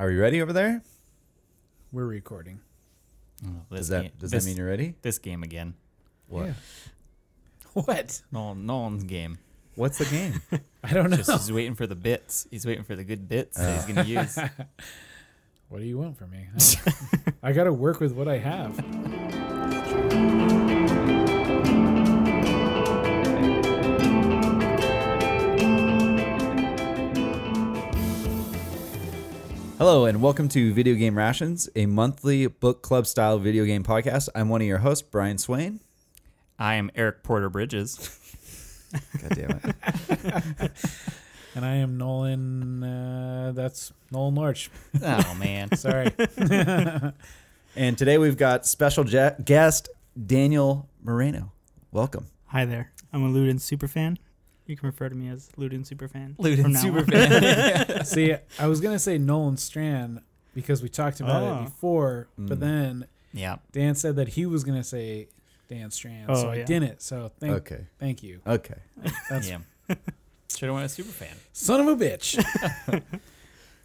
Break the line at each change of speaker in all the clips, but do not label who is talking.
Are you ready over there?
We're recording.
Oh, this
Does that
game-
does
this,
that mean you're ready?
this game again?
What?
Yeah. What?
No, Nolan's game.
What's the game?
I don't know.
Just he's waiting for the bits. He's waiting for the good bits that he's gonna use.
Ah.
what do you want from me? I, I got to work with what I have.
Hello and welcome to Video Game Rations, a monthly book club style video game podcast. I'm one of your hosts, Brian Swain.
I am Eric Porter Bridges.
God damn it.
And I am Nolan. Uh, that's Nolan Larch.
oh man,
Sorry.
and today we've got special je- guest Daniel Moreno. Welcome.
Hi there. I'm a Luden superfan. You can refer to me as Luden superfan.
Luden
from now on.
Superfan.
See, I was going to say Nolan Strand because we talked about
Oh.
it before,
Mm.
but then
yeah,
Dan said that he was going to say Dan Strand, so
Oh,
I
yeah.
didn't. So thank,
Okay.
thank you.
Okay.
That's
yeah. Should have went a super fan.
son of a bitch.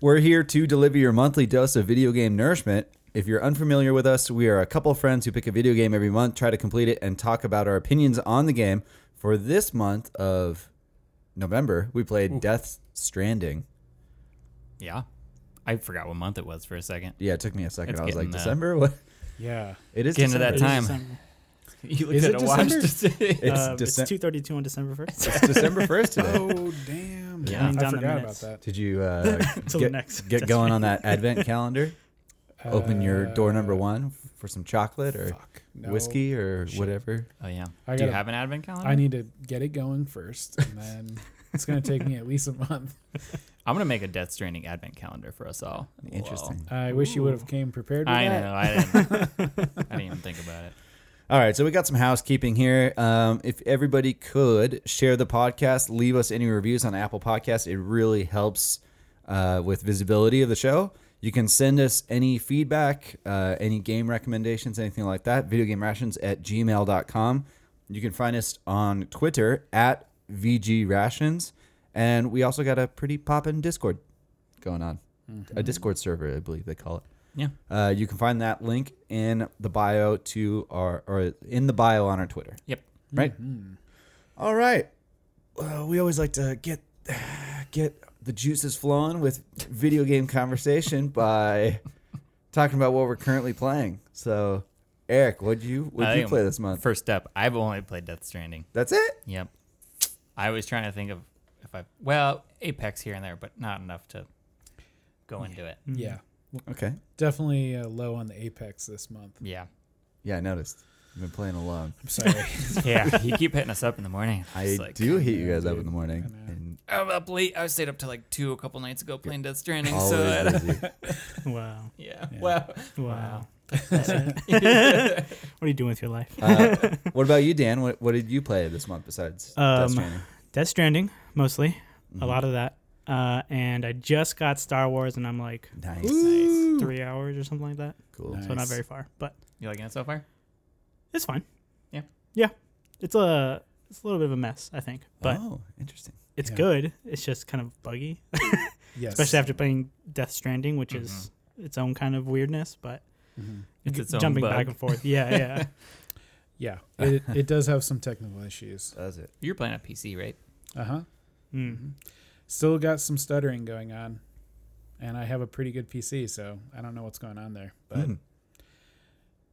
We're here to deliver your monthly dose of video game nourishment. If you're unfamiliar with us, we are a couple of friends who pick a video game every month, try to complete it, and talk about our opinions on the game. For this month of November, we played Death Stranding.
Yeah, I forgot what month it was for a second.
Yeah, it took me a second.
It's
I was like,
getting, uh,
December? What?
yeah.
It is
Getting
December.
to that
It is
time.
December.
You
Is it December?
today.
It's,
Uh, It's
Decem-
two thirty two on December first.
it's December 1st today.
Oh, damn.
Yeah.
I
Counting down the
forgot about
minutes.
that.
Did you uh,
Till
get,
the next
get
Death
going on that advent calendar? Open your door number
Uh,
one for some chocolate or
Fuck. No.
whiskey or
Shit.
whatever.
Oh yeah.
I
Do you
gotta-
have an advent calendar?
I need to get it going first, and then it's going to take me at least a month.
I'm gonna make a Death Stranding advent calendar for us all.
Interesting.
I wish you would have came prepared.
Whoa.
With
I
that.
know. I didn't. I didn't even think about it.
All right, so we got some housekeeping here. Um, if everybody could share the podcast, leave us any reviews on Apple Podcasts, it really helps uh, with visibility of the show. You can send us any feedback, uh, any game recommendations, anything like that, videogamerations at gmail.com. You can find us on Twitter at VGRations. And we also got a pretty poppin' Discord going on, a Discord server, I believe they call it.
Yeah.
Uh, you can find that link in the bio to our or in the bio on our Twitter.
Yep.
Right. Mm-hmm. All right. Uh, we always like to get get the juices flowing with video game conversation by talking about what we're currently playing. So, Eric, what'd you
I
what'd you
am-
play this month?
First up, I've only played Death Stranding.
That's it.
Yep. I was trying to think of if I well Apex here and there, but not enough to go into it.
Yeah,
Okay.
definitely uh, low on the apex this month.
Yeah,
Yeah, I noticed. You've been playing alone.
I'm sorry.
yeah. you keep hitting us up in the morning.
I
It's like, "Oh,
do hit you guys up
dude.
in the morning.
I know.
And
I'm up late. I stayed up till like two a couple nights ago playing Death Stranding.
always
So I-
busy.
Wow.
yeah. Wow.
Wow. what are you doing with your life?
Uh, what about you, Dan? What, what did you play this month besides Death
Um,
Stranding?
Death Stranding, mostly.
Mm-hmm.
A lot of that. Uh, and I just got Star Wars and I'm like
Nice.
Ooh.
three hours or something like that.
Cool.
Nice.
So not very far. But
You liking it so far?
it's fine.
Yeah.
Yeah. It's a it's a little bit of a mess, I think. But
oh, interesting.
it's
Yeah.
good. It's just kind of buggy.
Yes.
especially after playing Death Stranding, which is its own kind of weirdness, but
Mhm.
It's
g-
its own
jumping
bug.
back and forth. Yeah, yeah.
Yeah, it, it does have some technical issues.
Does it?
You're playing on PC, right?
Uh huh.
Mm-hmm.
mm.
Still got some stuttering going on, and I have a pretty good PC, so I don't know what's going on there. But
Hmm.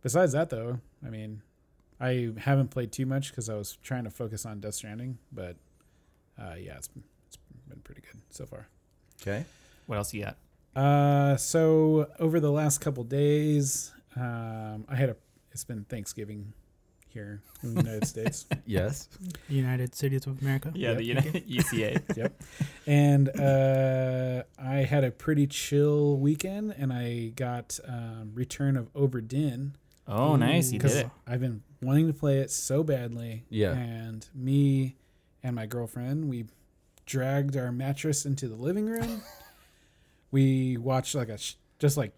besides that, though, I mean, I haven't played too much because I was trying to focus on Death Stranding. But uh, yeah, it's, it's been pretty good so far.
Okay.
What else you got?
Uh, so over the last couple days, um, I had a. It's been Thanksgiving here in the United States.
Yes.
United Cities of America.
Yeah, the United UCA.
Yep. And uh, I had a pretty chill weekend, and I got um, Return of Oberdin
Oh, nice. You did
because
it.
I've been wanting to play it so badly.
Yeah.
And me and my girlfriend, we dragged our mattress into the living room. we watched like a sh- just like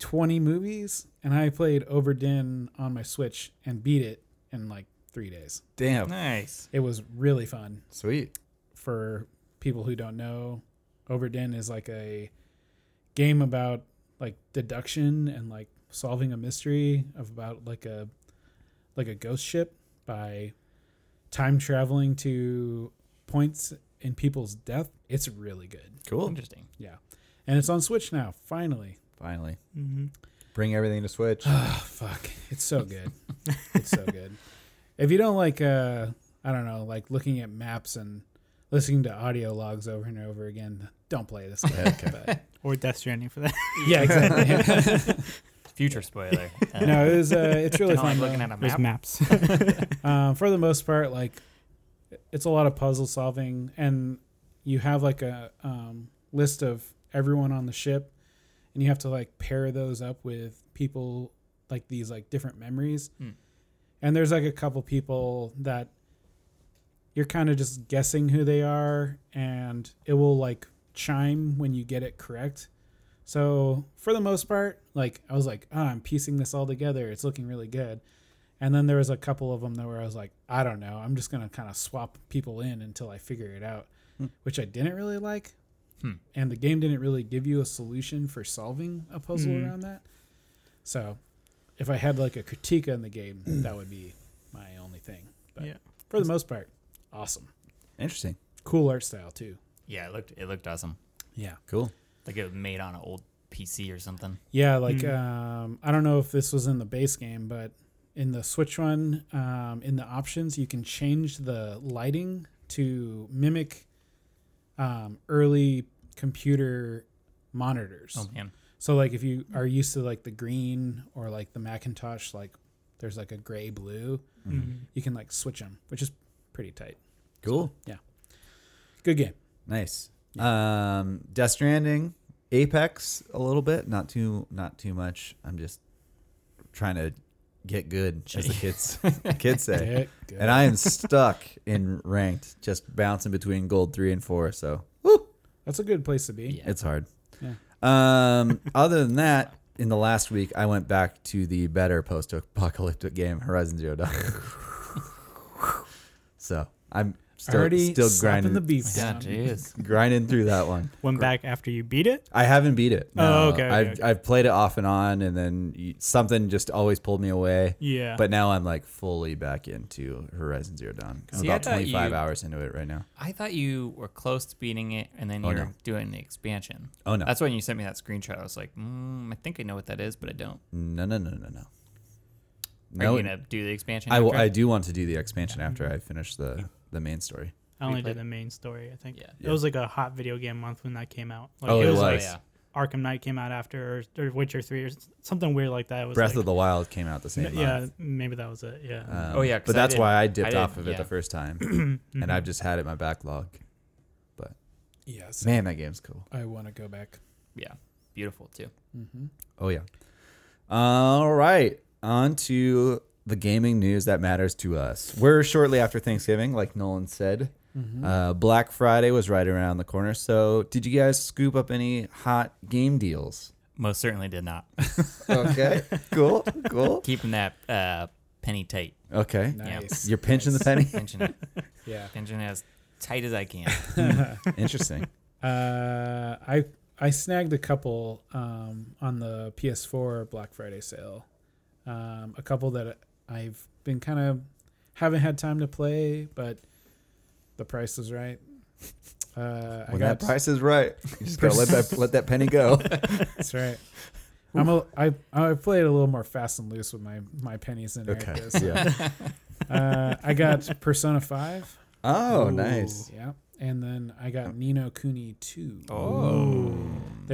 20 movies, and I played Overdin on my Switch and beat it in like three days.
Damn.
Nice.
It was really fun
Sweet.
for people who don't know, Overdin is like a game about like deduction and like solving a mystery of about like a like a ghost ship by time traveling to points in people's death. It's really good.
Cool.
Interesting.
Yeah. And it's on Switch now, finally.
Finally,
Mm-hmm.
bring everything to Switch.
Oh, fuck. It's so good. it's so good. If you don't like uh I don't know, like looking at maps and listening to audio logs over and over again, don't play this game. But
Or Death Stranding for that.
yeah, exactly.
Future spoiler. Uh,
no, it was uh it's really
kinda like
fun.
looking
though.
at a
There's
map.
maps.
um, for the most part, like it's a lot of puzzle solving, and you have like a um, list of everyone on the ship, and you have to like pair those up with people like these like different memories,
Hmm.
and there's like a couple people that you're kind of just guessing who they are, and it will like chime when you get it correct. So for the most part, like I was like, oh, I'm piecing this all together. It's looking really good. And then there was a couple of them that where I was like, I don't know. I'm just gonna kind of swap people in until I figure it out, which I didn't really like.
Hmm.
And the game didn't really give you a solution for solving a puzzle
Hmm.
around that. So, if I had like a critique on the game, that would be my only thing. But
Yeah.
for the most part, awesome,
Interesting.
cool art style too.
Yeah, it looked it looked awesome.
Yeah.
Cool.
Like it was made on an old PC or something.
Yeah, like
Hmm.
um, I don't know if this was in the base game, but in the Switch one, um, in the options, you can change the lighting to mimic um, early computer monitors.
Oh man.
So, like, if you are used to like the green or like the Macintosh, like there's like a gray blue,
Mhm.
you can like switch them, which is pretty tight.
Cool.
Good game.
Nice. Um, Death Stranding, Apex a little bit, not too, not too much. I'm just trying to get good, as the kids kids say.
Good, good.
And I am stuck in ranked, just bouncing between gold three and four. So
That's a good place to be.
it's hard.
Yeah.
Um, other than that, in the last week, I went back to the better post-apocalyptic game, Horizon Zero Dawn. so I'm still,
Already
still
slapping
grinding,
the beef.
Yeah,
down.
jeez.
grinding through that one.
Went back after you beat it.
I haven't beat it.
Oh, okay, okay,
I've,
okay.
I've played it off and on, and then y- something just always pulled me away.
Yeah.
But now I'm like fully back into Horizon Zero Dawn. I'm
See, I
about
thought
25
you-
hours into it right now.
I thought you were close to beating it, and then
Oh,
you're
no.
doing the expansion.
Oh no,
That's when you sent me that screenshot. I was like, mm, I think I know what that is, but I don't.
no, no, no, no, no.
Are
No,
you gonna do the expansion?
I, will-
after?
I do want to do the expansion after I finish the the main story.
I only
Replayed.
did the main story, I think.
Yeah.
Yeah.
It was like a hot video game month when that came out. Like
Oh, it
Oh,
was.
yeah.
Arkham Knight came out after, or, or Witcher 3, or s- something weird like that. It was
Breath
like,
of the Wild came out the same
Yeah,
month.
maybe that was it. Yeah.
Um,
Oh, yeah, 'cause
but
I
that's
did-
why I
I
dipped
did,
off of it
yeah.
the first time,
Mhm.
and I've just had it in my backlog.
Yes.
Man, that game's cool.
I want to go back.
Yeah, beautiful too.
Mm-hmm.
Oh yeah. All right, on to the gaming news that matters to us. We're shortly after Thanksgiving, like Nolan said.
Mm-hmm.
Uh, Black Friday was right around the corner. So, did you guys scoop up any hot game deals?
Most certainly did not
Okay, cool, cool.
keeping that uh, penny tight.
Okay,
Nice.
you're pinching the penny.
Pinching it,
Yeah.
pinching it as tight as I can.
Interesting.
Uh, I I snagged a couple um, on the PS4 Black Friday sale. Um, a couple that I've been kind of haven't had time to play, but the price was right. Uh, I
When
got
that price is right, you just gotta let that let that penny go.
that's right. I'm a, I I played a little more fast and loose with my my pennies in there. I
Okay.
guess.
Yeah.
Uh, I got Persona Five.
Oh, nice. Oh.
Yeah. And then I got Nino Cooney 2. They're
Oh,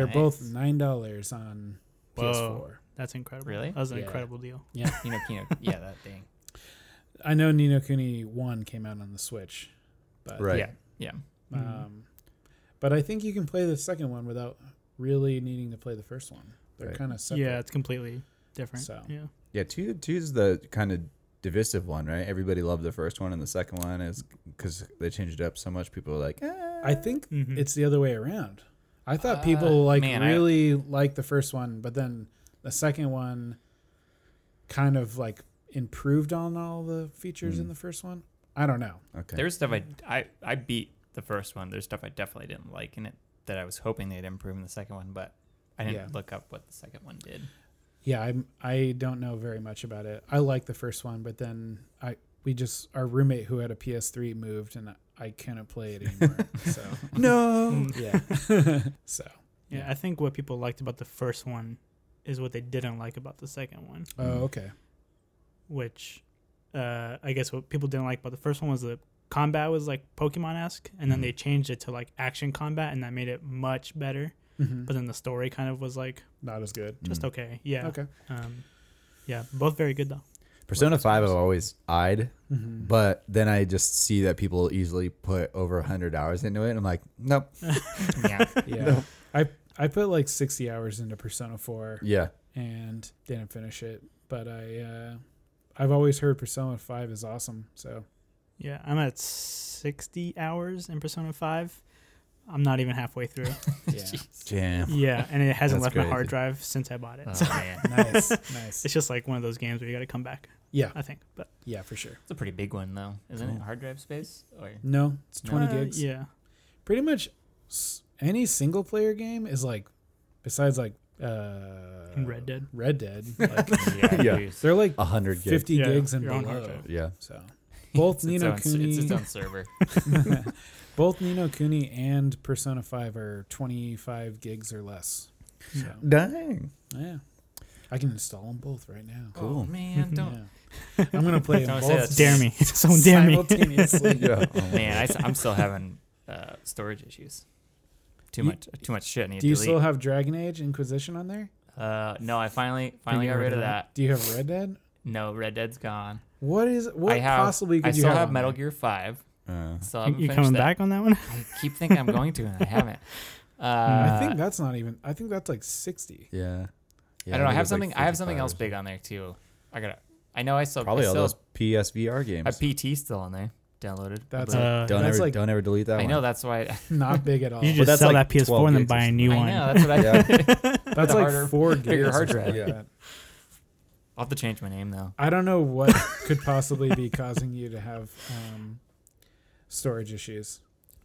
nice.
both $9 on
Whoa.
PS4.
That's incredible.
Really?
That was an
Yeah.
incredible deal.
you know, you know, yeah, that thing.
I know Nino Cooney 1 came out on the Switch. But,
Right.
Uh, Yeah, yeah.
Um, But I think you can play the second one without really needing to play the first one. They're
Right.
kind of separate.
Yeah, it's completely different.
So.
Yeah.
Yeah, two two's the kind of divisive one, right? Everybody loved the first one, and the second one is because they changed it up so much. People are like, eh.
I think
Mhm.
it's the other way around. I thought
Mm-hmm. Uh,
people like
man, I-
really liked the first one, but then the second one kind of like improved on all the features
Mm.
in the first one. I don't know.
okay,
There's stuff I, I I beat the first one. There's stuff I definitely didn't like in it that I was hoping they'd improve in the second one, but I didn't
Yeah.
look up what the second one did.
Yeah, I'm. I don't know very much about it. I like the first one, but then I we just our roommate who had a PS3 moved, and I couldn't play it anymore. so
Mm.
No. Mm.
yeah, so
Yeah, I think what people liked about the first one is what they didn't like about the second one,
oh okay,
which uh, I guess what people didn't like about the first one was the combat was like Pokemon esque, and then
Mhm.
they changed it to like action combat, and that made it much better.
Mhm.
But then the story kind of was like
not as good.
just
Mm.
okay. Yeah.
Okay,
Um, yeah, both very good though.
Persona Five, I've always eyed,
Mm.
Mhm.
but then I just see that people easily put over hundred hours into it, and I'm like, nope.
Yeah.
yeah, I I put like sixty hours into Persona Four
Yeah.
and didn't finish it, but I uh, I've always heard Persona Five is awesome. So
Yeah, I'm at 60 hours in Persona 5. I'm not even halfway through.
yeah,
Jam.
yeah, and it hasn't
That's
left my
crazy.
hard drive since I bought it.
Oh,
So
man.
nice, nice.
it's just like one of those games where you got to come back,
Yeah,
I think. But
yeah, for sure.
It's a pretty big one though, isn't
Cool.
it? Hard drive space or
No, it's twenty
Uh,
gigs.
Yeah.
pretty much s- any single player game is like besides like uh
And Red Dead.
red dead like,
Yeah.
geez.
they're like
A hundred gigs.
50
Yeah,
gigs and
your own hard
below
drive.
Yeah.
so both
It's,
nino
its, own, it's its
kuni
own server.
both nino kuni and persona 5 are 25 gigs or less so
Dang.
yeah i can install them both right now
Cool.
Oh, man, don't.
Yeah. i'm gonna play them
Don't say
both
that.
Dare me. Someone dare me.
simultaneously
Yeah. Oh,
Man, I, am still having uh, storage issues. Too
You-
much, uh, too much shit. I need
do you
to delete.
still have dragon age inquisition on there
uh, no, I finally, finally
you
got
get
rid of that.
do you have red dead
No, Red Dead's gone.
what is what
I have,
possibly could
I
you
still
have,
have,
on
Metal
there?
Gear Five.
Uh,
Still
You,
haven't
you
finished
coming
that.
back on that one?
I keep thinking I'm going to, and I haven't. Uh,
I
I
think that's not even. I think that's like sixty.
yeah.
I don't know. I have something. I have something else big on there too. I gotta. I know. I still
Probably
I
all
still
those PSVR
have
games.
PT still on there. Downloaded. I
That's
believe.
Uh,
don't
that's
ever,
like-
don't ever delete that
I
one.
know. That's why. I
Not big at all.
You just
that's
sell
like
that PS4 and
12
then
gigs
buy
or
a new one.
know. That's what I.
that's
the
like
harder-
four gigs.
bigger
or
hard
something
drive.
like
Yeah.
that.
I'll have to change my name though.
I don't know what could possibly be causing you to have um, storage issues.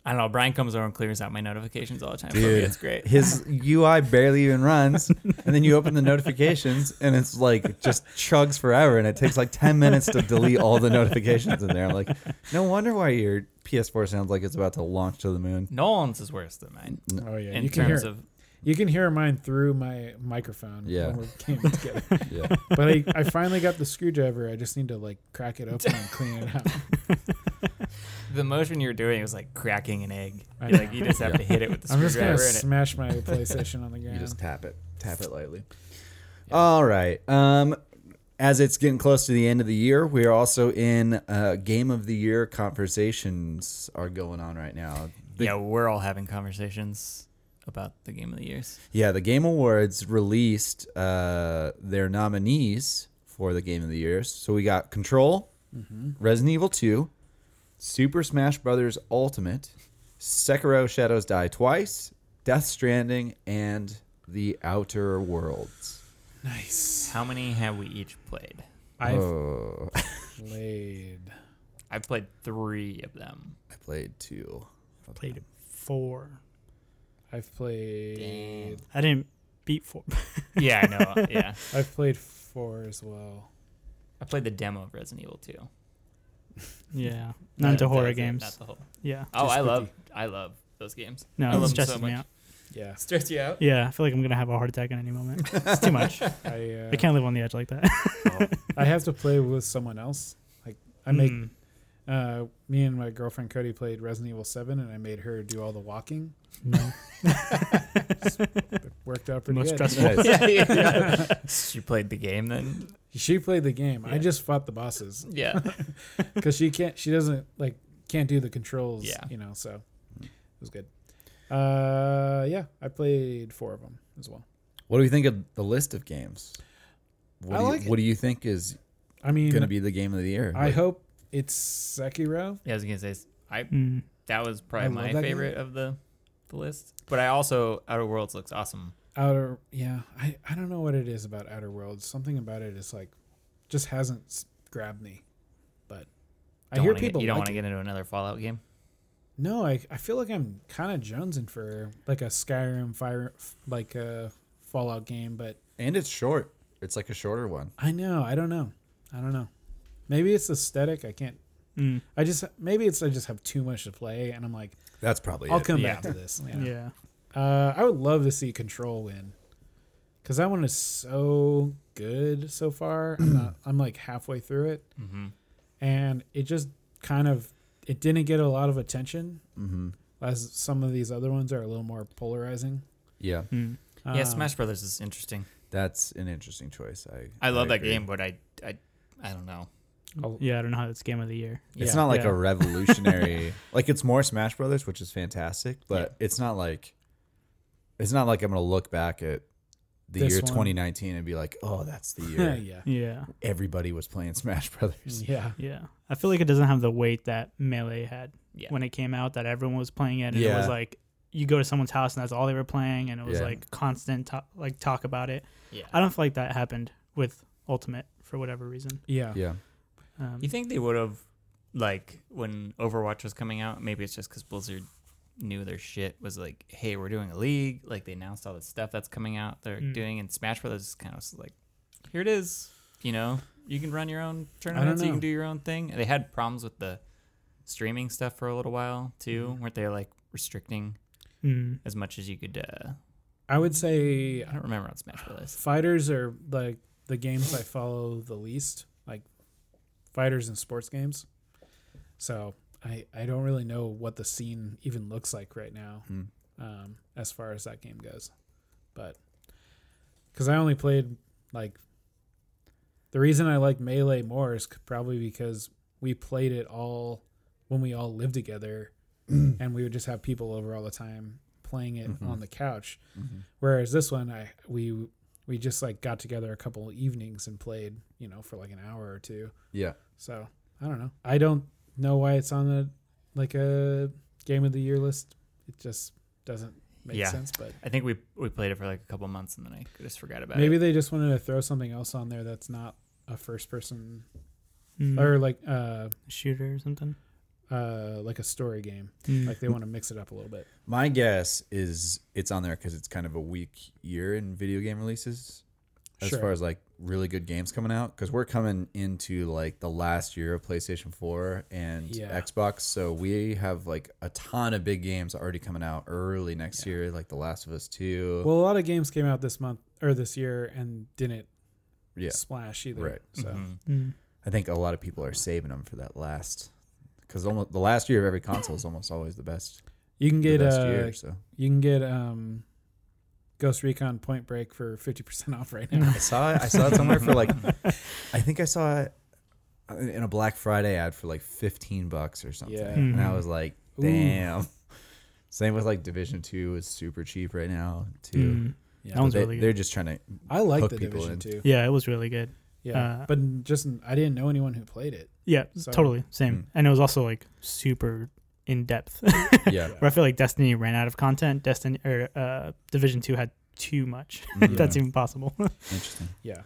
I don't know. Brian comes over and clears out my notifications all the time. for me.
Dude.
It's great.
His UI barely even runs, and then you open the notifications, and it's like just chugs forever, and it takes like ten minutes to delete all the notifications in there. I'm like, no wonder why your PS4 sounds like it's about to launch to the moon.
Nolan's is worse than mine
Oh yeah,
in
you can hear
terms of.
you can hear mine through my microphone.
Yeah.
when we're gaming together.
Yeah,
But I, I finally got the screwdriver. I just need to like crack it open and clean it out.
The motion you're doing is like cracking an egg.
I
You're like
know.
you just have
Yeah.
to hit it with the
I'm just gonna
screwdriver and it
smash my PlayStation on the
you
ground.
just tap it, tap it lightly. All right. Um, as it's getting close to the end of the year, we are also in uh, game of the year conversations are going on right now. The-
yeah, we're all having conversations about the game of the years.
Yeah, the Game Awards released uh, their nominees for the Game of the Year. So we got Control,
Mm-hmm.
Resident Evil 2, Super Smash Bros. Ultimate, Sekiro Shadows Die Twice, Death Stranding, and The Outer Worlds.
nice.
How many have we each played?
I've
oh,
played.
I've played three of them.
I played two.
Played four.
I've played.
I didn't beat four.
Yeah, I know. yeah,
I've played four as well.
I played the demo of Resident Evil 2.
yeah. Not into
That was
horror
it,
games.
not the whole-
yeah.
Oh,
Just
I
with
love,
the-
I love those games. I
No,
love
it
'em
stresses
so
me
much.
out.
Yeah,
Stress you out?
Yeah, I feel like I'm gonna have a heart attack at any moment. It's too much.
I uh,
I can't live on the edge like that.
I have to play with someone else. Like I make
Hmm.
Mm.
uh, me and my girlfriend Cody played Resident Evil Seven, and I made her do all the walking.
no.
It worked out pretty
Most
good.
stressful.
Nice.
yeah, yeah. you played the game then?
She played the game. I
Yeah.
just fought the bosses
Yeah.
because she can't. She doesn't like can't do the controls.
Yeah. Mm-hmm.
you know. So it was good. Uh, yeah, I played four of them as well.
What do we think of the list of games? What,
I
do, you,
like it.
what do you think is
I mean,
going to be the Game of the Year?
I
Like,
hope it's Sekiro.
Yeah, I was gonna say s- I
Mm.
that was
I
probably
love
my
that game.
favorite of the the list. But I also Outer Worlds looks awesome.
Outer, yeah, I, I don't know what it is about Outer Worlds. Something about it is like, just hasn't s- grabbed me. But I
Don't
hear
wanna get-
people
you don't
like
want to
it.
get into another Fallout game.
No, I, I feel like I'm kind of jonesing for like a Skyrim fire, like a Fallout game, but
And it's short. It's like a shorter one.
I know. I don't know. I don't know. Maybe it's aesthetic. I can't.
Mm.
I just maybe it's I just have too much to play, and I'm like,
That's probably
I'll
it.
come
yeah.
back to this. you
Mm. Yeah.
know? Uh, I would love to see Control win because that one is so good so far. I'm, not, I'm like halfway through it,
Mm-hmm.
and it just kind of it didn't get a lot of attention
Mhm.
as some of these other ones are a little more polarizing.
Yeah,
Mm.
yeah,
Um,
Smash Brothers is interesting.
that's an interesting choice. I
I love that
agree.
game, but I, I, I don't know.
I'll-
Mm. Yeah, I don't know how that's game of the year.
It's
Um, yeah.
not like
Yeah.
a revolutionary. like it's more Smash Brothers, which is fantastic, but it's not like it's not like I'm gonna look back at the
This
year
one.
2019 and be like, oh, that's the
yeah,
year
yeah,
Yeah.
everybody was playing Smash Brothers.
yeah.
Yeah. I feel like it doesn't have the weight that Melee had
Yeah.
when it came out that everyone was playing it and it
Yeah.
was like you go to someone's house and that's all they were playing and it was
Yeah.
like constant to- like talk about it.
Yeah.
I don't feel like that happened with Ultimate for whatever reason.
Yeah.
Yeah,
Um,
You
Mm-hmm.
think they would have, like, when Overwatch was coming out? Maybe it's just because Blizzard knew their shit was like, hey, we're doing a league. Like they announced all this stuff that's coming out. They're
Mm.
doing and Smash Brothers is kind of was like, here it is. You know, you can run your own tournaments. You
know.
can do your own thing. They had problems with the streaming stuff for a little while too.
Mm-hmm.
Weren't they like restricting
mm,
as much as you could? uh
I would say
I don't remember on Smash Brothers.
fighters are like the games I follow the least, like fighters and sports games. So I I don't really know what the scene even looks like right now,
Hmm.
um, as far as that game goes. But because I only played like the reason I like melee more is c- probably because we played it all when we all lived together, and we would just have people over all the time playing it on the couch. Whereas this one, I we we just like got together a couple evenings and played, you know, for like an hour or two.
yeah.
So I don't know. I don't know why it's on the like a game of the year list. It just doesn't make
Yeah.
sense. But
I think we we played it for like a couple months and then I just forgot about
maybe
it.
they just wanted to throw something else on there that's not a first person
mm,
or like uh
shooter or something.
uh like a story game.
Mm.
Like they want to mix it up a little bit.
My guess is it's on there because it's kind of a weak year in video game releases, as
Sure.
far as like really good games coming out. Because we're coming into like the last year of PlayStation Four and
Yeah.
Xbox, so we have like a ton of big games already coming out early next year, like The Last of Us Two.
Well, a lot of games came out this month or this year and didn't
yeah,
splash either.
Right. Mm-hmm.
So
Mhm.
Mm.
I think a lot of people are saving them for that last, because almost the last year of every console is almost always the best.
you can
The
get
best
uh,
year, so
You can get um, Ghost Recon Point Break for fifty percent off right now.
I saw it. I saw it somewhere for like, I think I saw it in a Black Friday ad for like fifteen bucks or something.
Yeah.
And I
Mhm.
was like,
Ooh.
damn. Same with like Division Two is super cheap right now too.
Mm.
Yeah.
That one's
They,
really good.
They're just trying to.
I like
Hook
the
people
Division
in.
too.
Yeah, it was really good.
Yeah,
Uh,
but just I didn't know anyone who played it.
Yeah,
So-
totally same.
Mm.
And it was also like super in depth.
Yeah.
Where I feel like Destiny ran out of content. Destiny or uh, Division Two had too much.
Mhm.
if That's even possible.
Interesting.
Yeah.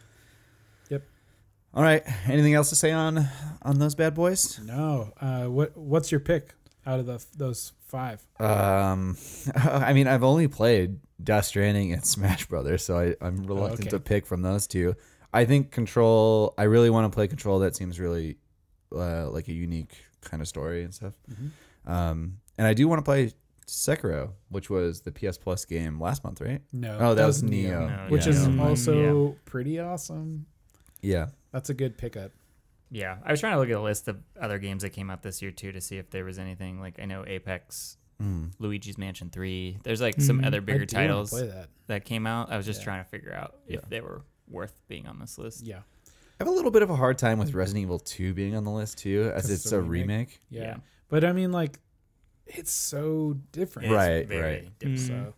All right. Anything else to say on on those bad boys?
No. Uh, what What's your pick out of the those five?
Um, I mean, I've only played Death Stranding and Smash Brothers, so I, I'm reluctant
okay.
to pick from those two. I think Control. I really want to play Control. That seems really uh, like a unique kind of story and stuff. Um, and I do want to play Sekiro, which was the PS Plus game last month, right?
No.
Oh, that was Neo.
No,
which
yeah.
is
Neo.
also pretty awesome.
Yeah.
That's a good pickup.
Yeah, I was trying to look at a list of other games that came out this year too to see if there was anything like I know Apex,
Mm.
Luigi's Mansion Three. There's like some
Mhm.
other bigger
Mm, I do wanna
titles
Play that.
that came out. I was just
Yeah.
trying to figure out
Yeah.
if they were worth being on this list.
Yeah.
I have a little bit of a hard time with Resident Evil 2 being on the list too, as
'Cause
it's a remake.
Yeah.
Yeah.
But I mean, like, it's so different.
Right. right.
different.
Mm.
So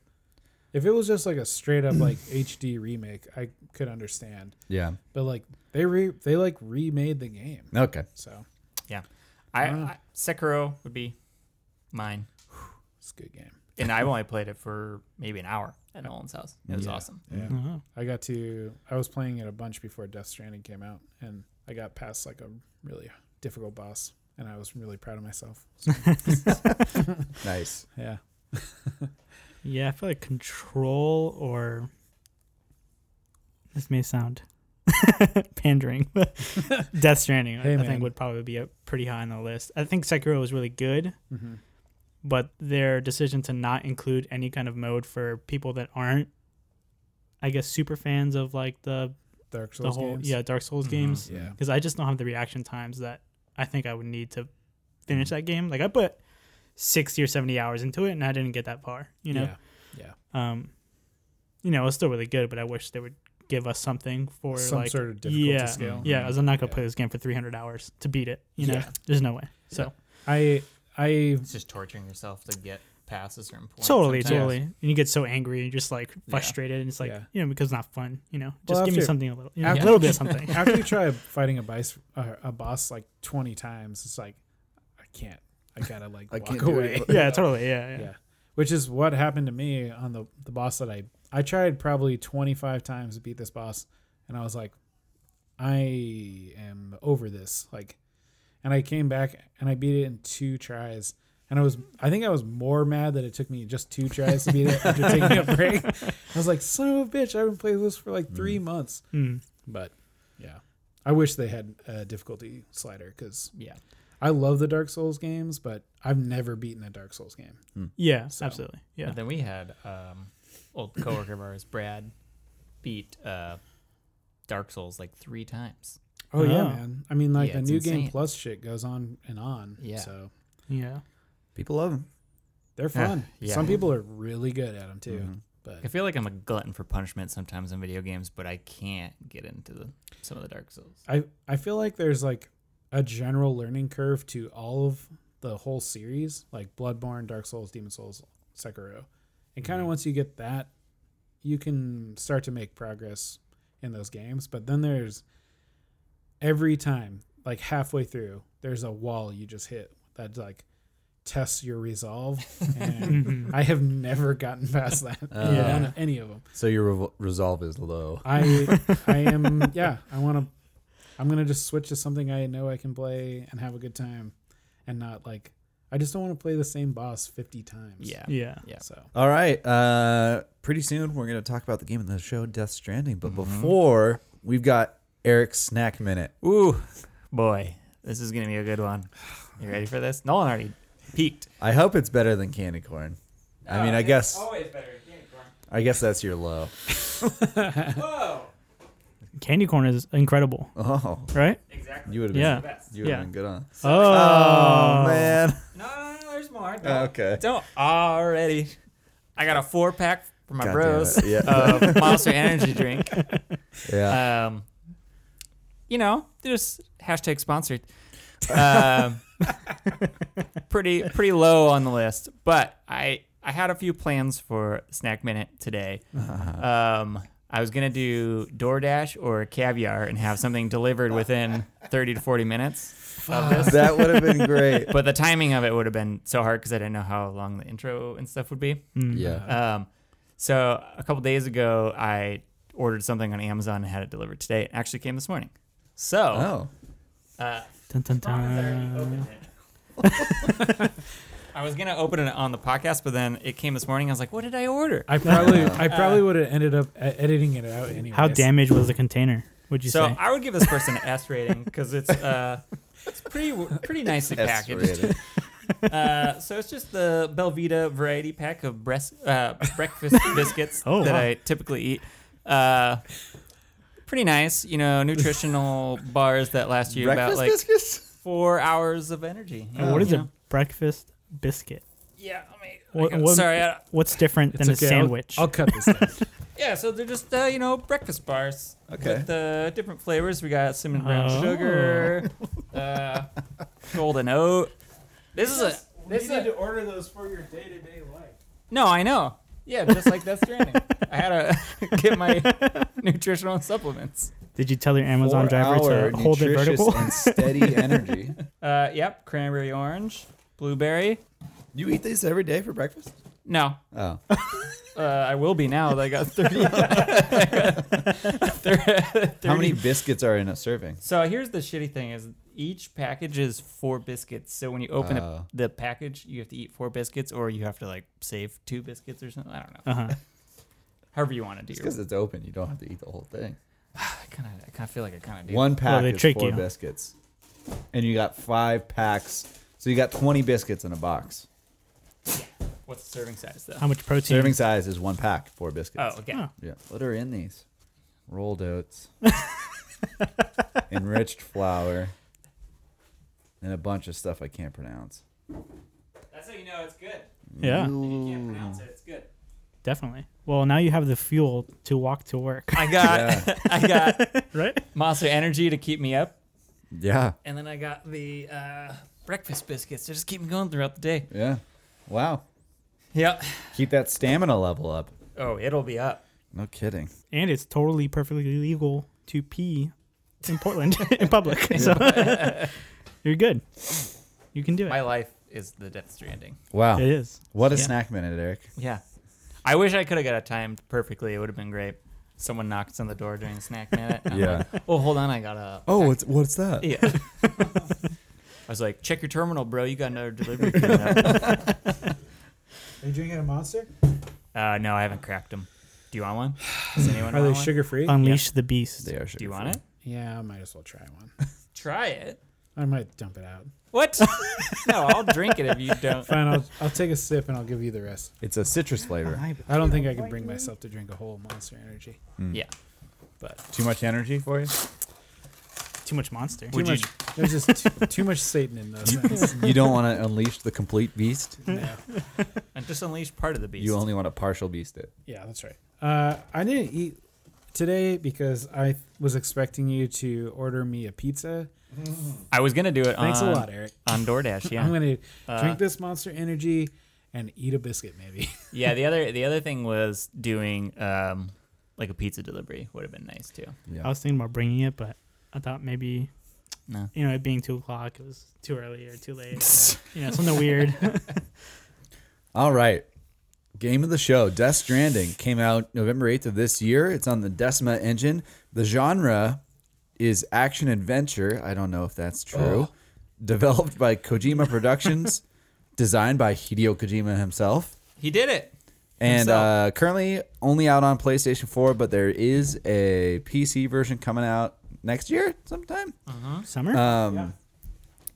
if it was just like a straight up like HD remake, I could understand.
Yeah.
But like they re they like remade the game.
Okay.
So
I,
Ah.
I Sekiro would be mine,
it's a good game.
and I've only played it for maybe an hour at Nolan's house. It was
Yeah.
awesome.
Yeah.
Oh.
I got to I was playing it a bunch before Death Stranding came out and I got past like a really difficult boss and I was really proud of myself. So,
Nice.
yeah.
Yeah, I feel like Control or this may sound pandering, but Death Stranding, I-
Hey,
I,
man.
think, would probably be up pretty high on the list. I think Sekiro was really good,
Mm-hmm.
but their decision to not include any kind of mode for people that aren't, I guess, super fans of like the
Dark Souls
the whole
games. Mm-hmm.
yeah Dark Souls
Mhm.
games
Yeah.
because I just don't have the reaction times that I think I would need to
Mm.
finish that game. Like I put sixty or seventy hours into it, and I didn't get that far. You know,
Yeah. yeah.
um, you know, it's still really good, but I wish they would give us something for
Some
like
sort of difficulty
yeah,
scale.
Yeah, 'cause I'm not gonna
Yeah.
play this game for 300 hours to beat it. You know,
Yeah.
there's no way. So
Yeah. I I
It's just torturing yourself to get past a certain point.
totally,
sometimes.
totally. And you get so angry and just like frustrated, and it's like
Yeah.
you know because it's not fun. You know, just
Well,
give me
after-
something a little, you know,
after-
a little bit of something.
after you try fighting a boss uh, a boss like 20 times, it's like I can't. I gotta like
I
walk
can't do
away.
it.
yeah, totally. Yeah, yeah.
Yeah. Which is what happened to me on the the boss that I I tried probably 25 times to beat this boss and I was like I am over this like and I came back and I beat it in two tries and I was I think I was more mad that it took me just two tries to beat it after taking a break. I was like son of a bitch, I've been playing this for like 3 months.
Mm.
But yeah. I wish they had a difficulty slider cuz
Yeah.
I love the Dark Souls games, but I've never beaten a Dark Souls game.
yeah
So.
absolutely. Yeah.
And then we had um, old coworker of ours, Brad, beat uh, Dark Souls like three times.
Oh, yeah,
Oh.
man. I mean, like
Yeah,
the
it's
new game
insane.
plus shit goes on and on.
Yeah.
So
Yeah.
People love them.
they're
Yeah,
fun.
yeah.
Some people are really good at them too.
I
But
feel like I'm a glutton for punishment sometimes in video games, but I can't get into the, some of the Dark Souls.
I I feel like there's like a general learning curve to all of the whole series, like Bloodborne, Dark Souls, Demon Souls, Sekiro, and kind of once you get that, you can start to make progress in those games. But then there's every time, like halfway through, there's a wall you just hit that like tests your resolve. And I have never gotten past that.
Oh.
in none of- any of them.
So your revol resolve is low.
I I am yeah. I want to. I'm gonna just switch to something I know I can play and have a good time, and not like I just don't want to play the same boss 50 times.
Yeah.
Yeah.
Yeah.
So
All right. Uh, pretty soon we're going to talk about the game of the show, Death Stranding.
Mm-hmm.
But before, we've got Eric's snack minute.
Ooh, boy, this is gonna be a good one. You ready for this? Nolan already peaked.
I hope it's better than candy corn. I mean, I guess
Uh, Always better. Unicorn.
I guess that's your low.
Whoa.
Candy corn is incredible,
Oh,
right?
Exactly.
you would have been
Yeah.
you would have
Yeah.
been good on.
Oh,
Oh, man.
No, no, no, there's more.
Uh, Okay.
Don't already. I got a four pack for my
God damn
bros
it, yeah.
of Monster Energy drink.
Yeah.
Um, you know, just hashtag sponsored. Um, pretty pretty low on the list, but I I had a few plans for snack minute today. Um, I was gonna do DoorDash or caviar and have something delivered within 30 to 40 minutes of this
that would have been great.
but the timing of it would have been so hard because I didn't know how long the intro and stuff would be.
Mm.
Yeah.
Um, so a couple days ago, I ordered something on Amazon and had it delivered today. It actually came this morning. So
Oh.
uh,
Dun, dun, dun.
I was gonna open it on the podcast, but then it came this morning. I was like, "What did I order?"
I probably I probably would have ended up e- editing it out anyway.
How damaged was the container? Would you
so
say?
I would give this person an S rating because it's uh, it's pretty pretty nicely packaged.
S-rated.
Uh, so it's just the Belvita variety pack of breast, uh, breakfast biscuits
Oh,
that
wow.
I typically eat. Uh, pretty nice, you know, nutritional bars that last you about
Breakfast
like
biscuits?
four hours of energy.
And Uh, what is
You
a
know?
breakfast biscuit?
Yeah, Oh, I mean,
What-
I got-
what-
sorry. I,
What's different than
It's okay,
a
I'll-
sandwich?
I'll, cut this. Down.
yeah, so they're just uh, you know breakfast bars
Okay.
with uh, different flavors. We got cinnamon brown
Oh.
sugar, uh, golden oat. This is a this is a,
to order those for your day to day life.
No, I know. Yeah, just like Death Stranding. I had to get my nutritional supplements.
Did you tell your Amazon driver
Four-hour
to hold it
nutritious
vertical?
and steady energy.
Uh, yep, cranberry orange, blueberry.
You eat these every day for breakfast?
No,
Oh.
uh, I will be now. that I got 30.
How many biscuits are in a serving?
So here's the shitty thing is each package is four biscuits. So when you open
Uh.
up the package, you have to eat four biscuits or you have to like save two biscuits or something. I don't know.
Uh huh.
however you want to do
Just
your.
because it's open, you don't have to eat the whole thing.
I kind of, I kind of feel like I kind of do.
One pack
they
is
trick
four
you.
biscuits, and you got five packs, so you got twenty biscuits in a box.
What's the serving size though?
How much protein?
Serving size is one pack, four biscuits.
Oh, okay.
Huh.
Yeah. What are in these? Rolled oats, enriched flour, and a bunch of stuff I can't pronounce.
That's how you know it's good.
Yeah,
You
Ooh.
can't pronounce it. It's good.
definitely. Well, now you have the fuel to walk to work,
I got, I got
right?
Monster Energy to keep me up,
Yeah.
and then I got the uh, breakfast biscuits to just keep me going throughout the day.
Yeah. Wow.
Yep.
Keep that stamina level up.
Oh, it'll be up.
No kidding.
And it's totally perfectly legal to pee in Portland in public. So you're good. You can do it.
My life is the Death Stranding.
Wow.
It is.
What a
Yeah.
snack minute, Eric.
Yeah. I wish I could have got it timed perfectly. It would have been great. Someone knocks on the door during snack minute. and I'm
Yeah.
like, oh, hold on. I got to
Oh, it's, what's that?
Yeah. I was like, check your terminal, bro. You got another delivery coming up.
Are you drinking a monster?
Uh, no, I haven't cracked them. Do you want one? Does anyone
Are they
want one?
sugar free?
Unleash the beast.
They are
Do you want it?
yeah, I might as well try one.
Try it.
I might dump it out.
What? no, I'll drink it if you don't.
Fine, I'll, I'll take a sip and I'll give you the rest.
It's a citrus flavor.
I don't think I can bring myself to drink a whole monster energy.
Yeah.
But
Uh-huh.
Too much energy for you?
Too much monster.
too
Would you-
much, there's just too, too much Satan in those things.
you don't want to unleash the complete beast.
No.
And just unleash part of the beast.
You only want to partial beast it.
Yeah, that's right. Uh, I didn't eat today because I was expecting you to order me a pizza.
I was going to do it
Thanks
on,
a lot, Eric.
on DoorDash. Uh, Yeah.
I'm gonna
Uh,
drink this Monster Energy and eat a biscuit, maybe.
Yeah, the other the other thing was doing um like a pizza delivery would have been nice too.
I
Yeah.
was thinking about bringing it, but I thought maybe,
No.
you know, it being two o'clock, it was too early or too late. you know, something weird.
All right. Game of the show, Death Stranding, came out November 8th of this year. It's on the Decima engine. The genre is action adventure. I don't know if that's
Oh.
true. Developed by Kojima Productions, designed by Hideo Kojima himself.
He did it.
And
Himself.
uh, currently only out on PlayStation 4, but there is a PC version coming out next year sometime.
Summer?
Uh,
Um,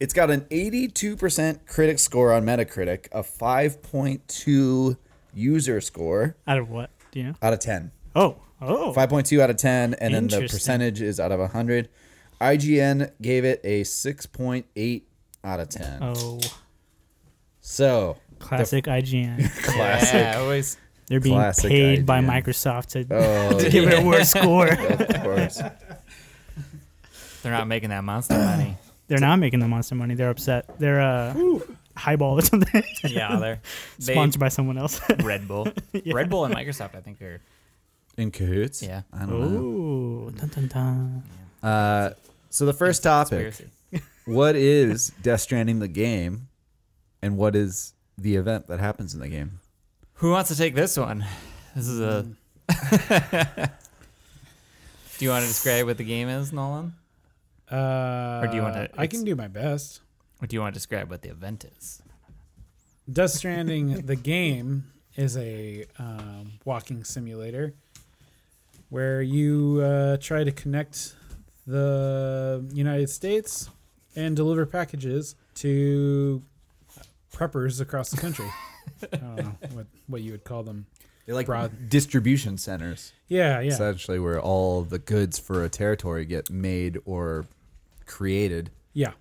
It's got an 82% critic score on Metacritic, a 5.2 user score
Out of what? Do you know?
out of 10.
Oh, oh.
5.2 out of 10, and then the
Interesting.
percentage is out of 100. IGN gave it a 6.8 out of 10.
Oh,
So,
classic IGN.
classic.
Yeah, always
They're being
Classic
paid by
IGN.
Microsoft to
Oh,
give it a worse score.
of course.
they're not making that monster money.
They're not making the monster money. They're upset. They're uh, highball or something.
yeah, they're they,
Sponsored by someone else.
Red Bull. Red Bull and Microsoft, I think, are
In cahoots?
Yeah.
I don't
Ooh, dun dun dun.
know. Uh, so, the first topic
conspiracy.
what is Death Stranding the game, and what is the event that happens in the game?
Who wants to take this one? This is a.
Mm.
do you want to describe what the game is, Nolan?
Uh,
do you wanna
I can do my best.
Or do you want to describe what the event is?
Death Stranding, the game, is a um, walking simulator where you uh, try to connect the United States and deliver packages to preppers across the country. I don't know what, what you would call them.
They're like
Broad-
distribution centers,
Yeah, yeah.
essentially, where all the goods for a territory get made or created
Yeah,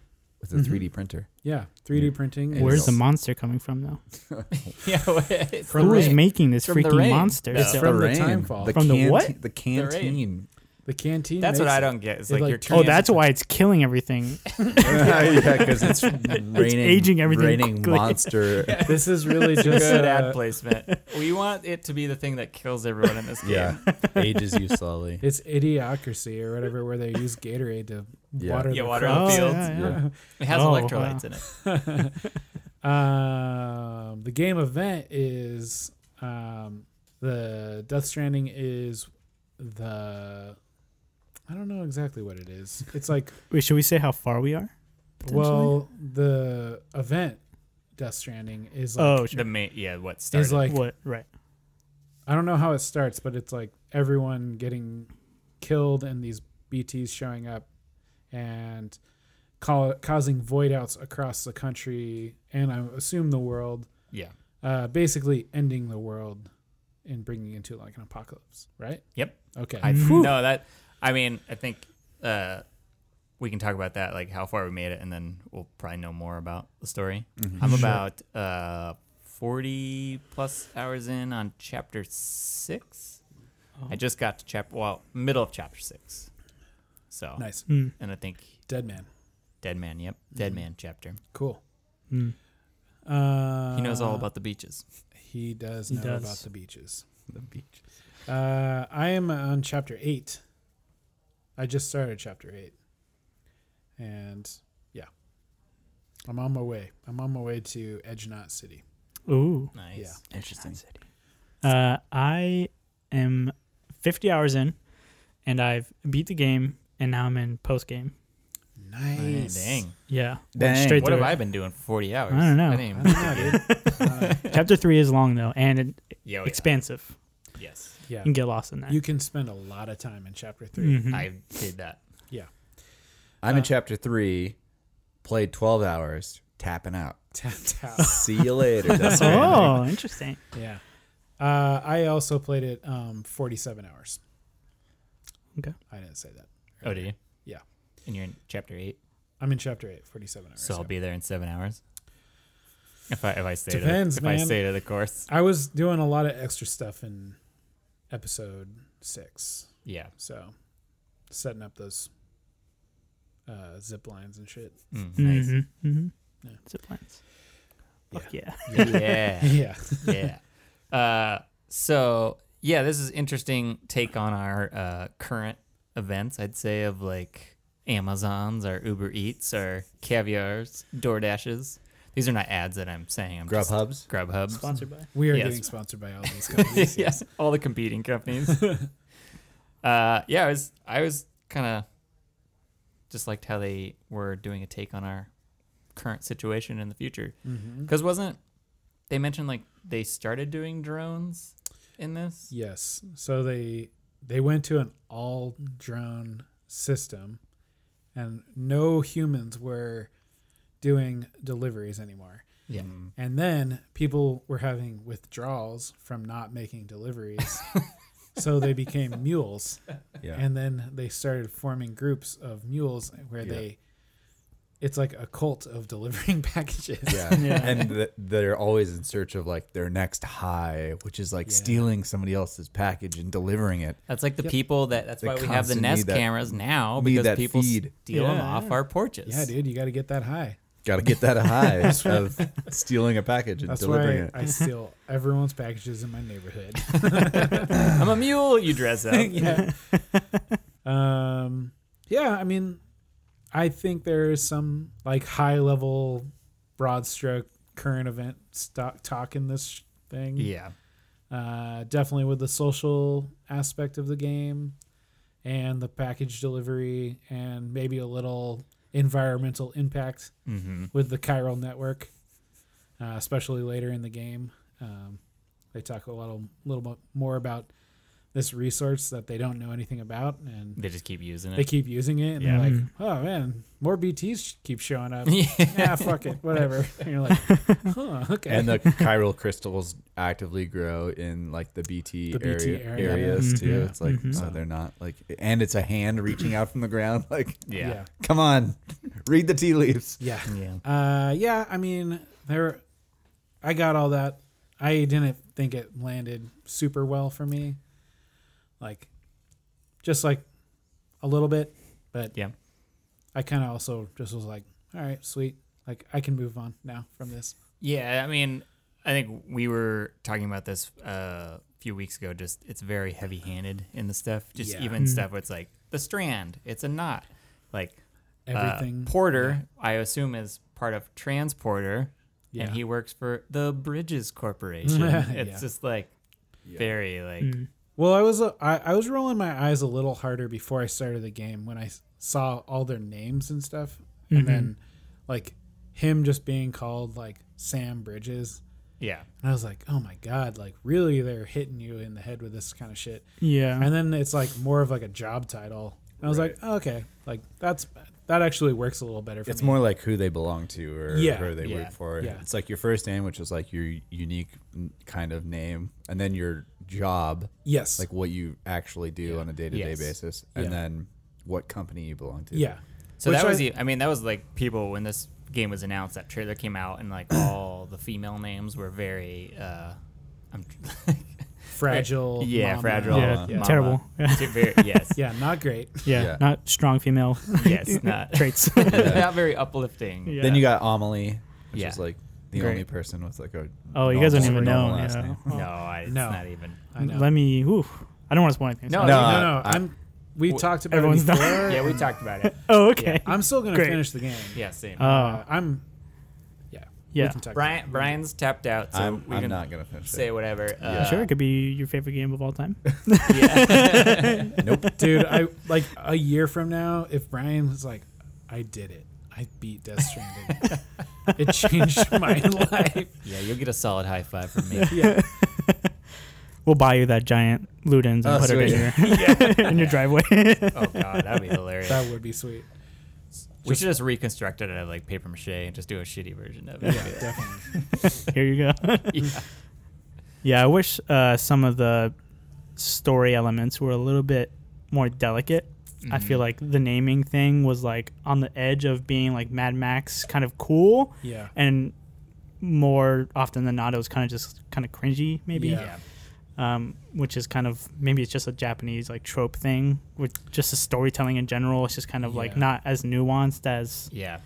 with a 3D printer.
yeah. 3D
Yeah.
printing.
And
Where's
it's-
the monster coming from, though?
yeah, it's
Who is making this
From the
freaking
rain.
monster?
It's
though?
From the timefall.
The
From the
cante-
what?
The canteen.
The canteen.
That's what
makes
I
it.
don't get. It's
It,
like,
like,
you're
Oh, that's why it's killing everything.
yeah, because it's raining,
aging everything
raining
quickly.
monster.
This is really just
good
uh,
ad placement. We want it to be the thing that kills everyone in this game.
yeah, ages you slowly.
It's idiocracy or whatever, where they use Gatorade to
Yeah.
water
Yeah,
the
water
crops.
the fields.
Oh, yeah, yeah.
Yeah.
It has
Oh,
electrolytes
wow.
in it.
Um, the game event is um, the Death Stranding is the I don't know exactly what it is. It's like
Wait, should we say how far we are? Potentially?
well, the event Death Stranding is like
oh, sure.
The main, yeah, what started?
is like
what? Right.
I don't know how it starts, but it's like everyone getting killed and these BTs showing up and call, causing voidouts across the country and I assume the world,
Yeah.
uh, basically ending the world and bringing into like an apocalypse, right?
Yep.
Okay.
I
Whew.
no that. I mean, I think uh, we can talk about that, like how far we made it, and then we'll probably know more about the story. I'm about uh, 40 plus hours in on chapter six.
Oh.
I just got to chapter well, middle of chapter six. So
nice.
Mm.
and I think
Dead man.
Dead Man. Yep,
Mm-hmm.
Dead Man chapter.
Cool.
Mm.
Uh,
He knows all about the beaches.
He does
He
know
does.
about the beaches.
The beach.
Uh, I am on chapter eight. I just started chapter eight, and yeah, I'm on my way. I'm on my way to Edge Knot City.
Ooh.
Nice.
Yeah.
Interesting.
Uh, I am 50 hours in, and I've beat the game, and now I'm in post game.
Man,
Nice.
dang.
Yeah. Went
Dang.
Straight
What
through
have
it.
I been doing for 40 hours?
I don't know.
I didn't
I
even-
don't know, dude. Uh,
Chapter three is long though, and it,
Yeah, oh, yeah.
expansive.
Yes.
yeah,
You can get lost in that.
you can spend a lot of time in chapter 3
Mhm.
I did that.
I'm
Uh,
in chapter three, played 12 hours, tapping out.
Tap tap.
See you later. That's what I
oh, interesting.
yeah. Uh, I also played it um, 47 hours.
Okay.
I didn't say that.
Oh, did you?
Yeah.
And you're in chapter eight,
I'm in chapter eight, 47 hours.
so I'll
yeah.
be there in seven hours. If I if I stay
Depends,
to the, if I
man.
stay to the course,
I was doing a lot of extra stuff in episode six,
yeah.
so setting up those uh, zip lines and shit.
Mm,
hmm hmm
Yeah.
Zip lines.
Yeah.
Fuck yeah.
Nice.
Mm-hmm. Yeah,
Yeah. yeah. Uh, so yeah, this is interesting take on our uh, current events. I'd say of like Amazon's, our Uber Eats, our caviar's, DoorDashes. These are not ads that I'm saying. I'm
Grub
just
hubs.
Grubhub.
Sponsored by.
we are
Yes.
getting sponsored by all these companies.
yes, all the competing companies. uh, yeah, I was I was kind of just liked how they were doing a take on our current situation in the future.
hmm
Because wasn't they mentioned like they started doing drones in this?
yes. So they they went to an all drone system, and no humans were doing deliveries anymore.
Yeah.
And then people were having withdrawals from not making deliveries. so they became mules.
Yeah.
And then they started forming groups of mules where
Yeah.
they it's like a cult of delivering packages.
yeah.
Yeah.
And th- they're always in search of like their next high, which is like
Yeah.
stealing somebody else's package and delivering it.
That's like the
Yep.
people that. That's
They
why we have the
constantly
Nest
need that-
cameras now
need
because
that
people
feed.
steal them
Yeah,
off
yeah.
our porches.
Yeah, dude, you got to get that high.
Got to get that high of stealing a package and
That's
delivering
why
it.
I, steal everyone's packages in my neighborhood.
I'm a mule. You dress up.
yeah. Um, yeah, I mean, I think there is some like high level, broad stroke current event stock talk in this sh- thing.
yeah.
Uh, definitely with the social aspect of the game and the package delivery and maybe a little environmental impact
Mm-hmm.
with the chiral network, uh, especially later in the game. Um, they talk a little, little bit more about this resource that they don't know anything about, and
They just keep using
they
it.
keep using it. And
Yeah.
they're like, "Oh man, more BTS sh- keep showing up."
yeah.
yeah, fuck it, whatever. And you're like, "Huh, okay."
And the chiral crystals actively grow in like the BT,
The BT
area,
area.
areas
Mhm.
too.
Yeah.
It's like
Mhm.
so they're not like, and it's a hand reaching out from the ground. Like,
Yeah.
come on, read the tea leaves.
yeah,
Yeah.
Uh, yeah, I mean, there, I got all that. I didn't think it landed super well for me. Like, just like a little bit, but
Yeah.
I kind of also just was like, all right, sweet. Like, I can move on now from this.
Yeah, I mean, I think we were talking about this uh, a few weeks ago. Just it's very heavy-handed in the stuff. Just
Yeah.
even stuff where it's like the strand, it's a knot. Like uh,
Everything.
Porter, I assume is part of Transporter,
Yeah.
and he works for the Bridges Corporation. it's
Yeah.
just like very like
Mm.
Well, I was uh, I, I was rolling my eyes a little harder before I started the game when I s- saw all their names and stuff, and then like him just being called like Sam Bridges,
Yeah.
And I was like, oh my god, like really, they're hitting you in the head with this kind of shit.
Yeah.
And then it's like more of like a job title. And I was like, oh, okay, like that's that actually works a little better for
It's
me.
more like who they belong to or
Yeah,
who they
yeah,
work for.
yeah.
It's like your first name, which is like your unique n- kind of name, and then your job,
yes,
like what you actually do on a day to day
Yes.
basis, and
Yeah.
then what company you belong to.
yeah,
So
Which
that was,
I-
the- I mean, that was like people when this game was announced, that trailer came out, and like all the female names were very, uh, I'm,
fragile.
yeah,
mama.
fragile.
Yeah,
mama.
terrible.
Very- yes.
Yeah, not great.
yeah.
Yeah.
Not strong female
Yes. Not,
traits.
not very uplifting.
Yeah.
Then you got Amelie, which
Yeah.
is like the
Great.
only person with like a.
Oh, you guys don't
normal-
even know.
normal last
yeah.
name.
No, I, it's
Oh. No.
not even.
I know.
Let me. Ooh, I don't want to spoil anything.
No,
sorry.
No,
no,
I-
no,
I-
I'm. We talked about
Everyone's
it
done.
before.
Yeah, we talked about it.
Oh, okay. Oh,
I'm still gonna
Great.
finish the game.
Yeah, same.
Uh, I'm. Yeah. we
Yeah.
can talk about
Brian, Brian's tapped out, so
I'm,
we
I'm
can
not gonna finish
say
it.
whatever.
Oh,
Uh,
sure, it could be your favorite game of all time.
Yeah.
Nope.
it. dude. I like a year from now, if Brian was like, "I did it. I beat Death Stranding. it changed my life."
yeah, you'll get a solid high five from me.
Yeah.
We'll buy you that giant Ludens and
Oh,
put it in your, in your driveway.
Oh god, that'd be hilarious.
That would be sweet.
we should just reconstruct it out of like paper mache and just do a shitty version of it.
Yeah, definitely.
Here you go.
Yeah.
yeah, I wish uh, some of the story elements were a little bit more delicate.
Mm-hmm.
I feel like the naming thing was like on the edge of being like Mad Max kind of cool,
Yeah.
and more often than not, it was kind of just kind of cringy, maybe.
Yeah.
Yeah.
um, which is kind of maybe it's just a Japanese like trope thing with just the storytelling in general. It's just kind of like
Yeah.
not as nuanced as
Yeah.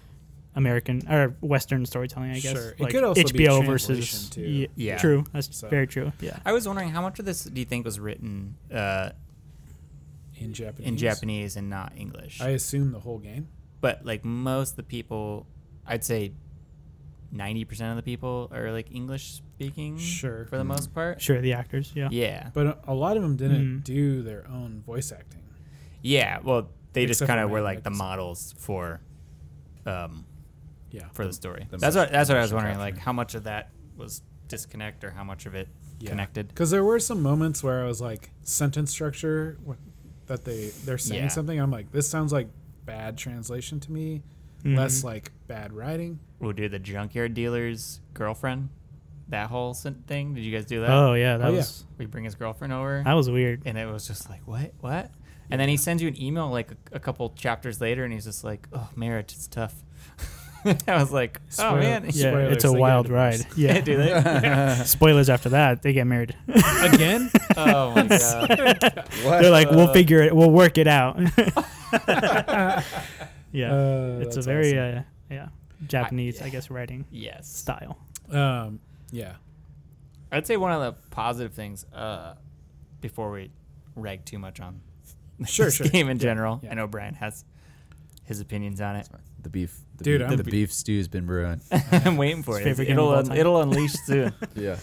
American or Western storytelling, I guess.
Sure. It
Like
could also be
HBO
translation,
versus
too.
Ye-
Yeah.
True, that's
So-
very true. Yeah,
I was wondering how much of this do you think was written uh,
In Japanese.
in Japanese and not English?
I assume the whole game.
but like most of the people, I'd say 90% of the people are like English speaking
Sure.
Mm-hmm.
for the most part.
sure. The actors, yeah,
Yeah.
But a- a lot of them
Mm-hmm.
didn't
Mm.
do their own voice acting.
Yeah, well, they just
Except for
kind of
Mad
were like the
Max.
models for um
Yeah.
for the story.
the
that's
mo-
what that's what I was
motion
wondering
capture.
like how much of that was disconnect or how much of it connected.
Because there were some moments where I was like, sentence structure wh- that they they're saying
Yeah.
something. I'm like, this sounds like bad translation to me.
Mm-hmm.
Less like bad writing.
We'll do the junkyard dealer's girlfriend. That whole sen- thing. Did you guys do that?
Oh yeah, that
Oh, yeah.
was
We bring his girlfriend over.
that was weird.
and it was just like what what and then he sends you an email like a, a couple chapters later and he's just like oh marriage it's tough i was like oh
Spoiler-
man
Yeah,
Spoilers,
it's a
they get
wild ride.
divorced.
Yeah,
do they
spoilers after that, they get married.
Again?
oh my god
What?
They're like, we'll figure it, we'll work it out. yeah,
Uh,
it's a
that's
very uh, yeah Japanese, I
yeah.
guess, writing
yes
style.
awesome. Um, yeah.
i'd say one of the positive things uh before we rag too much on
Sure,
this
sure.
game in general
yeah.
i know brian has his opinions on it
the beef, the
Dude,
beef,
I'm-
the beef stew's been brewing.
i'm waiting for
His
it It's-
favorite game of
it'll,
all
un-
time.
it'll unleash soon
yeah.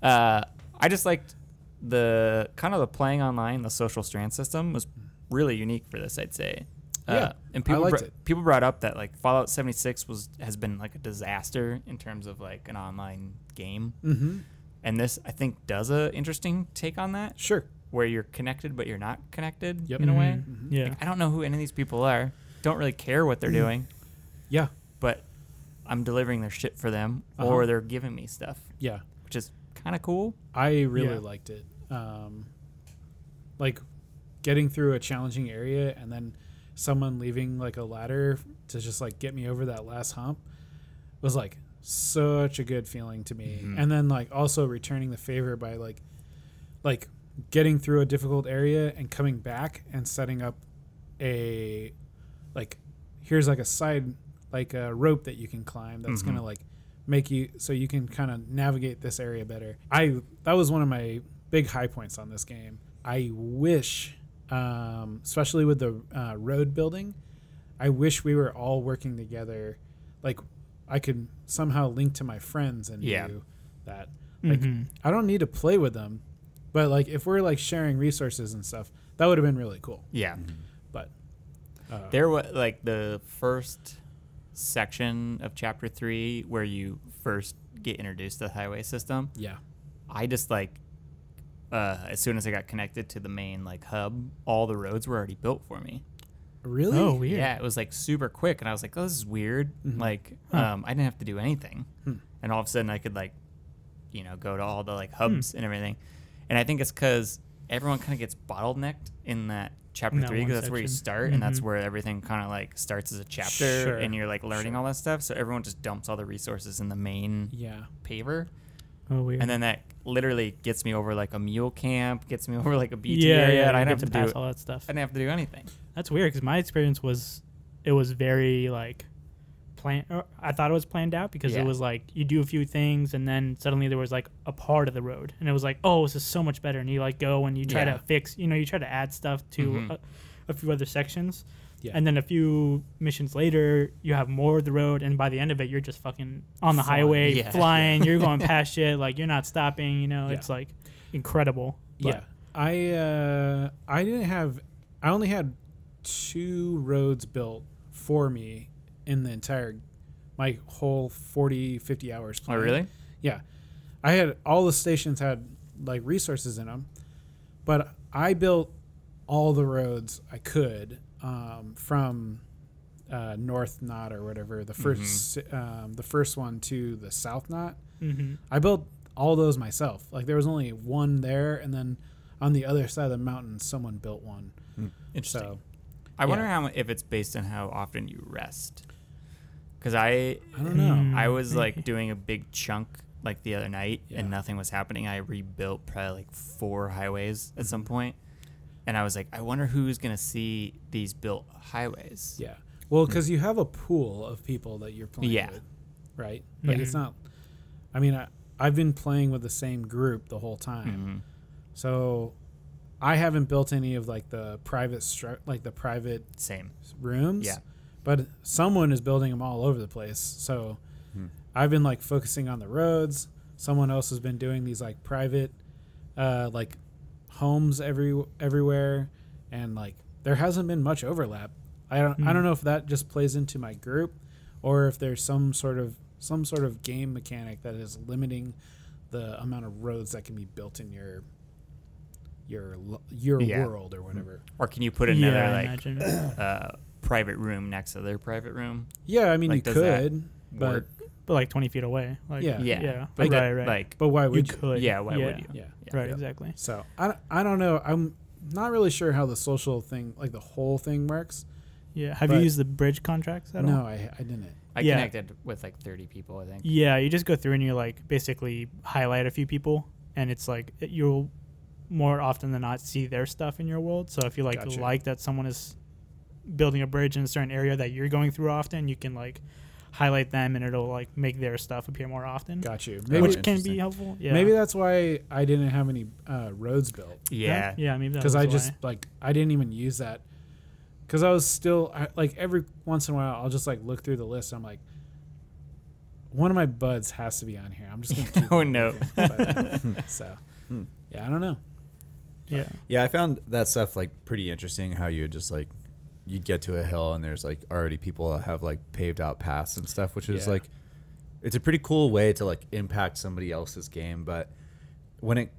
Uh, I just liked the kind of the playing online, the social strand system was really unique for this, I'd say.
Yeah,
uh, and people
I liked
brou-
it.
people brought up that like Fallout 76 was has been like a disaster in terms of like an online game,
Mm-hmm.
and this I think does a interesting take on that,
Sure.
where you're connected but you're not connected
Yep. Mm-hmm.
in a way.
Yeah.
Like, I don't know who any of these people are. Don't really care
Mm.
what they're doing,
Yeah.
but I'm delivering their shit for them,
Uh-huh.
or they're giving me stuff,
Yeah.
which is kind of cool.
I really
Yeah.
liked it. Um, like getting through a challenging area and then someone leaving like a ladder to just like get me over that last hump was like such a good feeling to me. And then like also returning the favor by like like getting through a difficult area and coming back and setting up a like here's like a side like a rope that you can climb that's
Mhm.
gonna like make you so you can kind of navigate this area better i that was one of my big high points on this game i wish um, especially with the uh, road building i wish we were all working together like i could somehow link to my friends and
Yeah.
do that like i don't need to play with them but like if we're like sharing resources and stuff that would have been really cool
Yeah.
but uh,
There was like the first section of chapter three where you first get introduced to the highway system,
Yeah.
I just like uh, as soon as I got connected to the main like hub, all the roads were already built for me.
Really?
Oh, weird.
Yeah, it was like super quick, and I was like, "Oh, this is weird."
Mm-hmm.
Like, um, I didn't have to do anything,
Hmm.
and all of a sudden, I could like, you know, go to all the
Hmm.
like hubs and everything. And I think it's because everyone kind of gets bottlenecked in that chapter
In that
three
one
because that's where you
section. Mm-hmm.
start, and that's where everything kind of like starts as a chapter,
Sure.
and you're like learning all that stuff. So everyone just dumps all the resources in the main
Yeah.
paver,
Oh, weird.
and then that literally gets me over like a mule camp, gets me over like a BT
yeah,
area,
yeah,
and I
you
don't have
have to
to,
pass
do.
all that stuff.
I didn't have to do anything.
That's weird because my experience was it was very like plan. or I thought it was planned out because
Yeah.
it was like you do a few things and then suddenly there was like a part of the road and it was like oh this is so much better and you like go and you try
Yeah.
to fix you know you try to add stuff to
Mhm.
a, a few other sections.
Yeah.
And then a few missions later, you have more of the road, and by the end of it, you're just fucking on the
Flying.
highway,
Yeah.
flying. You're going past shit, like you're not stopping. You know,
Yeah.
it's like incredible.
yeah. I uh I didn't have I only had two roads built for me in the entire my whole 40 50 hours
Oh,
playing.
really?
Yeah. I had all the stations had like resources in them, but I built all the roads I could um, from uh, North Knot or whatever the 1st um, the first one to the South Knot.
Mm-hmm.
I built all those myself. Like there was only one there, and then on the other side of the mountain, someone built one.
Interesting.
So
I
Yeah.
wonder how mu- if it's based on how often you rest. Because I,
I don't know.
Hmm.
I was like doing a big chunk like the other night
Yeah.
and nothing was happening. I rebuilt probably like four highways
Hmm.
at some point, and I was like, I wonder who's gonna see these built highways.
Yeah. Well, because you have a pool of people that you're playing
Yeah.
with, right? Like it's not. I mean, I, I've been playing with the same group the whole time,
Mm-hmm. Hmm.
so I haven't built any of like the private stru- like the private
Same.
rooms.
Yeah.
But someone is building them all over the place. So
Hmm.
I've been like focusing on the roads. Someone else has been doing these like private uh like homes every everywhere and like there hasn't been much overlap. I don't I don't
Hmm.
know if that just plays into my group or if there's some sort of some sort of game mechanic that is limiting the amount of roads that can be built in your your lo- your
Yeah. Hmm.
world or whatever.
Or can you put another
yeah, I
like
imagine.
uh, private room next to their private room?
Yeah, I mean
Like,
you
does that
could, but
work?
but like 20 feet away. Like,
Yeah.
Yeah.
yeah.
But
right,
that,
right.
Like,
But why
you
would you?
could.
yeah. Why would you?
Yeah.
Yeah.
Right,
Yeah.
exactly.
So I, I don't know. I'm not really sure how the social thing, like the whole thing works.
Yeah. Have
But-
you used the bridge contracts at all?
No, I, I didn't.
I
Yeah.
connected with like 30 people, I think.
Yeah, you just go through and you like basically highlight a few people, and it's like it- you'll more often than not see their stuff in your world. So if you like
Gotcha.
like that someone is building a bridge in a certain area that you're going through often, you can like highlight them, and it'll like make their stuff appear more often,
Got you.
That
Maybe
was
which can
interesting.
be helpful. Yeah,
maybe that's why I didn't have any uh, roads built
Yeah.
yeah, maybe
because
because
I just like I didn't even use that because I was still I, like every once in a while I'll just like look through the list. And I'm like, one of my buds has to be on here. I'm just gonna keep
Oh,
it.
no.
But, so yeah, I don't know.
yeah.
Yeah, I found that stuff like pretty interesting. How you would just like you would get to a hill and there's like already people that have like paved out paths and stuff, which is
Yeah.
like it's a pretty cool way to like impact somebody else's game. But when it,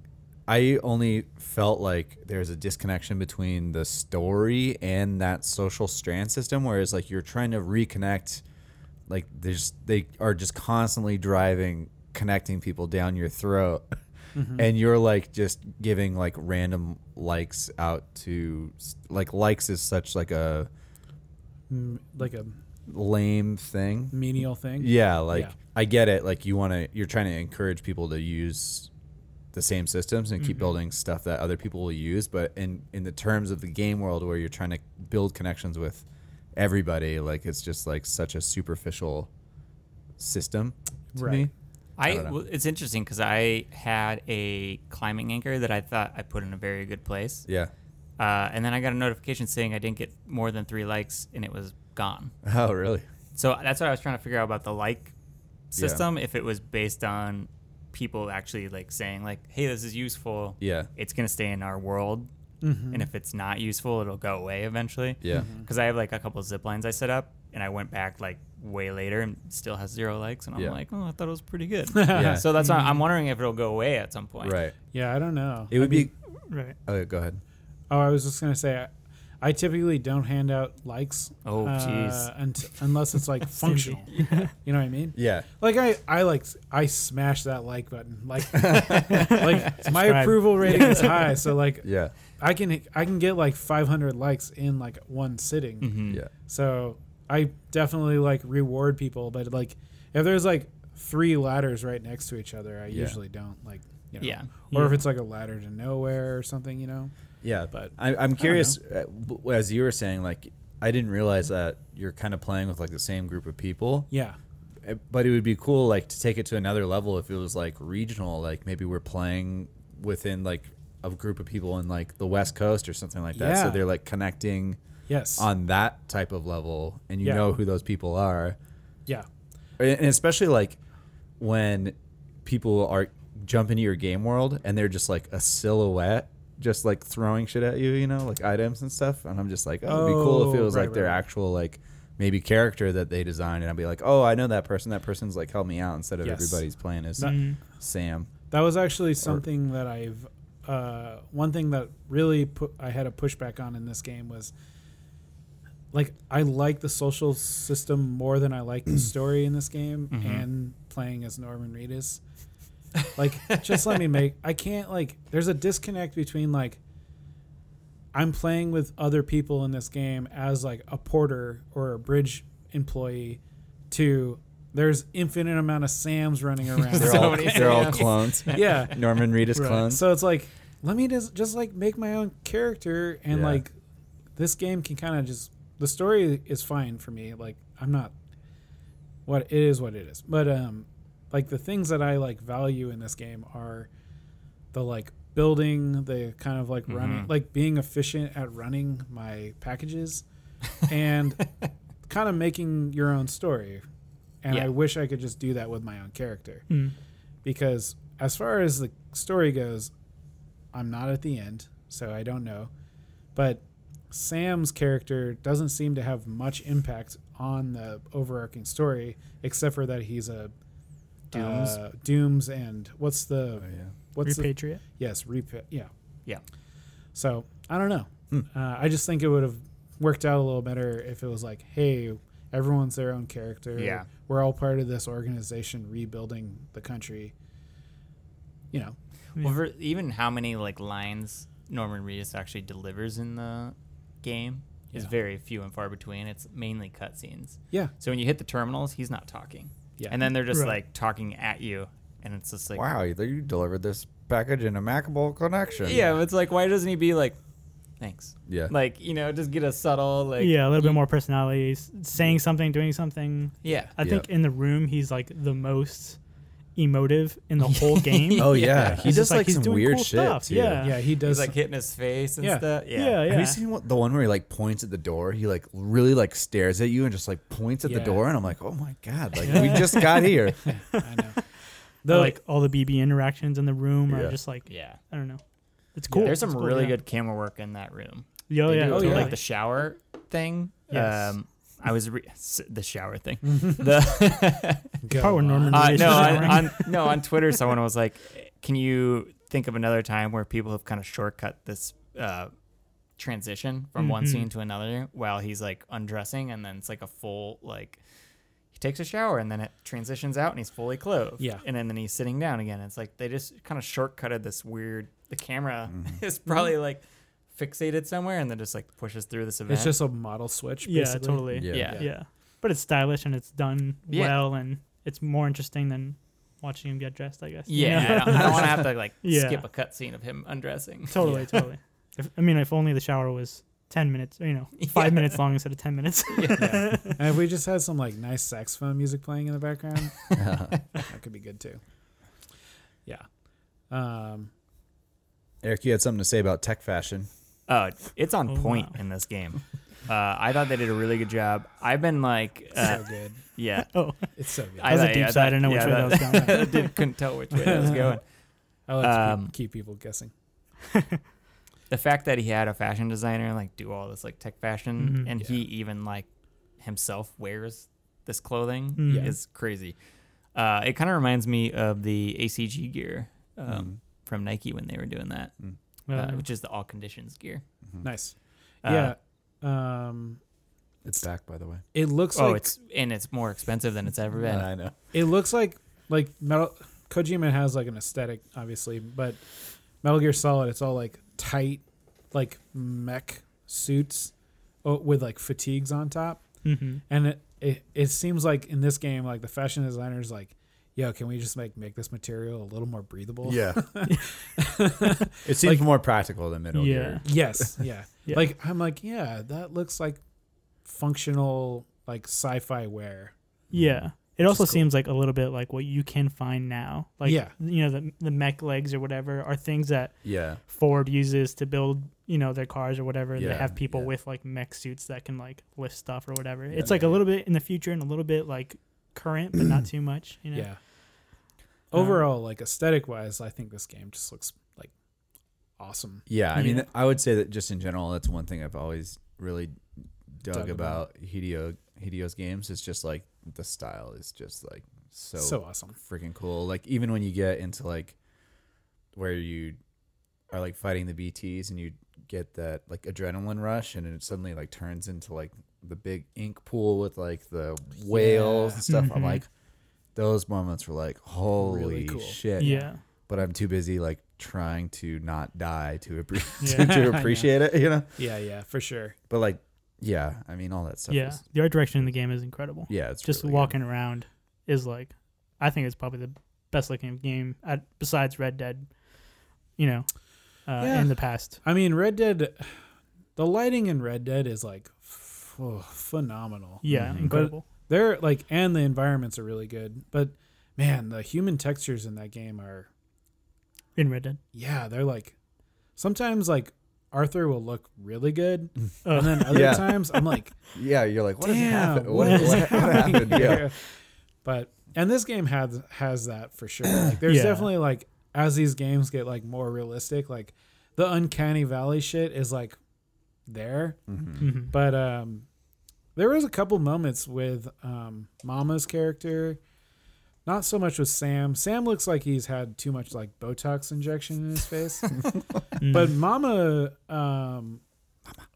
I only felt like there's a disconnection between the story and that social strand system. Whereas like you're trying to reconnect, like there's they are just constantly driving connecting people down your throat and you're like just giving like random likes out to like likes is such like a
M- like a
lame thing
menial thing.
yeah like
Yeah.
i get it like you want to you're trying to encourage people to use the same systems and
Mm-hmm.
keep building stuff that other people will use but in in the terms of the game world where you're trying to build connections with everybody like it's just like such a superficial system to
Right.
me
I,
don't know.
well, it's interesting because I had a climbing anchor that I thought I put in a very good place,
yeah
uh, and then I got a notification saying I didn't get more than three likes, and it was gone.
oh really
So that's what I was trying to figure out about the like system. If it was based on people actually like saying like, "Hey, this is useful.
yeah
It's gonna stay in our world," and if it's not useful, it'll go away eventually.
yeah
Mm-hmm.
Because I have like a couple zip lines I set up, and I went back like way later and still has zero likes, and I'm
Yeah.
like, oh, I thought it was pretty good.
Yeah.
So that's why I'm wondering if it'll go away at some point.
Right.
Yeah, I don't know.
It would be.
Right.
Oh, go ahead.
Oh, I was just gonna say, I, I typically don't hand out likes.
Oh, jeez.
Uh, unt- unless it's like functional. You know what I mean?
Yeah.
Like I, I like I smash that like button. Like, like my approval rating is high, so like
Yeah.
I can I can get like 500 likes in like one sitting.
Mm-hmm.
Yeah.
So I definitely like reward people, but like if there's like three ladders right next to each other, I
Yeah.
usually don't like. You know,
Yeah.
Or if
Yeah.
it's like a ladder to nowhere or something, you know.
Yeah.
But
I, I'm curious, uh, w- as you were saying, like I didn't realize that you're kind of playing with like the same group of people.
Yeah.
Uh, But it would be cool, like to take it to another level if it was like regional, like maybe we're playing within like a group of people in like the West Coast or something like that. So
Yeah.
they're like connecting
Yes.
on that type of level, and you
Yeah.
know who those people are.
yeah.
and and especially like when people are jump into your game world and they're just like a silhouette just like throwing shit at you you know like items and stuff and i'm just like oh it'd be cool if it
Oh,
was
right,
like their
right, right.
actual like maybe character that they designed and i'd be like oh i know that person that person's like helped me out instead of
Yes.
everybody's playing as sam
That was actually something that I've. Uh, one thing that really put I had a pushback on in this game was, like, I like the social system more than I like the story in this game,
Mm-hmm.
and playing as Norman Reedus. Like, just let me make. I can't like. There's a disconnect between like. I'm playing with other people in this game as like a porter or a bridge employee, to there's infinite amount of Sams running around.
they're,
So
all,
many
they're all
Sams.
clones
yeah,
norman reedus
Right.
clones
so it's like, let me just just like make my own character, and
Yeah.
like, this game can kind of just the story is fine for me. Like, I'm not what it is what it is, but um, like the things that I like value in this game are the like building, the kind of like running, like being efficient at running my packages, and kind of making your own story. And
Yeah.
I wish I could just do that with my own character
Mm.
because as far as the story goes, I'm not at the end, so I don't know. But Sam's character doesn't seem to have much impact on the overarching story, except for that he's a
Dooms.
uh, dooms and what's the
Oh, yeah.
what's the,
Repatriate.
yes repeat yeah
Yeah.
So I don't know.
Hmm.
Uh, I just think it would have worked out a little better if it was like, hey, everyone's their own character.
Yeah.
We're all part of this organization rebuilding the country. You know,
Well, for even how many like lines Norman Reedus actually delivers in the game is
Yeah.
very few and far between. It's mainly cutscenes.
yeah,
So when you hit the terminals, he's not talking.
Yeah.
And then they're just
Right.
like talking at you, and it's just like,
wow you delivered this package in a mackable connection
yeah, it's like why doesn't he be like, thanks?
yeah
Like you know, just get a subtle like
yeah, a little bit more personality. s- Saying something, doing something.
yeah.
I
Yeah.
think in the room he's like the most emotive in the whole game.
oh yeah, he
It's
does
just
like,
he's
some
doing
weird
cool
shit
stuff,
too.
Yeah.
yeah. He does
Uh, He's like hitting his face and
Yeah.
stuff.
Yeah.
Yeah.
Have you seen what, the one where he like points at the door? He like really like stares at you and just like points at the
Yeah.
door, and I'm like, oh my god, like we just got here.
I know.
Or,
Though,
like all the BB interactions in the room are
Yeah.
just like
Yeah.
I don't know. It's cool.
There's some
It's cool,
really
yeah. Oh,
good camera work in that room.
Yeah,
They
yeah,
do it
Oh,
with,
yeah.
like the shower thing.
Yes.
Um, I was re- s- the shower thing. the
go
part where
on.
Norman-
uh, no, on,
Showering.
on, no, on Twitter, someone was like, "Can you think of another time where people have kind of shortcut this uh, transition from one
Mhm.
scene to another while he's like undressing, and then it's like a full like." He takes a shower and then it transitions out and he's fully clothed.
Yeah.
And then, then he's sitting down again. It's like they just kind of shortcutted this weird. The camera is probably like fixated somewhere and then just like pushes through this event.
It's just a model switch.
Yeah,
basically.
totally.
Yeah.
Yeah.
yeah.
Yeah.
But it's stylish and it's done
Yeah.
well and it's more interesting than watching him get dressed, I guess. you
Yeah,
know?
I don't, I don't want to have to like
Yeah.
skip a cutscene of him undressing.
totally, totally. If, I mean, if only the shower was 10 minutes, or, you know, five
Yeah.
minutes long instead of 10 minutes.
Yeah. and if we just had some like nice saxophone music playing in the background, that could be good too. Yeah. Um,
Eric, you had something to say about tech fashion.
Uh, it's on
Oh,
point
wow.
in this game. Uh, I thought they did a really good job. I've been like, uh,
so good.
yeah,
oh,
It's so good.
I-
that was
I-
a deep
I
sigh. I didn't know
thought-
which way
yeah,
that was going.
I did, couldn't tell which way that was going.
I like to
um,
keep, keep people guessing.
The fact that he had a fashion designer like do all this like tech fashion,
Mhm.
and
Yeah.
he even like himself wears this clothing
Mm. Yeah.
is crazy. Uh, it kind of reminds me of the ACG gear um,
Mm-hmm.
from Nike when they were doing that, uh, which is the all conditions gear.
Mm-hmm.
Nice.
Uh,
yeah. Um,
It's back, by the way.
it looks
oh,
like
it's and it's more expensive than it's ever been.
I know.
it looks like like metal kojima has like an aesthetic obviously but metal gear solid it's all like tight like mech suits oh, with like fatigues on top
Mm-hmm.
and it, it it seems like in this game like the fashion designers like yo can we just like make this material a little more breathable
Yeah. it seems
Like-
more practical than Metal Gear.
yes yeah.
Yeah.
like i'm like yeah that looks like functional like sci-fi wear
Yeah. It
Which
also
is cool.
seems like a little bit like what you can find now. Like
Yeah.
you know, the the mech legs or whatever are things that
Yeah.
Ford uses to build, you know, their cars or whatever.
Yeah,
they have people
yeah.
with like mech suits that can like lift stuff or whatever.
Yeah.
It's like a little bit in the future and a little bit like current, but not too much. You know? Um,
Yeah. Overall, like aesthetic wise, I think this game just looks like awesome.
Yeah. I mean,
Yeah.
I would say that just in general, that's one thing I've always really dug,
Dug
about Hideo Hideo's games. It's just like the style is just like so,
so awesome.
freaking cool. Like even when you get into like where you are like fighting the BTS and you get that like adrenaline rush and it suddenly like turns into like the big ink pool with like the whales
Yeah.
and stuff. I'm
Mhm.
like those moments were like holy
cool.
shit.
Yeah.
But I'm too busy like trying to not die to appre-
Yeah.
to, to appreciate it, you know?
Yeah, yeah, for sure.
But like yeah, I mean all that stuff
Yeah.
is
The art direction in the game is incredible.
yeah, it's
Just
really good.
walking around is like I think it's probably the best looking game at, besides Red Dead, you know, uh,
Yeah.
in the past.
I mean, Red Dead, the lighting in Red Dead is like ph- oh, phenomenal.
Yeah,
Mhm.
incredible.
They're like, and the environments are really good. But man, the human textures in that game are,
in Red Dead.
yeah, they're like, sometimes like Arthur will look really good.
Oh.
And then other
Yeah.
times I'm like,
Yeah, you're like, what
Damn,
happened? What,
what is
what happened? Yeah.
But and this game has has that for sure. Like there's
Yeah.
definitely like as these games get like more realistic, like the uncanny valley shit is like there.
Mhm.
Mhm.
But um there was a couple moments with um Mama's character. Not so much with Sam. Sam looks like he's had too much like Botox injection in his face.
Mm.
but Mama um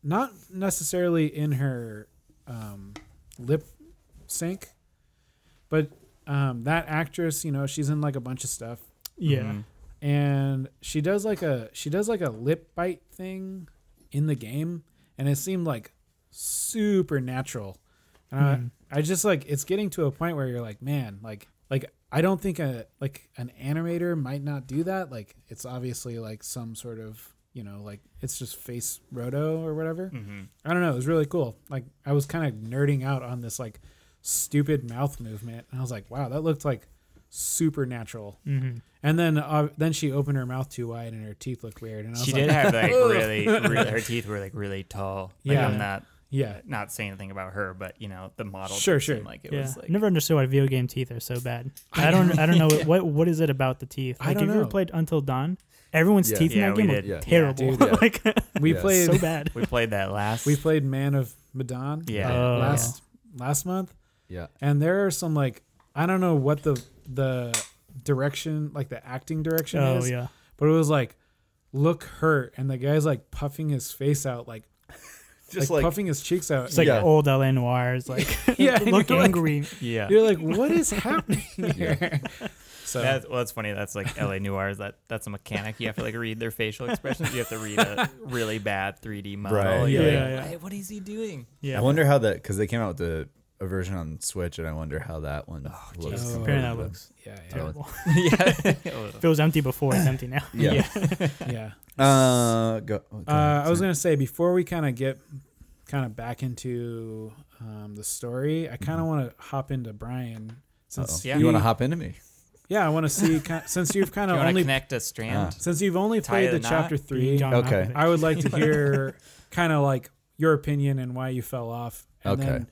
not necessarily in her um lip sync, but um, that actress, you know, she's in like a bunch of stuff,
yeah.
Mhm.
and she does like a she does like a lip bite thing in the game, and it seemed like super natural. And
Mhm.
I, I just like it's getting to a point where you're like, man, like like I don't think a like an animator might not do that. Like it's obviously like some sort of you know like it's just face roto or whatever.
Mhm.
I don't know. It was really cool. Like I was kind of nerding out on this like stupid mouth movement, and I was like, wow, that looked like supernatural.
Mm-hmm.
And then uh, then she opened her mouth too wide, and her teeth looked weird. And I was
She
like,
did have like really, really, her teeth were like really tall. Like,
Yeah.
I'm not
yeah,
not saying anything about her, but you know the model.
Sure,
did
sure.
seem Like it
yeah.
was like
Never understood why video game teeth are so bad. I don't. I don't know what, what. What is it about the teeth?
I
Like,
don't
have you
know.
ever played Until Dawn? Everyone's
Yeah.
teeth
Yeah,
in that
we
game
did.
were
Yeah.
terrible.
Dude, yeah.
like
we
Yeah.
played
so bad.
we played that last.
we played Man of Medan
Yeah.
uh,
Oh.
last last month,
Yeah.
and there are some like I don't know what the the direction like the acting direction
Oh
is,
yeah.
but it was like look hurt, and the guy's like puffing his face out, like
Just
like,
like,
puffing his cheeks out.
It's like
Yeah.
old LA Noirs. Like
yeah, and
look
you're like-
angry.
yeah.
You're like, what is happening here? So
That's, well, that's funny. That's like LA Noirs. That that's a mechanic. You have to like read their facial expressions. You have to read a really bad 3D model.
Right.
You're
Yeah,
like,
yeah.
"Hey, what is he doing?
I
yeah.
wonder how that because they came out with the a version on Switch, and I wonder how that one looks.
Jesus.
compared
Apparently that
to the-
looks
yeah, yeah,
terrible.
yeah.
if it was empty before, it's empty now.
Yeah.
yeah.
Uh, go, oh, go
Uh,
ahead.
I was gonna say before we kind of get kind of back into um, the story, I kind of want to hop into Brian since
Uh-oh.
Yeah.
You
you-
want to hop into me?
yeah, I want to see ki- since you've kind
Do you
of
want
only
to
Ah.
connect a strand?
since you've only
tie
played
the
the
knot?
chapter three,
John
Okay.
Malkovich.
I would like to hear kind of like your opinion and why you fell off. And
Okay.
Then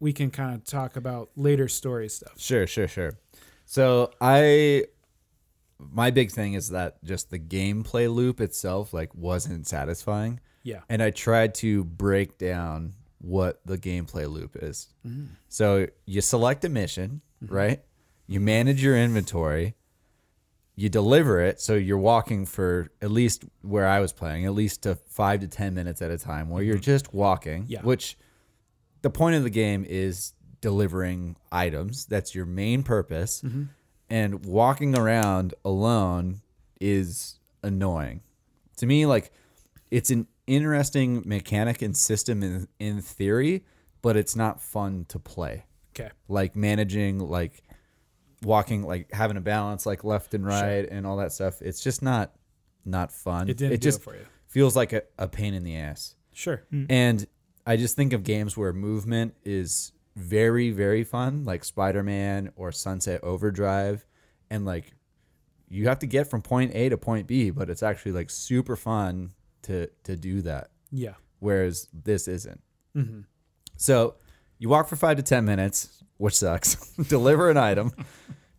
we can kind of talk about later story stuff.
Sure, sure, sure. So I, my big thing is that just the gameplay loop itself like wasn't satisfying.
Yeah.
and I tried to break down what the gameplay loop is. So you select a mission, right? You manage your inventory. You deliver it, so you're walking for at least where I was playing, at least to five to ten minutes at a time, where you're just walking.
Yeah.
Which the point of the game is delivering items. That's your main purpose. And walking around alone is annoying. To me, like it's an interesting mechanic and system in, in theory, but it's not fun to play.
Okay.
Like managing, like walking, like having a balance, like left and right and all that stuff. It's just not not fun.
It didn't do it
just Mm.
for you. Hmm.
feels like a, a pain in the ass.
Sure.
And I just think of games where movement is very, very fun, like Spider Man or Sunset Overdrive. And like you have to get from point A to point B, but it's actually like super fun to to do that.
Yeah.
Whereas this isn't. So you walk for five to ten minutes, which sucks. Deliver an item,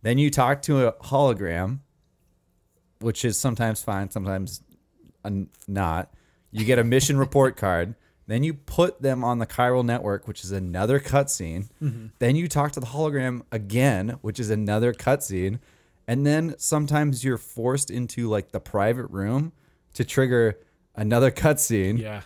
then you talk to a hologram, which is sometimes fine, sometimes un- not. You get a mission report card. Then you put them on the chiral network, which is another cutscene. Then you talk to the hologram again, which is another cutscene. And then sometimes you're forced into like the private room to trigger another cutscene
Yeah.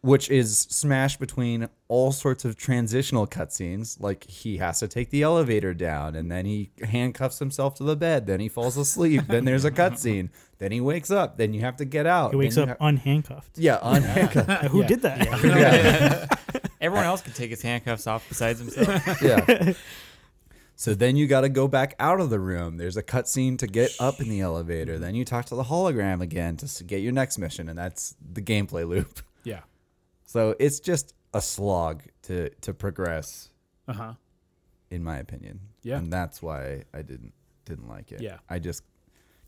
which is smashed between all sorts of transitional cutscenes. Like he has to take the elevator down, and then he handcuffs himself to the bed. Then he falls asleep. then there's a cutscene. Then he wakes up. Then you have to get out.
He wakes
then
up
you ha-
unhandcuffed.
yeah, unhandcuffed.
Who
Yeah.
did that?
yeah,
Everyone else can take his handcuffs off besides himself.
yeah. So then you got to go back out of the room. There's a cutscene to get up in the elevator. Then you talk to the hologram again to s- get your next mission, and that's the gameplay loop.
Yeah.
So it's just a slog to to progress.
Uh huh.
in my opinion.
Yeah.
And that's why I didn't didn't like it.
Yeah.
I just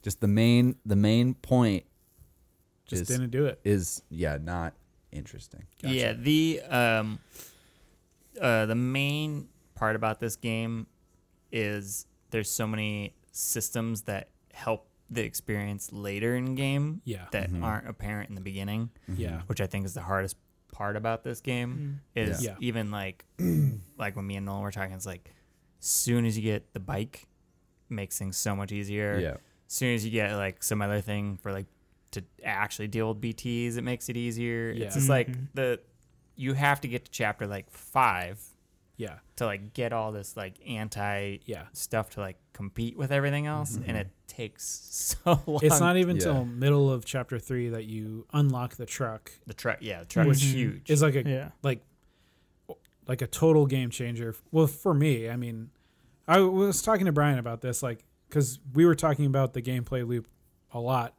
just the main the main point
Just
Is-
didn't do it.
is yeah, not interesting.
Yeah, the um, uh, the main part about this game is there's so many systems that help the experience later in game
Yeah.
that aren't apparent in the beginning,
Mm-hmm.
Yeah.
which I think is the hardest part about this game. Is
Mm-hmm. Yeah. Yeah.
even like like when me and Nolan were talking, it's like soon as you get the bike, makes things so much easier.
Yeah.
soon as you get like some other thing for like to actually deal with BTs, it makes it easier.
Yeah. Mm-hmm.
It's just like the you have to get to chapter like five
Yeah.
to like get all this like anti
Yeah.
stuff to like compete with everything else, and it takes so long.
Mm-hmm. It's not even
Yeah.
till middle of chapter three that you unlock the truck.
the truck. Yeah, the truck
Which
was huge.
Mm-hmm. It's like a
Yeah.
like like a total game changer. Well, for me, I mean, I was talking to Brian about this, like, because we were talking about the gameplay loop a lot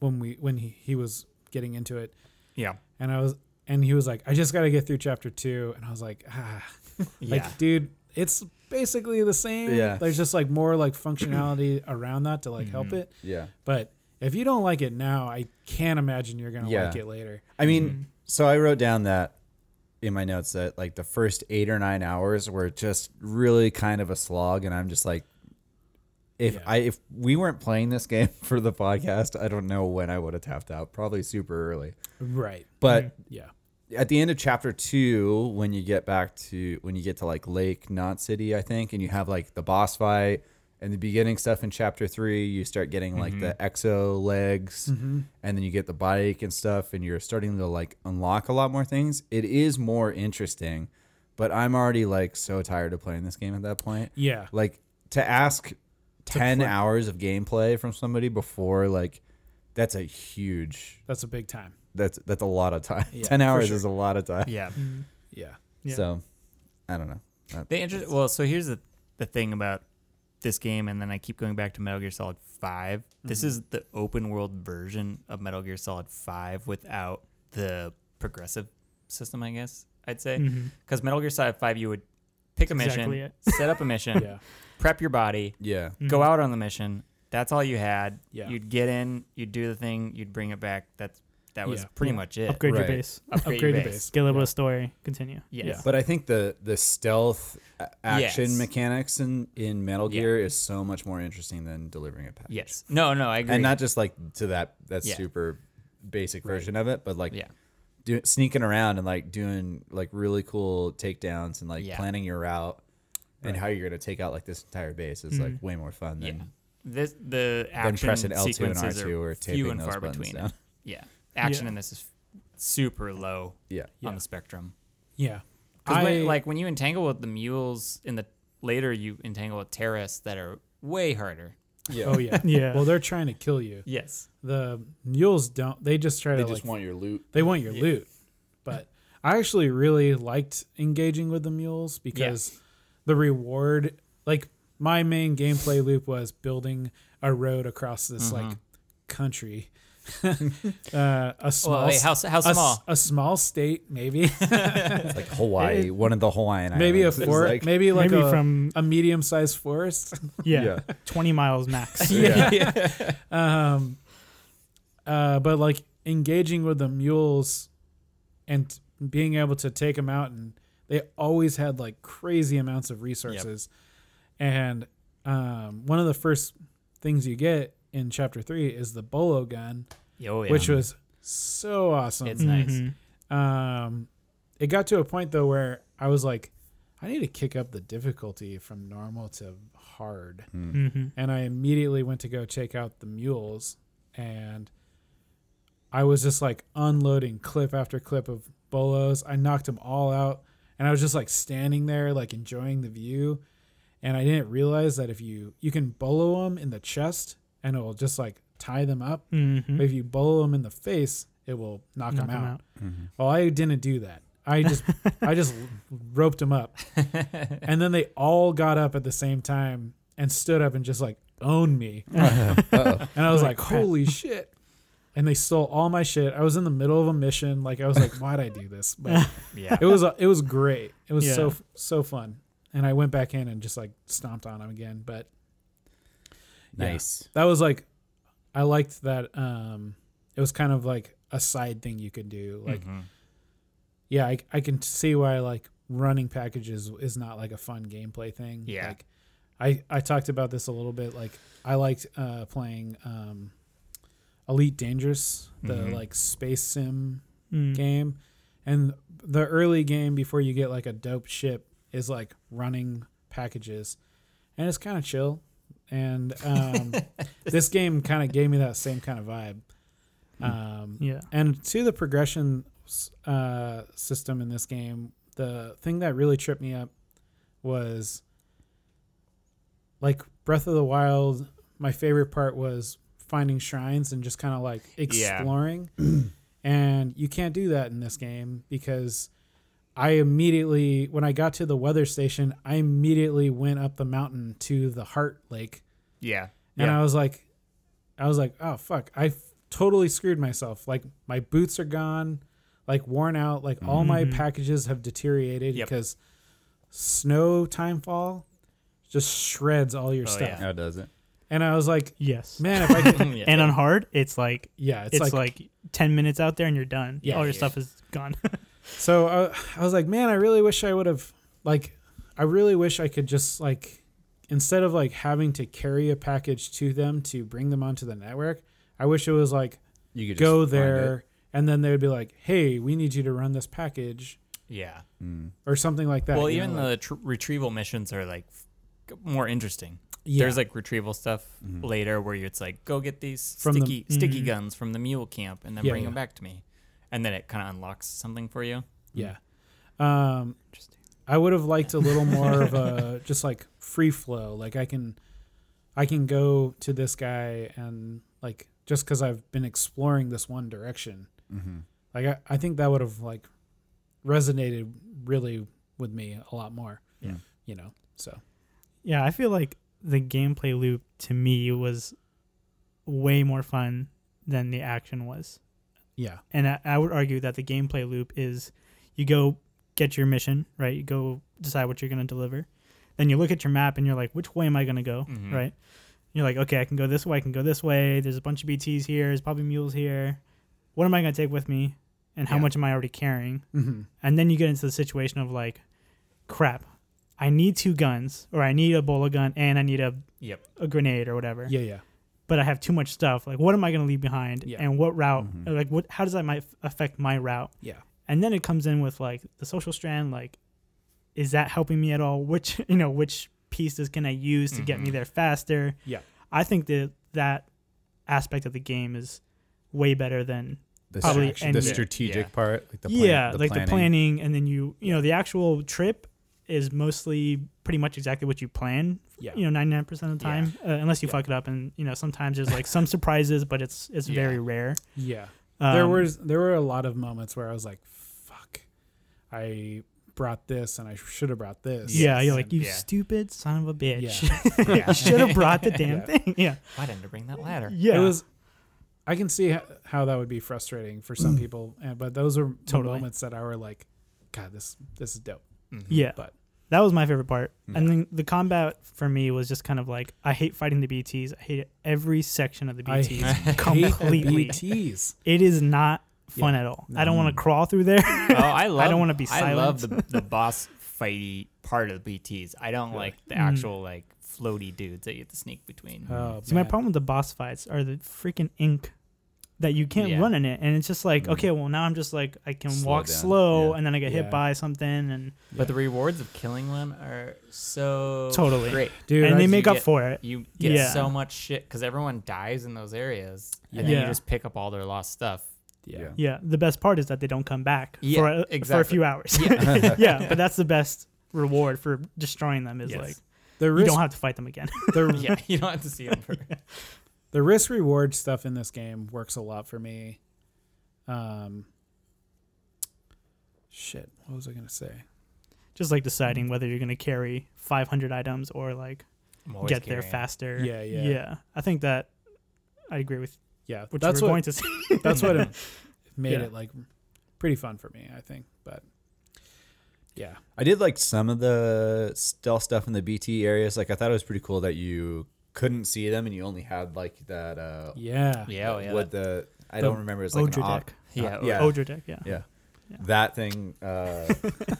when we when he, he was getting into it,
yeah,
and I was and he was like, I just got to get through chapter two, and I was like, ah,
yeah,
like, dude, it's basically the same.
Yeah.
there's just like more like functionality around that to like help it,
Yeah.
but. If you don't like it now, I can't imagine you're gonna
Yeah.
like it later.
I mean, so I wrote down that in my notes that like the first 8 or 9 hours were just really kind of a slog and I'm just like if
Yeah.
I if we weren't playing this game for the podcast, I don't know when I would have tapped out. Probably super early.
Right.
But
Yeah.
at the end of chapter two, when you get back to when you get to like Lake Knot City, I think, and you have like the boss fight and the beginning stuff in chapter three, you start getting like the
Mm-hmm.
exo legs, and then you get the bike and stuff, and you're starting to like unlock a lot more things. It is more interesting, but I'm already like so tired of playing this game at that point.
Yeah.
Like to ask ten hours of gameplay from somebody before like that's a huge
That's a big time.
that's that's a lot of time.
Yeah,
Ten
for
hours
sure.
is a lot of time.
yeah.
Yeah.
Yeah.
So I don't know. That-
They inter- well, so here's the the thing about this game, and then I keep going back to Metal Gear Solid Five.
Mm-hmm.
This is the open world version of Metal Gear Solid Five without the progressive system, I guess I'd say,
Mm-hmm.
Mm-hmm.
because Metal Gear Solid Five, you would pick a mission,
Exactly it.
set up a mission,
Yeah. Mm-hmm.
prep your body,
yeah.
go out on the mission. That's all you had.
Yeah.
You'd get in, you'd do the thing, you'd bring it back. That's that was
Yeah.
pretty
Yeah.
much it.
Upgrade
Right.
your base.
Upgrade,
Upgrade your
your
base.
base.
Get a little bit of story. Continue.
Yes.
Yeah.
But I think the the stealth a- action
Yes.
mechanics in in Metal
Yeah.
Gear is so much more interesting than delivering a package.
Yes. No. No. I agree.
and not just like to that that
Yeah.
super basic version of it, but like
Yeah.
do, sneaking around and like doing like really cool takedowns and like
Yeah.
planning your route and
Right.
how you're gonna take out like this entire base is like way more fun than
Mm-hmm. Yeah. This, the
than
action
pressing L two and R
sequences
two
are
or
few
taping
and
those
far
buttons
between.
down.
Yeah, action
Yeah.
in this is super low
Yeah.
on
Yeah.
the spectrum.
Yeah.
'Cause
I
when- like when you entangle with the mules in the later, you entangle with terrorists that are way harder.
Yeah.
Oh yeah.
Yeah.
Well, they're trying to kill you.
Yes.
The mules don't. They just try
They
to
just
like
want your loot.
they want your loot. But I actually really liked engaging with the mules because the reward, like my main gameplay loop was building a road across this like country, uh, a small,
Well, wait, how, s- how
a s-
small?
A, small state maybe,
It's like Hawaii, one of the Hawaiian
maybe a
islands. It's
fort,
like-
maybe like
Maybe
a,
from-
a medium sized forest.
yeah,
Yeah.
20 miles max.
Yeah.
um, uh, but like engaging with the mules and being able to take them out, and they always had like crazy amounts of resources. And um, one of the first things you get in chapter three is the bolo gun,
Oh, yeah.
which was so awesome.
It's nice.
Mhm.
um, it got to a point though where I was like, I need to kick up the difficulty from normal to hard
Mhm.
and I immediately went to go check out the mules and I was just like unloading clip after clip of bolos. I knocked them all out and I was just like standing there like enjoying the view and I didn't realize that if you you can bolo them in the chest and it will just like tie them up.
Mhm.
But if you bolo them in the face, it will knock,
Knock
them
'em
out. Well, I didn't do that. I just I just roped them up, and then they all got up at the same time and stood up and just like owned me,
Uh-oh.
and I was like,
Like crap.
holy shit. And they stole all my shit. I was in the middle of a mission. Like I was like, why'd I do this? But
yeah.
it was it was great. It was so
Yeah.
so fun. And I went back in and just like stomped on them again. But
nice.
that was like I liked that. Um, it was kind of like a side thing you could do. Like
Mhm.
yeah, I, I can see why like running packages is not like a fun gameplay thing.
Yeah.
Like, I I talked about this a little bit. Like I liked uh, playing um, Elite Dangerous, the
Mhm.
like space sim
Mm.
game, and the early game before you get like a dope ship is like running packages, and it's kind of chill. And um, this game kind of gave me that same kind of vibe. Um,
Yeah.
and to the progression s- uh, system in this game, the thing that really tripped me up was like Breath of the Wild. My favorite part was finding shrines and just kind of like
Yeah.
exploring. and you can't do that in this game because I immediately, when I got to the weather station, I immediately went up the mountain to the Heart Lake
Yeah.
and
Yeah.
I was like, I was like, oh fuck, I f- totally screwed myself. Like my boots are gone, like worn out. Like all my packages have deteriorated
Mm-hmm. Yep.
because snow timefall just shreds all your
Oh,
stuff.
yeah.
No, it doesn't.
And I was like,
Yes.
man, if I could,
Yeah.
And on hard, it's like
yeah, it's,
it's,
like,
like, 10 minutes out there and you're done.
Yeah.
All your
Yeah.
stuff is gone.
so I, I was like, man, I really wish I would have like, I really wish I could just like, instead of like having to carry a package to them to bring them onto the network, I wish it was like
You could just
go
find
there and then they would be like hey we need you to run this package
yeah.
it. Mm.
or something like that
Well,
you know,
even
like-
the tr- retrieval missions are like f- g- more interesting.
yeah,
There's like retrieval stuff later where it's like go get these
From the-
sticky sticky
Mhm.
guns from the mule camp and then
Yeah,
bring
yeah.
them back to me, and then it kind of unlocks something for you.
yeah um
Interesting.
i would have liked a little more of a just like free flow like i can i can go to this guy and like just because i've been exploring this one direction
hmm
like i, I think that would have like resonated really with me a lot more
Yeah.
you know so
yeah, I feel like the gameplay loop to me was way more fun than the action was.
yeah
and I, I would argue that the gameplay loop is you go get your mission right you go decide what you're going to deliver then you look at your map and you're like which way am i going to go
Mhm.
right you're like okay i can go this way i can go this way there's a bunch of bts here there's probably mules here what am i going to take with me and how
Yeah.
much am i already carrying
hmm
and then you get into the situation of like crap i need two guns or i need a bola gun and i need a,
Yep.
a grenade or whatever
yeah yeah
but I have too much stuff. Like, what am I going to leave behind?
Yeah.
And what route?
Mhm.
or, Like, what? How does that might affect my route?
Yeah.
And then it comes in with like the social strand. Like, is that helping me at all? Which you know, which pieces can I use to get me
Mhm.
there faster?
Yeah.
I think that that aspect of the game is way better than
The,
Probably
strat-
end
the
it.
strategic
Yeah.
part, like the plan,
yeah, like
planning.
the planning, and then you you know the actual trip is mostly pretty much exactly what you plan.
Yeah.
you know, ninety nine percent of the
Yeah.
time, uh, unless you
Yeah.
fuck it up, and you know sometimes there's like some surprises, but it's it's
Yeah.
very rare.
Yeah. there
Um,
was there were a lot of moments where I was like, "Fuck, I brought this and I should have brought this."
yeah,
Yes.
you're like you
Yeah.
stupid son of a
And-
bitch.
yeah.
Yeah.
you should have brought the damn
Yeah.
thing. Yeah,
Why didn't I bring that ladder?
yeah.
It was. I can see ho- how that would be frustrating for some people, and, but those are the
Mm. Totally.
moments that I were like, "God, this this is dope."
Mhm.
yeah,
but-
that was my favorite part.
Mm.
And then the combat for me was just kind of like I hate fighting the BTS. I hate every section of the
I
BTS.
hate
Completely.
BTs.
It is not fun
Yeah.
at all. I don't want
Mm.
to crawl through there.
Oh, I love.
don't wanna be
I love the,
silent.
the boss fighty part of BTS. I don't like the
Mm.
actual like floaty dudes that you have to sneak between.
Oh,
See, my
man.
problem with the boss fights are the freaking ink that you can't
Yeah.
run in it, and it's just like,
Mhm.
okay, well now I'm just like I can
Slow
walk
down.
slow,
Yeah.
and then I get
Yeah.
hit by something, and
But the rewards of killing them are so
Totally.
great.
dude.
and
I
they
you
make up
get-
for it.
You get
Yeah.
so much shit because everyone dies in those areas, and then
Yeah.
you just pick up all their lost stuff.
yeah.
Yeah, the best part is that they don't come back
Yeah,
for a, for a
exactly.
few hours.
Yeah.
yeah, but that's the best reward for destroying them is
Yes.
like
The
you
risk,
don't have to fight them again.
the,
yeah, you don't have to see them. For,
the risk reward stuff in this game works a lot for me. Um, shit, what was I gonna say?
just like deciding whether you're gonna carry 500 items or like
I'm always
get there
carrying.
faster.
Yeah, yeah.
yeah. I think that I agree with
Yeah,
what
that's
you were
what
going to say.
that's what it made
Yeah.
it like pretty fun for me. I think, but yeah,
I did like some of the stealth stuff in the BT areas. Like I thought it was pretty cool that you couldn't see them and you only had like that. Uh,
yeah,
Yeah, oh, yeah.
what
that-
the I
The
don't remember. It's like an
Odra
op-
deck.
yeah,
yeah.
Odra deck, yeah.
Yeah.
Yeah.
That thing, uh,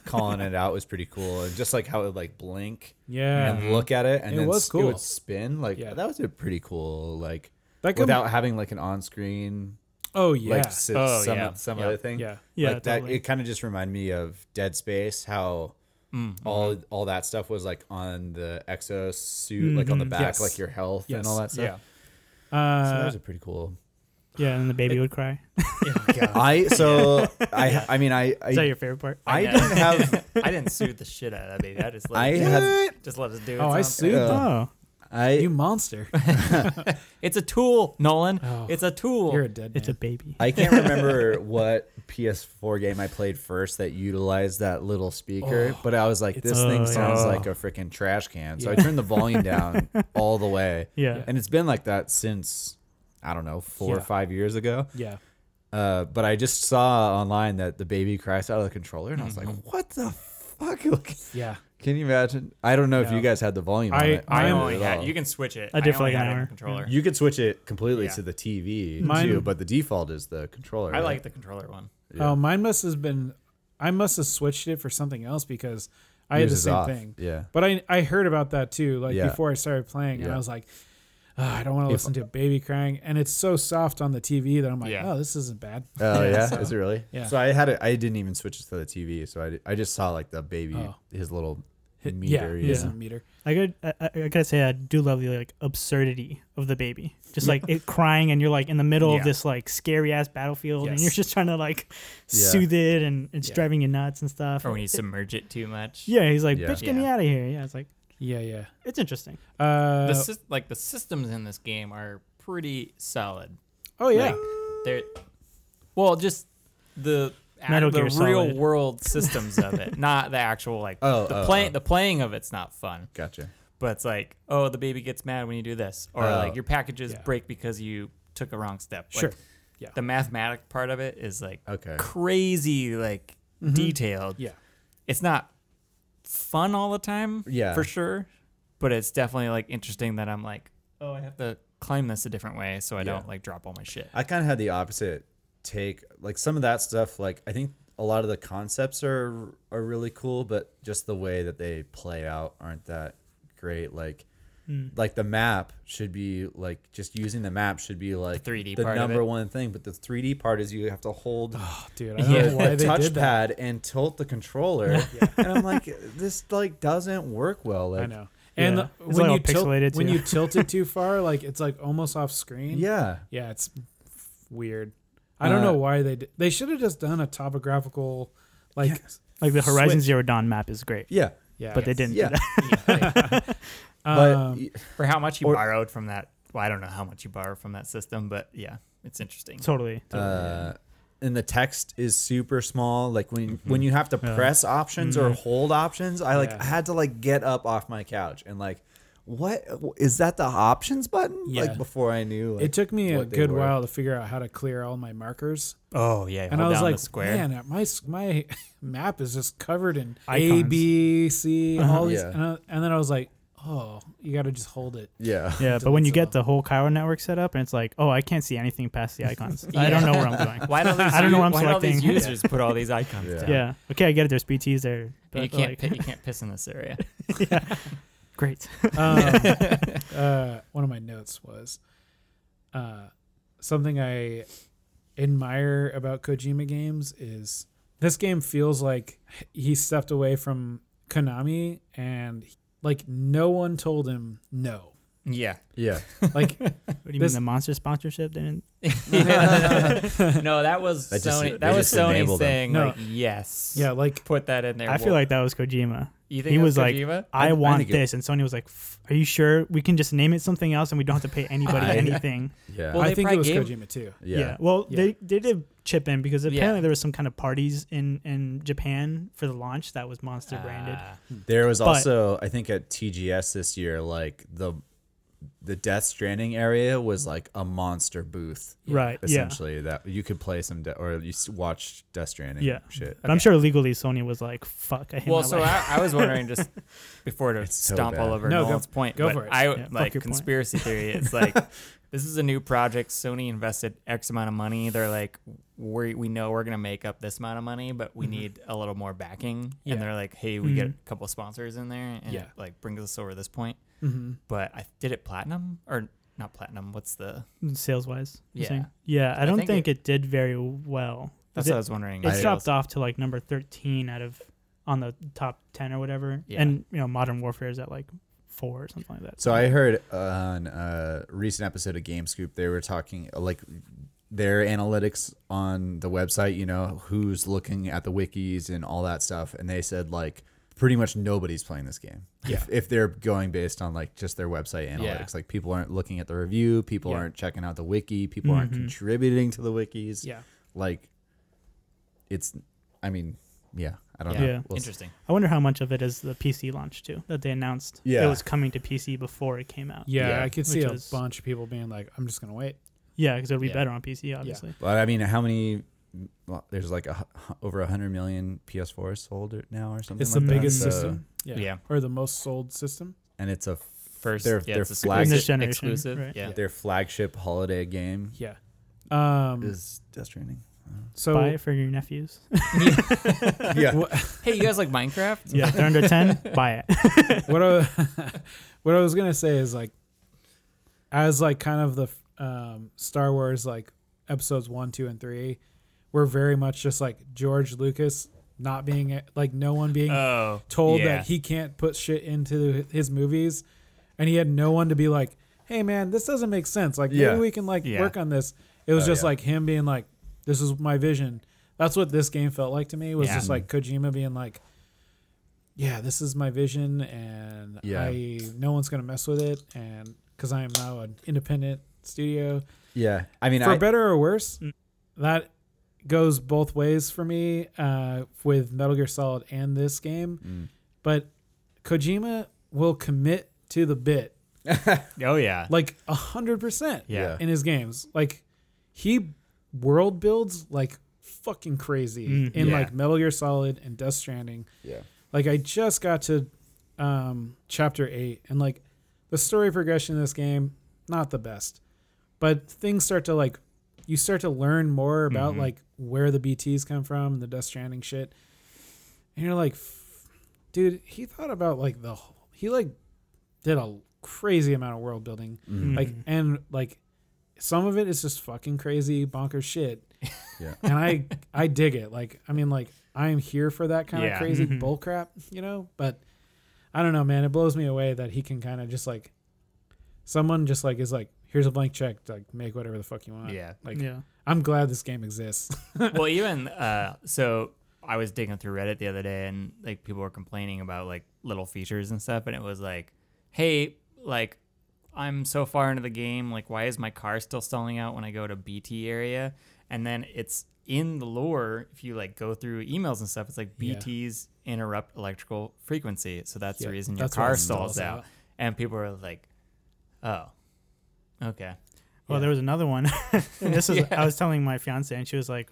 calling it out was pretty cool, and just like how it would like blink
yeah.
and look at it, and
It
then
was
s- it
cool.
would spin. Like
Yeah.
that was a pretty cool, like
That could,
without having like an on-screen
oh yeah,
like s-
Oh,
some
yeah.
some
Yeah.
other thing.
yeah,
Yeah,
like that,
totally.
it kind of just reminded me of Dead Space, how
Mm.
all all that stuff was like on the exo suit, like on the
Mhm.
back,
Yes.
like your health
yes,
and all that stuff.
Yeah.
So that
Uh,
was a pretty cool.
yeah, and the baby would cry.
I so I I mean I
Is that
I,
your favorite part?
I
I know.
didn't have
I didn't soothe the shit out of that baby. I just let
I
it do
had
its- just let us do.
Oh, I
its own thing.
soothed
Uh,
oh,
I
you monster.
It's a tool, Nolan.
Oh,
It's a tool.
you're a dead man.
it's a baby.
I can't remember what PS4 game I played first that utilized that little speaker,
Oh,
but I was like,
it's- uh,
this
Oh,
thing
yeah.
sounds
Oh.
like a freaking trash can. So I
Yeah.
turned the volume down all the way.
Yeah.
And it's been like that since, I don't know, four or
Yeah.
five years ago.
yeah,
Uh, but I just saw online that the baby crashed out of the controller, and I was like,
Mm-hmm.
what the fuck? Like,
yeah.
Can you imagine? I don't know if
Yeah.
you guys had the volume on
I-
it.
I
didn't
only
at
had.
all.
You can switch it.
I did for
only
like
had
an
it in
hour.
Controller.
You could switch it completely
Yeah.
to the TV
Mine-
too, but the default is the controller.
I
right?
like the controller one.
Yeah.
Oh, mine must have been. I must have switched it for something else because I had
Yours
the
is
same
off.
thing.
Yeah.
But I I heard about that too. Like
Yeah.
before I started playing, and
Yeah.
I was like, "Ugh, I don't want
If-
to listen to a baby crying, and it's so soft on the TV that I'm like,
Yeah.
oh, this isn't bad.
Oh yeah,
so-
is it really?
yeah.
So I had it. I didn't even switch it to the TV. So I, di- I just saw like the baby,
Oh.
his little
yeah,
meter.
it
Yeah.
is a meter.
I could, I, I I gotta say, I do love the like absurdity of the baby, just like it crying, and you're like in the middle
Yeah.
of this like scary ass battlefield, and
Yes.
you're just trying to like
Yeah. Oh.
soothe it, and it's
Yeah.
driving you nuts and stuff.
Or when you
It-
submerge it too much.
yeah, he's like,
Yeah.
bitch, get me
Yeah.
out of here. Yeah, it's like
Yeah, yeah.
it's interesting.
Uh,
The sys- like the systems in this game are pretty solid.
oh yeah,
Like they're well, just the
Metal
the
Gear
real
Solid.
world systems of it, not the actual like
Oh,
the
oh,
play
oh.
the playing of it's not fun.
Gotcha.
But it's like, oh, the baby gets mad when you do this, or
Oh.
like your packages
Yeah.
break because you took a wrong step. Like,
Sure. Yeah.
The mathematic part of it is like
Okay.
crazy, like detailed.
yeah.
it's not fun all the time.
Yeah.
For sure. But it's definitely like interesting that I'm like, oh, I have to climb this a different way so I don't like drop all my shit.
I kind of had the opposite take. Like some of that stuff. Like I think a lot of the concepts are are really cool, but just the way that they play out aren't that great. Like like the map should be like just using the map should be like
3D
the
part of
number
it.
one thing. But the 3D part is you have to hold
dude. I don't
Yeah.
know
the
why they did that.
touchpad and tilt the controller, and I'm like, this like doesn't work well. Like,
I know. And
Yeah.
the-
It's
when
all
you tilt,
pixelated,
when
too.
you tilt it too far, like it's like almost off screen.
Yeah,
yeah, it's weird. I don't
Uh,
know why they did. They should have just done a topographical, like
Like the Horizon
Switch.
Zero Dawn map is great,
yeah,
yeah.
but they didn't.
yeah. But
Um,
For how much you
Or-
borrowed from that. Well, I don't know how much you borrowed from that system, but yeah, it's interesting.
Totally.
uh, and the text is super small. Like when when you have to
Yeah.
press options or hold options, I like
Mm-hmm. Yeah.
I had to like get up off my couch and like, what is that the options button?
Yeah.
Like before I knew, like,
it took me a
what they
good
were.
while to figure out how to clear all my markers,
Oh yeah,
and I was like, man, uh, my s- my map is just covered in A,
Icons.
B, C, all these,
Uh-huh. Yeah.
and, I, and then I was like, oh, you got to just hold it.
Yeah,
Yeah,
Until
but when
it's
you
all-
get the whole Cairo network set up, and it's like, oh, I can't see anything past the icons. I don't know where I'm going.
Why don't these,
I don't know
u-
what I'm
why don't these
selecting.
users put all these icons
Yeah.
down?
Yeah. Okay, I get it. There's PTs there.
And
But
you can't
like,
pi- you can't piss in this area.
Great.
um, uh, one of my notes was uh, something I admire about Kojima games is this game feels like he stepped away from Konami and like no one told him no.
Yeah.
yeah.
Like
What do you
This-
mean the monster sponsorship didn't?
no, that was
That just-
Sony.
they
that was
just
Sony
enabled them.
saying
No.
like yes.
yeah, like
Put that in there.
I feel
Well,
like that was Kojima.
you think
He
it
was like,
Kojima?
I,
I
want
think it-
this, and Sony was like, "F- Are you sure we can just name it something else and we don't have to pay anybody
I-
anything?
Yeah.
Well,
I
they
think it
probably
was
gave-
Kojima too.
yeah.
Well,
Yeah.
they they did chip in because
Yeah.
apparently there was some kind of parties in in Japan for the launch that was monster branded.
Ah.
There was
But-
also, I think, at TGS this year, like the the Death Stranding area was like a monster booth,
Right. Yeah.
essentially. That you could play some de- or you s- watch Death Stranding.
Yeah.
shit.
But I'm sure legally Sony was like, "Fuck, I hate
Well,
my
so
life."
I, I was wondering just before to
It's so
stomp all
bad.
over
No, go-
Nolan's point.
go
but
for it.
I
fuck
like
your point.
conspiracy theory. It's like this is a new project. Sony invested X amount of money. They're like, we we know we're gonna make up this amount of money, but
Mm-hmm.
we need a little more backing.
Yeah.
And they're like, hey, we get a
Mhm.
couple sponsors in there, and
Yeah.
it, like brings us over this point.
Mm-hmm.
But I did it platinum or not platinum? What's the?
sales wise.
Yeah.
Yeah, I don't
think
think, it, did very well.
That's
it,
what I was wondering.
it's
I-
dropped off to like number 13 out of on the top 10 or whatever.
Yeah.
And you know, Modern Warfare is at like 4 or something like that.
So I heard on a recent episode of Game Scoop, they were talking like their analytics on the website, you know, who's looking at the wikis and all that stuff. And they said, like, pretty much nobody's playing this game.
Yeah.
If, if they're going based on like just their website analytics,
Yeah.
like people aren't looking at the review, people
Yeah.
aren't checking out the wiki, people aren't
Mhm.
contributing to the wikis.
Yeah.
Like, it's, I mean, yeah, I don't
Yeah.
know.
Yeah.
We'll see.
Interesting.
I wonder how much of it is the PC launch too that they announced
Yeah.
it was coming to PC before it came out.
Yeah,
Yeah.
I could see
Which
a
was-
bunch of people being like, "I'm just gonna wait."
Yeah, because it'll be
Yeah.
better on PC, obviously.
But I mean, how many? Well, there's like a, hu- over a hundred million PS4s sold or- now, or something.
It's
like
the
that.
biggest
So-
system,
Yeah.
or the most sold system.
and it's a
First,
Their-
yeah,
their
it's a
flag-
In this
exclusive-
generation,
exclusive.
right?
Yeah.
their flagship holiday game
Yeah. Um.
is Death Stranding.
so
Buy it for your nephews.
yeah,
Hey, you guys like Minecraft?
yeah, if they're under 10, buy it.
what I, what I was gonna say is like, as like kind of the um, Star Wars like episodes one, two, and three, we're very much just like George Lucas not being like no one being
Oh,
told
yeah.
that he can't put shit into his movies, and he had no one to be like, hey man, this doesn't make sense. Like
Yeah.
maybe we can like
Yeah.
work on this. It was
Oh,
just
yeah.
like him being like, this is my vision. That's what this game felt like to me. Was
Yeah.
just like Kojima being like, yeah, this is my vision, and
Yeah.
I no one's gonna mess with it, and because I am now an independent studio,
yeah. I mean,
for
I,
better or worse,
Mm.
that goes both ways for me uh, with Metal Gear Solid and this game.
Mm.
But Kojima will commit to the bit
Oh yeah.
like a hundred percent
Yeah.
in his games. Like he world builds like fucking crazy
Mm.
in
Yeah.
like Metal Gear Solid and Death Stranding.
yeah,
Like I just got to um, chapter eight, and like the story progression in this game, not the best, but things start to like you start to learn more about
Mhm.
like where the BTS come from, the Dust Stranding shit, and you're like, "F- dude, he thought about like the whole, he like did a crazy amount of world building.
Mhm.
Like
Mm-hmm.
and like some of it is just fucking crazy bonkers shit.
Yeah.
And I I dig it. Like I mean like I am here for that kind
Yeah. Mm-hmm.
of crazy
Mhm.
bull crap, you know? But I don't know, man, it blows me away that he can kind of just like someone just like is like here's a blank check to like make whatever the fuck you want.
Yeah.
Like
yeah.
I'm glad this game exists.
well, even uh, so, I was digging through Reddit the other day, and like people were complaining about like little features and stuff, and it was like, hey, like I'm so far into the game, like why is my car still stalling out when I go to BT area? And then it's in the lore if you like go through emails and stuff, it's like
Yeah.
BT's interrupt electrical frequency, so that's
Yeah,
the reason your
that's why
car
it
stalls
stalls
out.
out.
And people were like, oh, okay.
Well,
Yeah.
there was another one. and this is
Yeah.
I was telling my fiance, and she was like,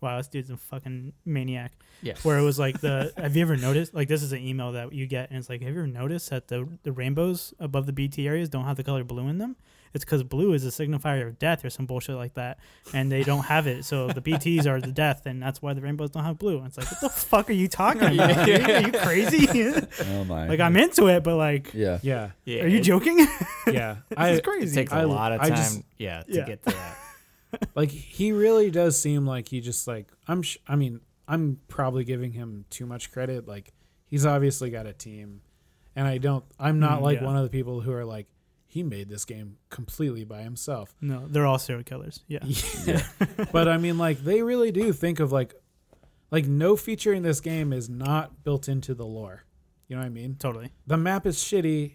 "Wow, this dude's a fucking maniac."
Yeah.
Where it was like the Have you ever noticed? Like this is an email that you get, and it's like, Have you ever noticed that the the rainbows above the BT areas don't have the color blue in them? It's because blue is a signifier of death or some bullshit like that, and they don't have it. So the BTS are the death, and that's why the rainbows don't have blue. And it's like, what the fuck are you talking about? dude? Are you crazy?
Oh my.
like I'm into it, but like,
yeah.
yeah.
Yeah,
are you
it-
joking?
Yeah. I
it's crazy.
It takes a
I-
lot of
I
time,
just-
yeah, to
Yeah.
get to that.
like he really does seem like he just like i'm sh- i mean i'm probably giving him too much credit like he's obviously got a team and i don't i'm not
Mm,
like
yeah.
one of the people who are like he made this game completely by himself
no, they're all serial killers. Yeah.
but i mean like they really do think of like like no feature in this game is not built into the lore you know what i mean
Totally.
the map is shitty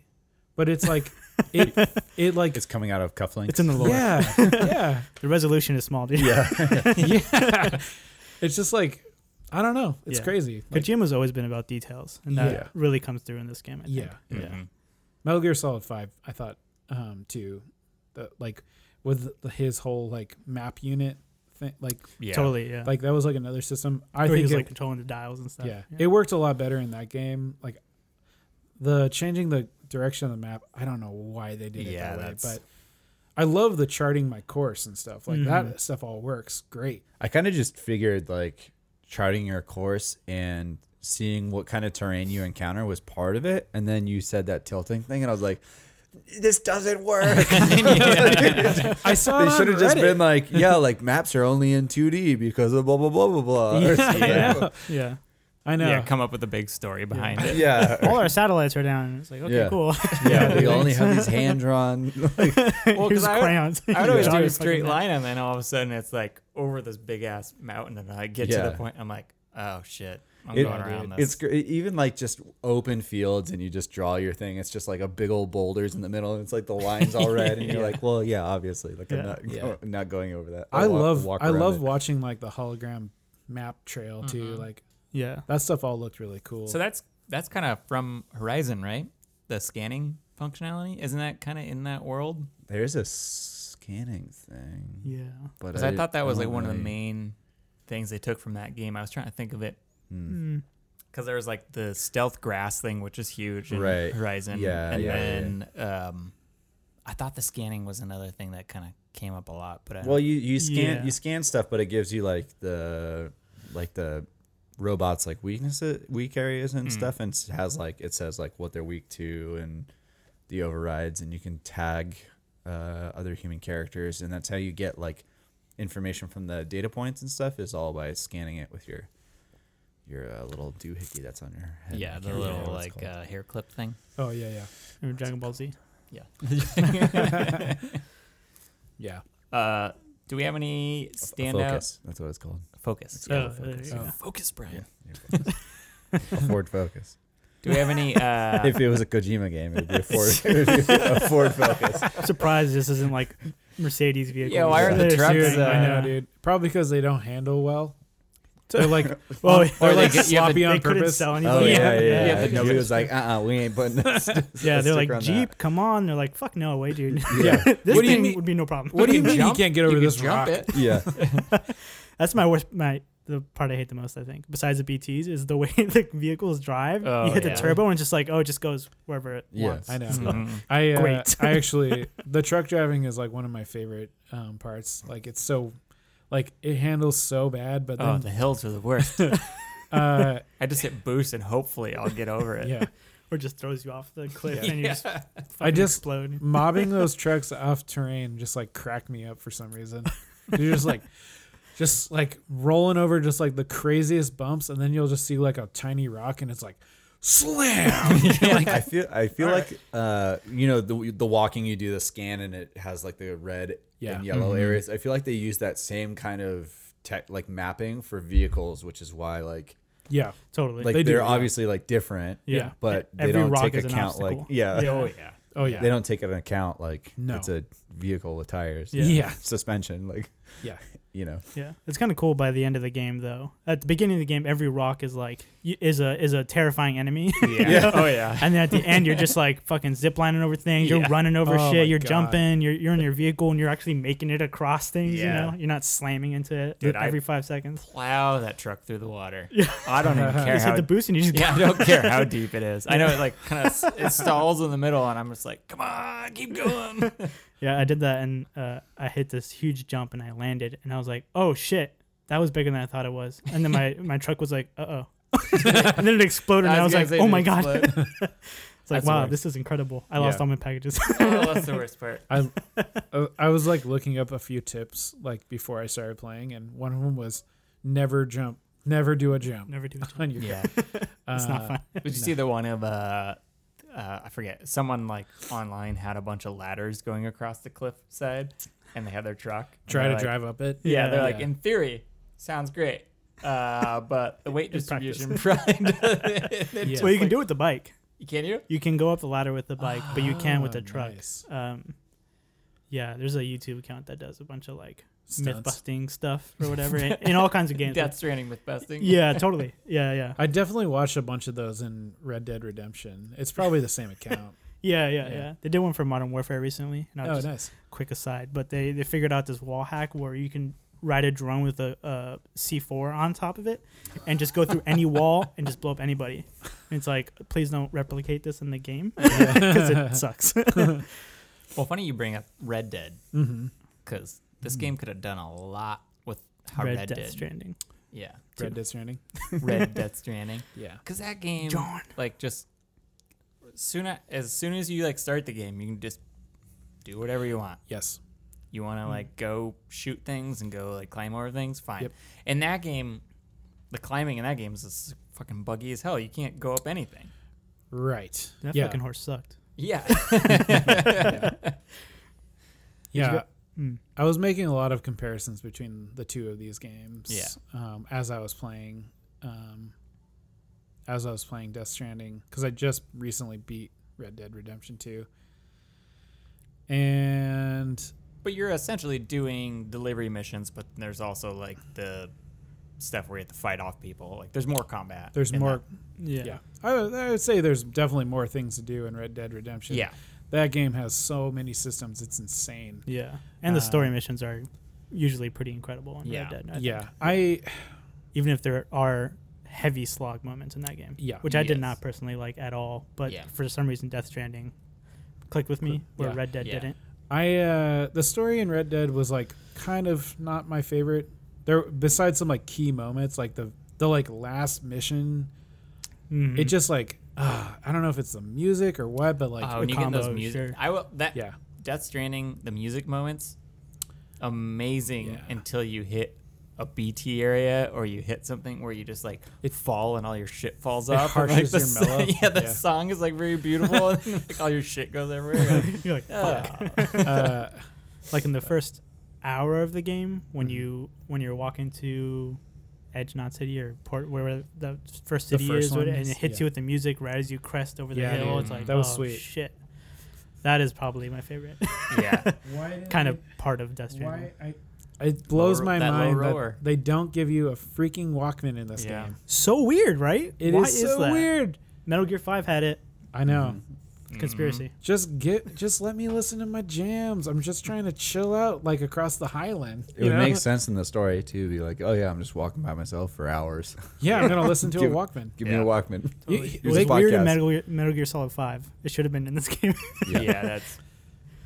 but it's like it it like
It's coming out of cufflinks.
It's in the lore.
yeah yeah
The resolution is small, dude.
yeah it's just like i don't know it's
Yeah.
crazy Like,
Kojima's always been about details, and that
Yeah.
really comes through in this game. I think.
yeah
Yeah.
Mhm.
Metal Gear Solid Five, I thought, um, too, the, like with the, his whole like map unit thing, like
Yeah.
totally. Yeah,
like that was like another system. I
Where
think
he was
it,
like controlling the dials and stuff.
yeah, it worked a lot better in that game. Like the changing the direction of the map, I don't know why they did it
Yeah,
that way,
that's-
but I love the charting my course and stuff. Like
Mhm.
that stuff all works great.
I kind of just figured like charting your course and seeing what kind of terrain you encounter was part of it, and then you said that tilting thing, and I was like, "This doesn't work."
I saw
they
it
should
on
have just
Reddit.
been like, "Yeah, like maps are only in 2D because of blah blah blah blah blah." or something.
I
Oh, Yeah,
know.
yeah.
I know.
Yeah, come up with a big story behind it.
yeah,
All our satellites are down. and It's like okay,
Yeah.
cool.
We only have these hand drawn.
Well, 'cause
Here's
I-
crayons.
I would always
Draw
do
your
a straight
fucking
line, and then all of a sudden it's like over this big ass mountain, and I get to
Yeah.
the point, I'm like, oh shit, I'm
It-
going around this.
It's gr- even like just open fields, and you just draw your thing. It's just like a big old boulders in the middle, and it's like the lines all red, and you're like, "Well, yeah, obviously, like
Yeah.
I'm not,
Yeah.
go- not going over that."
I
walk-
love
walk
I
around
love
it.
watching like the hologram map trail too. Like
Yeah,
that stuff all looked really cool.
Mm-hmm. so that's that's kind of from Horizon, right? The scanning functionality isn't that kind of in that world?
There's a scanning thing,
yeah.
but
Because I, thought that was like
don't
one of the
really-
main things they took from that game. I was trying to think of it
Hmm.
Mm.
because there was like the stealth grass thing, which is huge in
Right.
Horizon.
Yeah,
and
yeah, yeah,
then um, I thought the scanning was another thing that kind of came up a lot, but I
Well, you you scan
Yeah.
you scan stuff, but it gives you like the like the robots like weaknesses, weak areas
Hmm.
and stuff, and s- has like it says like what they're weak to and the overrides, and you can tag uh, other human characters, and that's how you get like information from the data points and stuff is all by scanning it with your your uh, little doohickey that's on your head. I
yeah, the
can't remember
little
what it's
like
called.
uh, hair clip thing.
oh yeah, yeah.
Or Dragon Ball Z.
Yeah.
Yeah.
uh, do we have any standout
focus. That's what it's called.
focus?
Oh,
focus.
there you go.
Focus, Brian.
Yeah. A Ford Focus.
Do we have any? Uh,
If it was a Kojima game, it would be a Ford, it would be a Ford Focus.
I'm surprised this isn't like Mercedes vehicle.
Yeah, why are the
There's-
trucks,
Dude, I
uh,
know, dude. Probably because they don't handle well. They're like,
Well,
they're
they
like
get- you have to-
sloppy
Oh, they
on
couldn't
purpose.
sell
Oh
anybody.
yeah, yeah.
yeah.
yeah,
Yeah, but
Nobody was like, uh, uh we ain't putting. This,
Yeah, they're
sticker
like
on
Jeep, come on. They're like, fuck no, way, dude.
Yeah.
this
What do you
thing
mean-
would be no problem.
What do you mean
jump?
you can't get over
you
this
can jump
rock?
it.
that. Yeah,
That's my worst. My the part I hate the most. I think besides the BTS is the way the vehicles drive.
Oh,
you hit
yeah.
the turbo and it's just like oh, it just goes wherever it
Yeah.
wants.
I know.
Mm-hmm.
Mhm.
I uh,
Great.
I actually the truck driving is like one of my favorite um, parts. Like it's so, like it handles so bad, but
Oh,
then
the hills are the worst.
uh,
I just hit boost and hopefully I'll get over it.
yeah,
or just throws you off the cliff and you just
I
fucking
just
explode.
mobbing those trucks off terrain just like cracked me up for some reason. You're just like just like rolling over just like the craziest bumps and then you'll just see like a tiny rock and it's like slam.
I feel I feel like uh, you know the the walking you do the scan and it has like the red
Yeah.
and yellow areas. I feel like they use that same kind of tech like mapping for vehicles, which is why like
yeah.
Totally.
like
They
they
do,
are
yeah.
obviously like different.
Yeah.
but they
Every
don't
rock
take
is an
account like
obstacle.
yeah,
Yeah.
Oh yeah. Oh yeah.
they don't take an account like
No.
it's a vehicle with tires,
Yeah.
Yeah.
suspension, like
Yeah.
you know.
Yeah, it's kind of cool. By the end of the game, though, at the beginning of the game, every rock is like y- is a is a terrifying enemy.
Yeah. Oh yeah.
and then at the end, you're just like fucking ziplining over things. You're
Yeah.
running over
Oh my
shit. You're
God.
jumping. You're you're in your vehicle and you're actually making it across things.
Yeah.
You know, you're not slamming into it
Dude, I-
every five seconds.
Plow that truck through the water.
Yeah.
I don't even
You
care
just hit
how.
the boost and you just
Yeah, I don't care how deep it is. I know it like kind of it stalls in the middle, and I'm just like, come on, keep going.
Yeah, I did that and uh, I hit this huge jump and I landed and I was like, oh shit, that was bigger than I thought it was. And then my, my truck was like, uh oh. and then it exploded and I was
gonna
like,
say
oh
did
my
it
god.
split?
It's like,
That's
wow,
worse.
this is incredible. I lost
Yeah.
all my packages.
oh, that's the worst part.
I I- I was like looking up a few tips like before I started playing and one of them was never jump, never do a jump.
Never do it.
on your
Yeah.
It's
Uh,
not fun.
Did you see the one of uh, uh, I forget someone like online had a bunch of ladders going across the cliff side, and they had their truck. and
Try
they're
to
like-
drive up it.
Yeah, they're like
Yeah.
in theory sounds great, uh, but the weight
In practice.
distribution probably doesn't.
Yeah.
well, you can do it with the bike.
You can you?
You can go up the ladder with the bike, but you can with the
Oh,
truck.
nice.
Um, yeah, there's a YouTube account that does a bunch of like myth
Stunts.
busting stuff or whatever in, in all kinds of games.
Death Stranding with besting.
yeah, totally. Yeah, yeah.
I definitely watched a bunch of those in Red Dead Redemption. It's probably the same account.
Yeah, yeah,
Yeah.
yeah, They did one for Modern Warfare recently. And I
oh,
was just
nice.
quick aside, but they they figured out this wall hack where you can ride a drone with a, a C4 on top of it and just go through any wall and just blow up anybody. And it's like, please don't replicate this in the game because it sucks.
Well, funny you bring up Red Dead
Mm-hmm.
because this game could have done a lot with how Red,
Death
Dead.
Stranding.
yeah.
Red Dead Stranding.
Red Death Stranding.
Yeah.
Because that game,
John.
like, just soon a- as soon as you like start the game, you can just do whatever you want.
Yes.
You want to like go shoot things and go like climb over things. Fine.
Yep.
In that game, the climbing in that game is just fucking buggy as hell. You can't go up anything.
Right.
That
yeah.
fucking horse sucked.
Yeah.
yeah.
Mm.
I was making a lot of comparisons between the two of these games.
Yeah.
Um, as I was playing, um, as I was playing Death Stranding, because I just recently beat Red Dead Redemption Two. And
but you're essentially doing delivery missions, but there's also like the stuff where you have to fight off people. Like, there's more combat.
there's
in
more.
that.
Yeah.
Yeah. I, would- I would say there's definitely more things to do in Red Dead Redemption.
Yeah.
That game has so many systems. It's insane.
Yeah. And the story
Uh,
missions are usually pretty incredible in
Yeah.
Red Dead. I think.
yeah. I
Even if there are heavy slog moments in that game.
Yeah.
Which I did
Yes.
not personally like at all, but
Yeah.
for some reason Death Stranding clicked with me where
Yeah.
Red Dead
Yeah.
didn't.
I uh the story in Red Dead was like kind of not my favorite. There besides some like key moments like the the like last mission,
Mhm.
Mm-hmm.
it just like uh, I don't know if it's the music or what, but like
oh, when
the
you get those
combos,
music,
sure.
I will that
yeah.
Death Stranding, the music moments, amazing
Yeah.
until you hit a BT area or you hit something where you just like it fall and all your shit falls off. and, like,
harshes
the
your
so-
mellow.
Yeah, the
Yeah.
song is like very beautiful and like all your shit goes everywhere. You're
You're
like,
like, fuck.
"Oh."
Uh,
like in the first hour of the game when
Mm-hmm.
you when you're walking to Edge Knot City or Port where the first
The
city
first
is, what-
one
and
is-
it hits
yeah.
you with the music right as you crest over the
Yeah,
hill.
dude.
It's like
That was
oh,
sweet.
Shit, that is probably my favorite
yeah.
why
kind of part of Death Stranding.
why I it blows
Low-
my
that low
mind
roar.
that they don't give you a freaking Walkman in this
Yeah.
game.
So weird, right?
It is
Why
so
that?
weird.
Metal Gear Five had it.
I know. Mm-hmm.
Conspiracy.
Just get just let me listen to my jams. I'm just trying to chill out like across the highland.
It would make sense in the story too. Be like, oh yeah, I'm just walking by myself for hours.
Yeah, I'm gonna listen to a
Give-
Walkman.
Give
Yeah.
me a Walkman.
You-
Here's
It
a
was weird in
podcast.
Metal Gear, Metal Gear Solid Five. It should have been in this game.
Yeah,
Yeah.
that's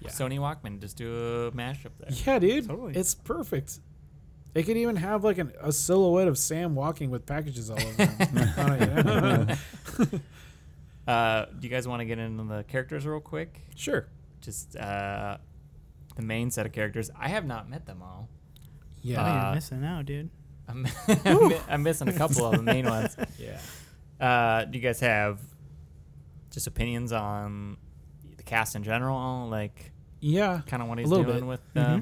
Sony Walkman. Just do a mashup there.
Yeah, dude.
Totally.
It's perfect. It could even have like an, a Oh, silhouette of Sam walking with packages all over him. I don't know.
Uh, do you guys want to get into the characters real quick?
Sure.
Just uh, the main set of characters. I have not met them all.
Yeah.
Oh,
Uh,
you're missing out, dude.
I'm, I'm, mi- I'm missing a couple of the main ones.
yeah.
Uh, do you guys have just opinions on the cast in general? Like,
Yeah.
kind of what he's
little
doing
bit.
with uh,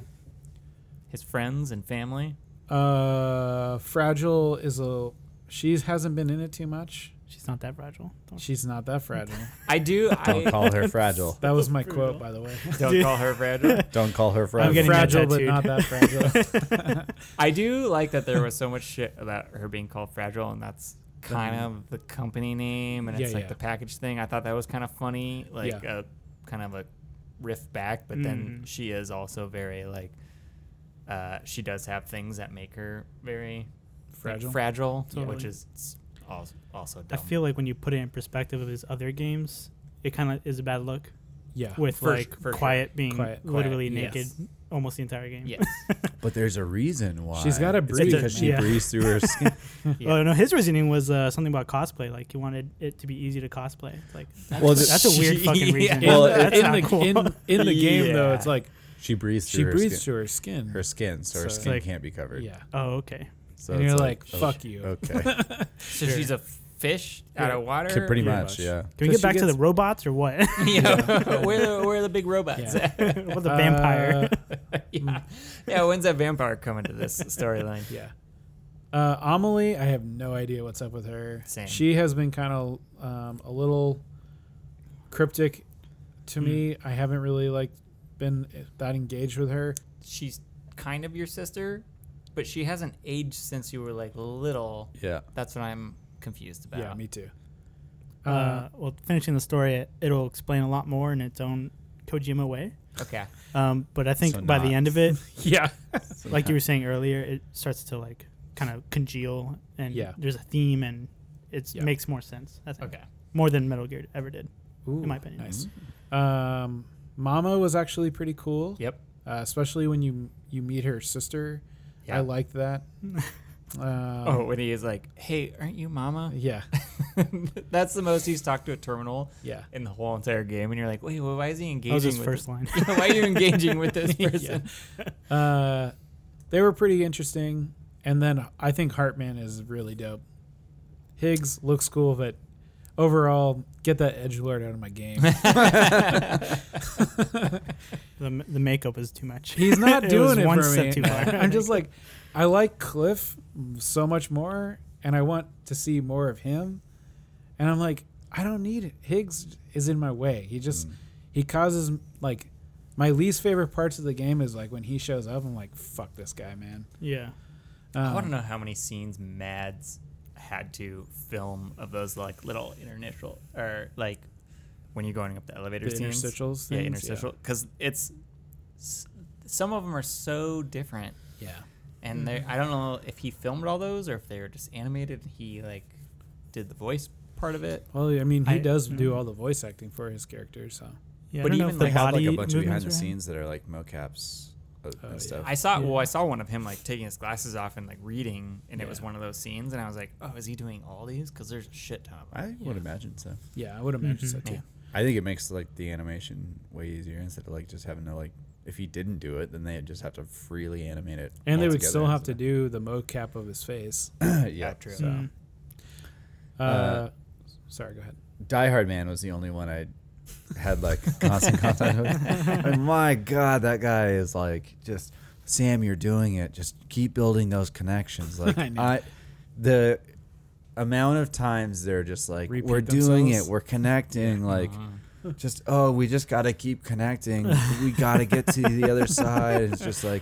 his friends and family?
Uh, fragile is a. She hasn't been in it too much.
She's not that fragile. Don't
She's not that fragile.
I do.
Don't
I
call her fragile.
That was my quote, by the way.
don't call her fragile.
Don't call her
I'm
fragile.
getting that
fragile, but
tattooed.
not that fragile.
I do like that there was so much shit about her being called fragile, and that's kind of the company name, and it's
Yeah,
like
yeah.
the package thing. I thought that was kind of funny, like
Yeah. Mm.
a kind of a riff back, but then she is also very like uh, she does have things that make her very like,
Fragile.
fragile, which
Totally.
is s- als- also
I
dumb.
feel like when you put it in perspective of his other games, it kind of is a bad look
yeah.
with
For
like
su- for sure.
Quiet being
Quiet.
literally
Quiet,
naked
yes.
almost the entire game.
yes,
But there's a reason why.
She's gotta
It's
breathe,
because she
man.
breathes through her skin.
Yeah.
Oh no, his reasoning was uh, something about cosplay. Like he wanted it to be easy to cosplay. It's like that's,
Well,
that's a weird fucking reason.
In,
Well,
the,
that's
in,
not
the,
cool.
in, in the game, though,
Yeah.
it's like
She breathes through
she
her
breathes
skin.
through her skin.
her skin, so, her
So-
skin
Like-
can't be covered.
yeah.
oh okay.
So
And
it's oh,
you're like, fuck
okay.
you.
Okay.
so she's a fish out of water.
So pretty
Pretty
much,
much.
yeah.
Can we
Does
get
she
back to
get-
the robots or what?
yeah. where, where are the big robots?
Yeah.
at?
or the vampire?
Uh,
yeah. yeah, when's that vampire coming to this storyline?
Yeah. Uh, Amelie, I have no idea what's up with her.
Same.
She has been kind of um, a little cryptic to me.
Hmm.
I haven't really like been that engaged with her.
She's kind of your sister, but she hasn't aged since you were like little.
Yeah.
That's what I'm confused about.
Yeah, me too.
Uh, well, finishing the story, it, it'll explain a lot more in its own Kojima way.
okay.
Um, but I think
So
by
not.
the end of it,
yeah.
like you were saying earlier, it starts to like kind of congeal, and
Yeah.
there's a theme, and it
Yeah.
makes more sense. I think.
Okay.
more than Metal Gear ever did. in my opinion.
Nice.
Mm-hmm.
Um, Mama was actually pretty cool.
Yep.
Uh, especially when you you meet her sister.
Yeah.
I liked that. um,
Oh, when he is like, "Hey, aren't you Mama?"
Yeah.
That's the most he's talked to a terminal
Yeah.
in the whole entire game, and you're like, "Wait, well, why is he engaging?"
That was his
with
first
this-
line.
why are you engaging with this person?
Uh, they were pretty interesting. And then I think Hartman is really dope. Higgs looks cool, but overall, get that edge lord out of my game.
The, m- the makeup is too much.
He's not
It was
doing it,
one
for
step
me.
too far.
I'm just like, I like Cliff so much more, and I want to see more of him. And I'm like, I don't need it. Higgs is in my way. He just he causes like my least favorite parts of the game is like when he shows up. I'm like, fuck this guy, man.
yeah.
I want
Um,
to know how many scenes Mads had to film of those like little interstitial or like when you're going up the elevator
The
scenes.
interstitials
yeah,
things, yeah.
interstitial. Because it's s- some of them are so different,
yeah.
and they
Mm-hmm.
I don't know if he filmed all those or if they were just animated. and He like did the voice part of it.
Well, I mean, he
I-
does do
Mm-hmm.
all the voice acting for his character, so
Yeah,
But
I don't know
even
if
they
the
have,
Have like
body
a bunch of behind
movements
the
were-
scenes that are like mocaps uh,
Oh, yeah.
and stuff.
I saw
Yeah.
well, I saw one of him like taking his glasses off and like reading, and it was
Yeah.
one of those scenes, and I was like, oh, is he doing all these? Because there's a shit ton. Of 'em.
I would imagine so.
yeah, I would imagine so too.
Mm-hmm. Yeah.
I think it makes like the animation way easier instead of like just having to like if he didn't do it, then they'd just have to freely animate it.
And they would still have to do the mocap of his face.
do yeah.
true.
So.
Mm.
Uh, sorry, go ahead.
Die Hard Man was the only one I had like constant contact with. And my God, that guy is like just Sam. You're doing it. Just keep building those connections. Like
I
I,
know.
the amount of times they're just like
Repeat
we're doing it.
themselves?
We're connecting. Like
Uh-huh.
just oh, we just got to keep connecting. we got to get to the other side. And it's just like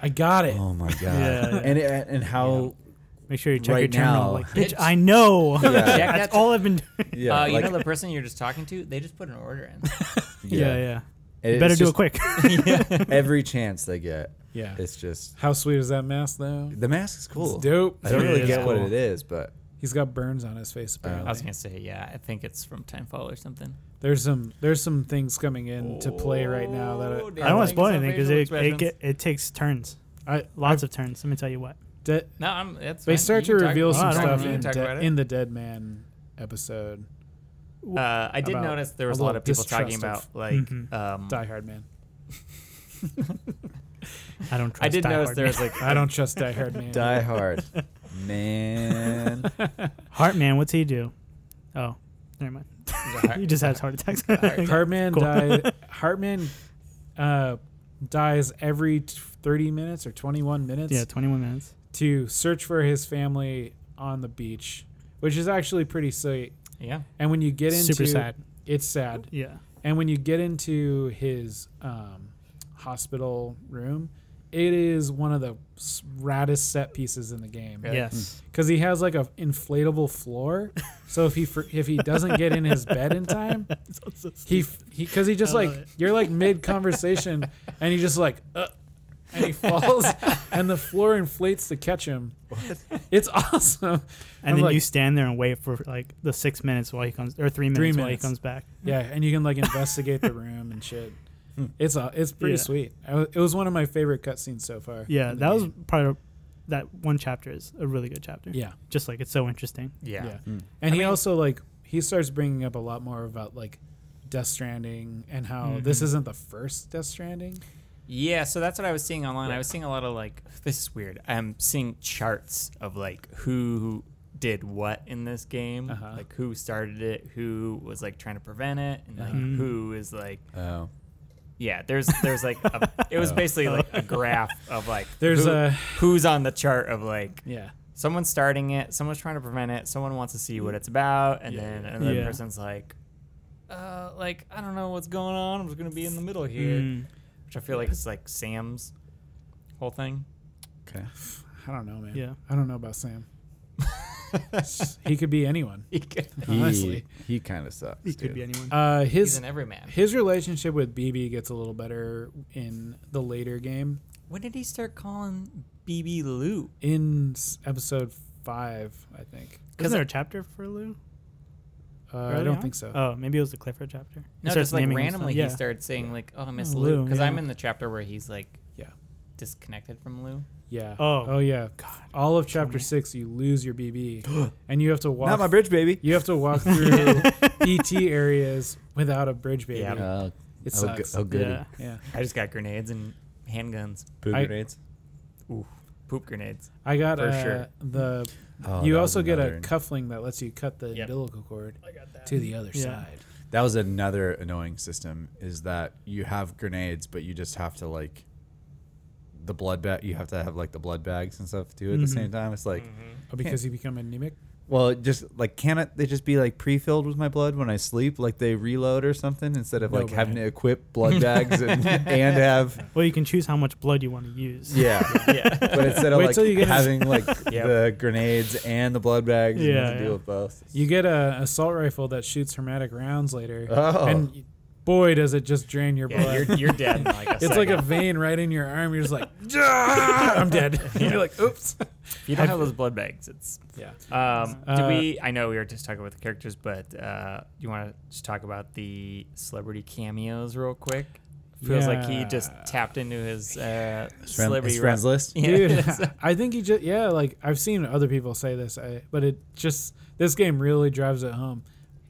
I got it.
oh my God.
Yeah, yeah.
And it, and how
Make sure you check your
right
terminal.
now.
Like, bitch,
It's-
I know.
Yeah. Check
That's
that-
all I've been doing.
yeah,
uh, you
like,
know the person you're just talking to? They just put an order in.
Yeah, yeah.
It's
Better do it
just
quick.
Every chance they get,
Yeah.
it's just
How sweet is that mask, though?
the mask is cool.
It's dope.
I don't
It
really
is
get what
cool.
it is, Oh. but
He's got burns on his face. Apparently.
I was gonna say, yeah, I think it's from Timefall or something.
there's some there's some things coming in to play right now that
Oh,
I,
I don't want
Everything's
to spoil
on
anything because
facial
it, it,
expressions.
get, it takes turns.
I
Lots of turns. Let me tell you what.
de-
No, I'm. That's
they
fine.
start
You
to
can talk-
reveal
you
some
can talk-
stuff
you
in,
can talk
de-
about it.
in the Dead Man episode.
Uh, I did
About
notice there
a
was a lot
little
of people talking about
distrust Mm-hmm.
like.
Mhm.
Um,
Die Hard Man.
I don't trust
I did
Die
notice
Hard
there
Man.
was like
I don't trust Die Hard Man.
Die Hard, man.
Hartman, what's he do? Oh, never mind. he just has heart attacks.
Hartman
Cool.
died. Hartman uh, dies every t- 30 minutes or 21 minutes
yeah, 21 minutes.
to search for his family on the beach, which is actually pretty sweet.
yeah.
And when you get into
Super sad.
it's sad.
Yeah.
And when you get into his um, hospital room, it is one of the s- raddest set pieces in the game.
Yes.
because he has like a inflatable floor. So if he for, if he doesn't get in his bed in time, he f- he because he just
I
like
love it.
you're like mid conversation and he just like uh, and he falls and the floor inflates to catch him. It's awesome.
And
I'm
then
like,
you stand there and wait for like the six minutes while he comes, or three minutes,
Three
while he
minutes.
comes back.
yeah, and you can like investigate the room and shit.
Hmm.
It's uh, it's pretty
Yeah.
sweet. I w- it was one of my favorite cutscenes so far.
Yeah,
in the
that was
game.
part of that one chapter is a really good chapter.
yeah.
Just like it's so interesting.
Yeah.
Yeah.
Hmm.
Mm.
And
I
he
mean-
also like he starts bringing up a lot more about like Death Stranding and how this isn't the first Death Stranding.
Yeah, so that's what I was seeing online. I was seeing a lot of like this is weird. I'm seeing charts of like who did what in this game,
Uh-huh.
like who started it, who was like trying to prevent it, and like
Mm-hmm.
Uh-huh.
who is like
Oh,
yeah. There's there's like a, it was
Oh.
basically like a graph of like
There's
who-
a-
who's on the chart of like
Yeah.
someone's starting it, someone's trying to prevent it, someone wants to see what it's about, and then another
Yeah.
person's like. Uh, like I don't know what's going on. I'm just gonna be in the middle here
Mm.
which I feel like is like Sam's whole thing.
okay.
I don't know, man.
Yeah.
I don't know about Sam. he could be anyone. Honestly.
he, he kind of sucks.
It
dude.
could be anyone.
Uh
He's
his
an everyman.
his relationship with BB gets a little better in the later game.
When did he start calling BB Lou?
In s- episode 5, I think.
Isn't there a chapter for Lou?
Uh, I
Early
don't
on?
think so.
Oh, maybe it was the Clifford chapter. He
No,
starts
just like
naming himself.
randomly
Yeah.
he started saying like, "Oh, I miss
Oh,
Lou,"
Lou,
because I'm
yeah.
in the chapter where he's like,
Mm, Yeah.
disconnected from Lou.
yeah.
Oh.
Oh yeah.
God.
All of chapter 6 you lose your BB and you have to walk
Not my bridge, baby.
You have to walk through ET areas without a bridge, baby.
Yeah.
Oh, oh,
It
go-
sucks.
oh goody.
Yeah.
Yeah,
I just got grenades and handguns,
Poop
I-
grenades.
poop grenades.
I got
For
uh,
sure.
the.
Oh, that
you
was
also get a
another-
cuffling that lets you cut the
Yep.
umbilical cord to the other
Yeah.
side.
That was another annoying system is that you have grenades, but you just have to like the blood bag. You have to have like the blood bags and stuff too at the
Mm-hmm.
Mhm.
same time. It's like,
Oh, because you become anemic.
well, it just like can it? They just be like pre-filled with my blood when I sleep, like they reload or something instead of
No,
like having to
Brian.
equip blood bags and, and have
Well, you can choose how much blood you want to use.
yeah.
Yeah,
But instead of
Wait
like
till you get-
having like
Yep.
the grenades and the blood bags, you have
Yeah,
to
yeah.
deal with both.
You get a assault rifle that shoots hermetic rounds later,
Oh.
and y- boy, does it just drain your
yeah,
blood.
you're, you're dead. In like a
it's like a
second.
vein right in your arm. You're just like, "Ah, I'm dead. You're like, oops.
If you don't have those blood bags. It's
Yeah.
um.
Uh,
do we? I know we were just talking about the characters, but uh, do you want to just talk about the celebrity cameos real quick? Feels like he just
Yeah.
tapped into his uh,
His friend-
celebrity
his friends
rep-
list.
Yeah.
Dude, I think he just yeah, like I've seen other people say this, I, but it just this game really drives it home.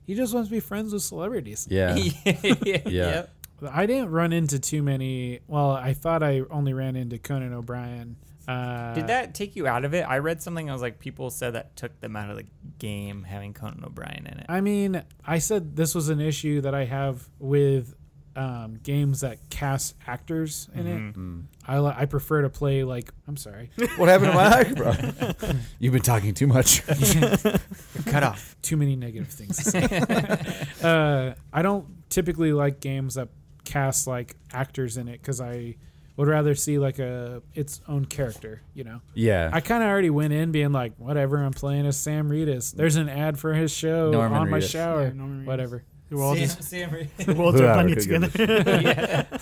He just wants to be friends with celebrities.
Yeah.
yeah.
Yeah.
I didn't run into too many. Well, I thought I only ran into Conan O'Brien. Uh,
Did that take you out of it? I read something. I was like, people said that took them out of the game having Conan O'Brien in it.
I mean, I said this was an issue that I have with um, games that cast actors in it. I li- I prefer to play like I'm sorry,
What happened to my eye, bro? You've been talking too much.
Cut off.
too many negative things. to say. uh, I don't typically like games that cast like actors in it because I would rather see like a its own character. You know,
yeah.
I kind of already went in being like, whatever. I'm playing as Sam Reedus. There's an ad for his show
Norman
on my
Reedus.
shower.
Yeah, Norman Reedus.
whatever.
The world is the world's
Whoever
blended
could give a
together.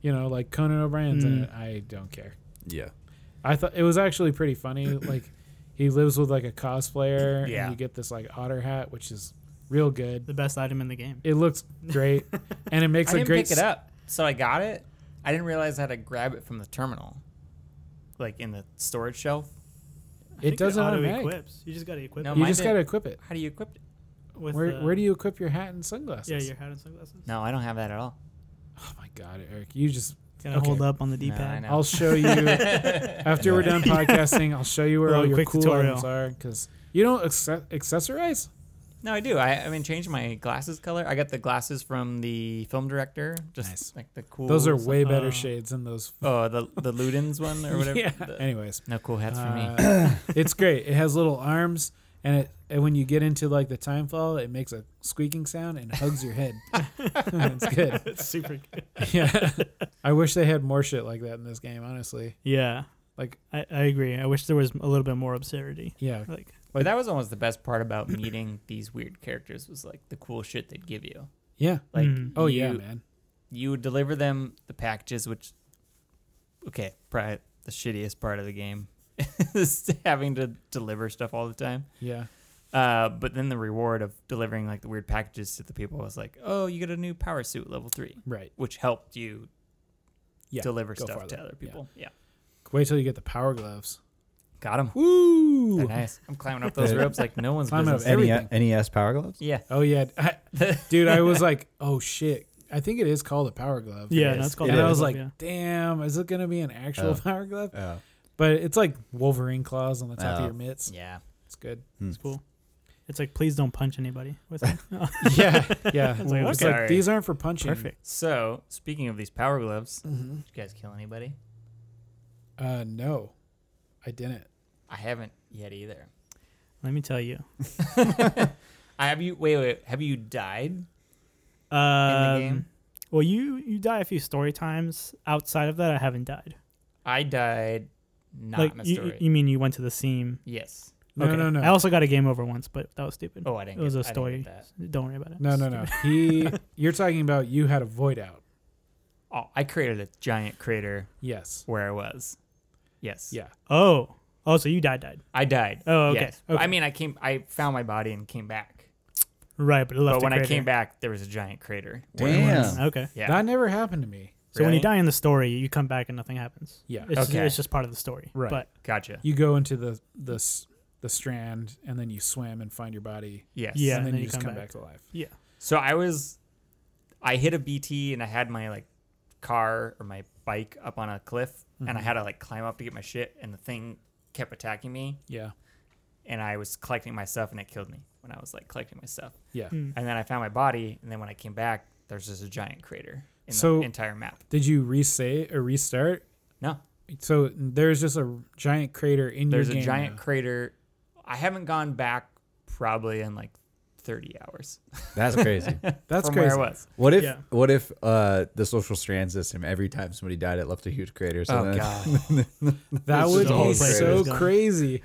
You know, like Conan O'Brien's in
Mm.
it. I don't care.
yeah.
I thought it was actually pretty funny. like he lives with like a cosplayer,
Yeah.
and you get this like otter hat, which is real good.
the best item in the game.
It looks great, and it makes
I
a
didn't
great.
pick it up, so I got it. I didn't realize I had to grab it from the terminal, like in the storage shelf.
It doesn't automatic.
equips. You just gotta equip.
No,
it.
You
Mine
just
didn't.
gotta equip it.
How do you equip it?
With
where
the,
where do you equip your hat and sunglasses?
Yeah, your hat and sunglasses.
No, I don't have that at all.
Oh my god, Eric, you just
Gotta
okay.
hold up on the
No, I
D-pad.
know.
I'll show you after we're done podcasting. I'll show you where
Little
all your
quick
cool
tutorial.
items are because you don't acce- accessorize.
No, I do. I, I mean, change my glasses color. I got the glasses from the film director. Just
Nice.
like the cool.
Those are way better
Oh.
shades than those.
Oh, the the Ludens one uh, or whatever.
yeah.
The-
Anyways,
no cool hats for me.
Uh, it's great. It has little arms, and it and when you get into like the time fall, it makes a squeaking sound and hugs your head. it's good.
it's super good.
Yeah, I wish they had more shit like that in this game. Honestly,
Yeah.
Like-
I, I agree. I wish there was a little bit more absurdity.
yeah,
Like
But that was almost the best part about meeting these weird characters was like the cool shit they'd give you.
yeah.
Like,
Mm.
Oh
you,
yeah, man.
You would deliver them the packages, which, okay, probably the shittiest part of the game is having to deliver stuff all the time.
Yeah,
Uh, but then the reward of delivering like the weird packages to the people was like, oh, you get a new power suit level three,
right.
which helped you
Yeah,
deliver
go
stuff
farther.
to other people. Yeah.
Wait till you get the power gloves.
Got 'em. Got
Woo!
him. Nice. I'm climbing up those ropes like no one's
Climb up
business.
every-
Any
Everything.
NES power gloves?
yeah.
Oh yeah, I, dude. I was like, oh shit. I think it is called a power glove.
yeah,
is.
that's called.
And
It
I
is.
was like,
yeah.
damn, is it gonna be an actual
Oh.
power glove?
Oh.
But it's like Wolverine claws on the top
Oh.
of your mitts.
Yeah.
It's good.
it's cool. It's like please don't punch anybody with it.
yeah, yeah. It's like,
like,
it's
okay.
like, these aren't for punching. Mm-hmm.
Perfect.
So, speaking of these power gloves, did you guys kill anybody?
Uh, no, I didn't.
I haven't yet either.
Let me tell you.
I have you wait wait have you died?
Um,
game?
Well, you you die a few story times. Outside of that, I haven't died.
I died not in a
like you-
story.
you, mean you went to the seam?
yes.
No, no, no.
I also got a game over once, but that was stupid.
Oh, I didn't.
It was
get,
a
I didn't get
story.
that.
Don't worry about it.
no, no, no. He, you're talking about you had a void out.
Oh, I created a giant crater
Yes.
where I was. Yes.
Yeah.
Oh, oh, so you died, died.
I died.
Oh, okay,
Yes.
okay.
I mean, I came. I found my body and came back.
Right, but it left.
but
a
when I
crater.
came back, there was a giant crater. where I was.
Damn.
okay.
Yeah.
That never happened to me.
So when you
Really?
die in the story, you come back and nothing happens.
Yeah.
It's, just,
Okay.
it's just part of the story.
Right.
But
gotcha.
You go into the the s- the strand and then you swim and find your body
Yes.
Yeah,
and then you, just come back. to life.
yeah,
So I was, I hit a BT and I had my like car or my bike up on a cliff
Mm-hmm.
and I had to like climb up to get my shit and the thing kept attacking me
Yeah.
and I was collecting my stuff and it killed me when I was like collecting my stuff.
Yeah.
Hmm.
Mm.
And then I found my body and then when I came back, there's just a giant crater in
So-
the entire map.
Did you resay or restart?
No,
So there's just a giant crater in
there's
your
a
game.
giant
now.
crater. I haven't gone back probably in like 30 hours
That's crazy.
That's
from
crazy.
where I was.
What if
Yeah.
what if uh, the social strand system every time somebody died it left a huge crater? So
Oh
then-
god.
That
It's
would
just a whole
be
place
so
is gone.
crazy.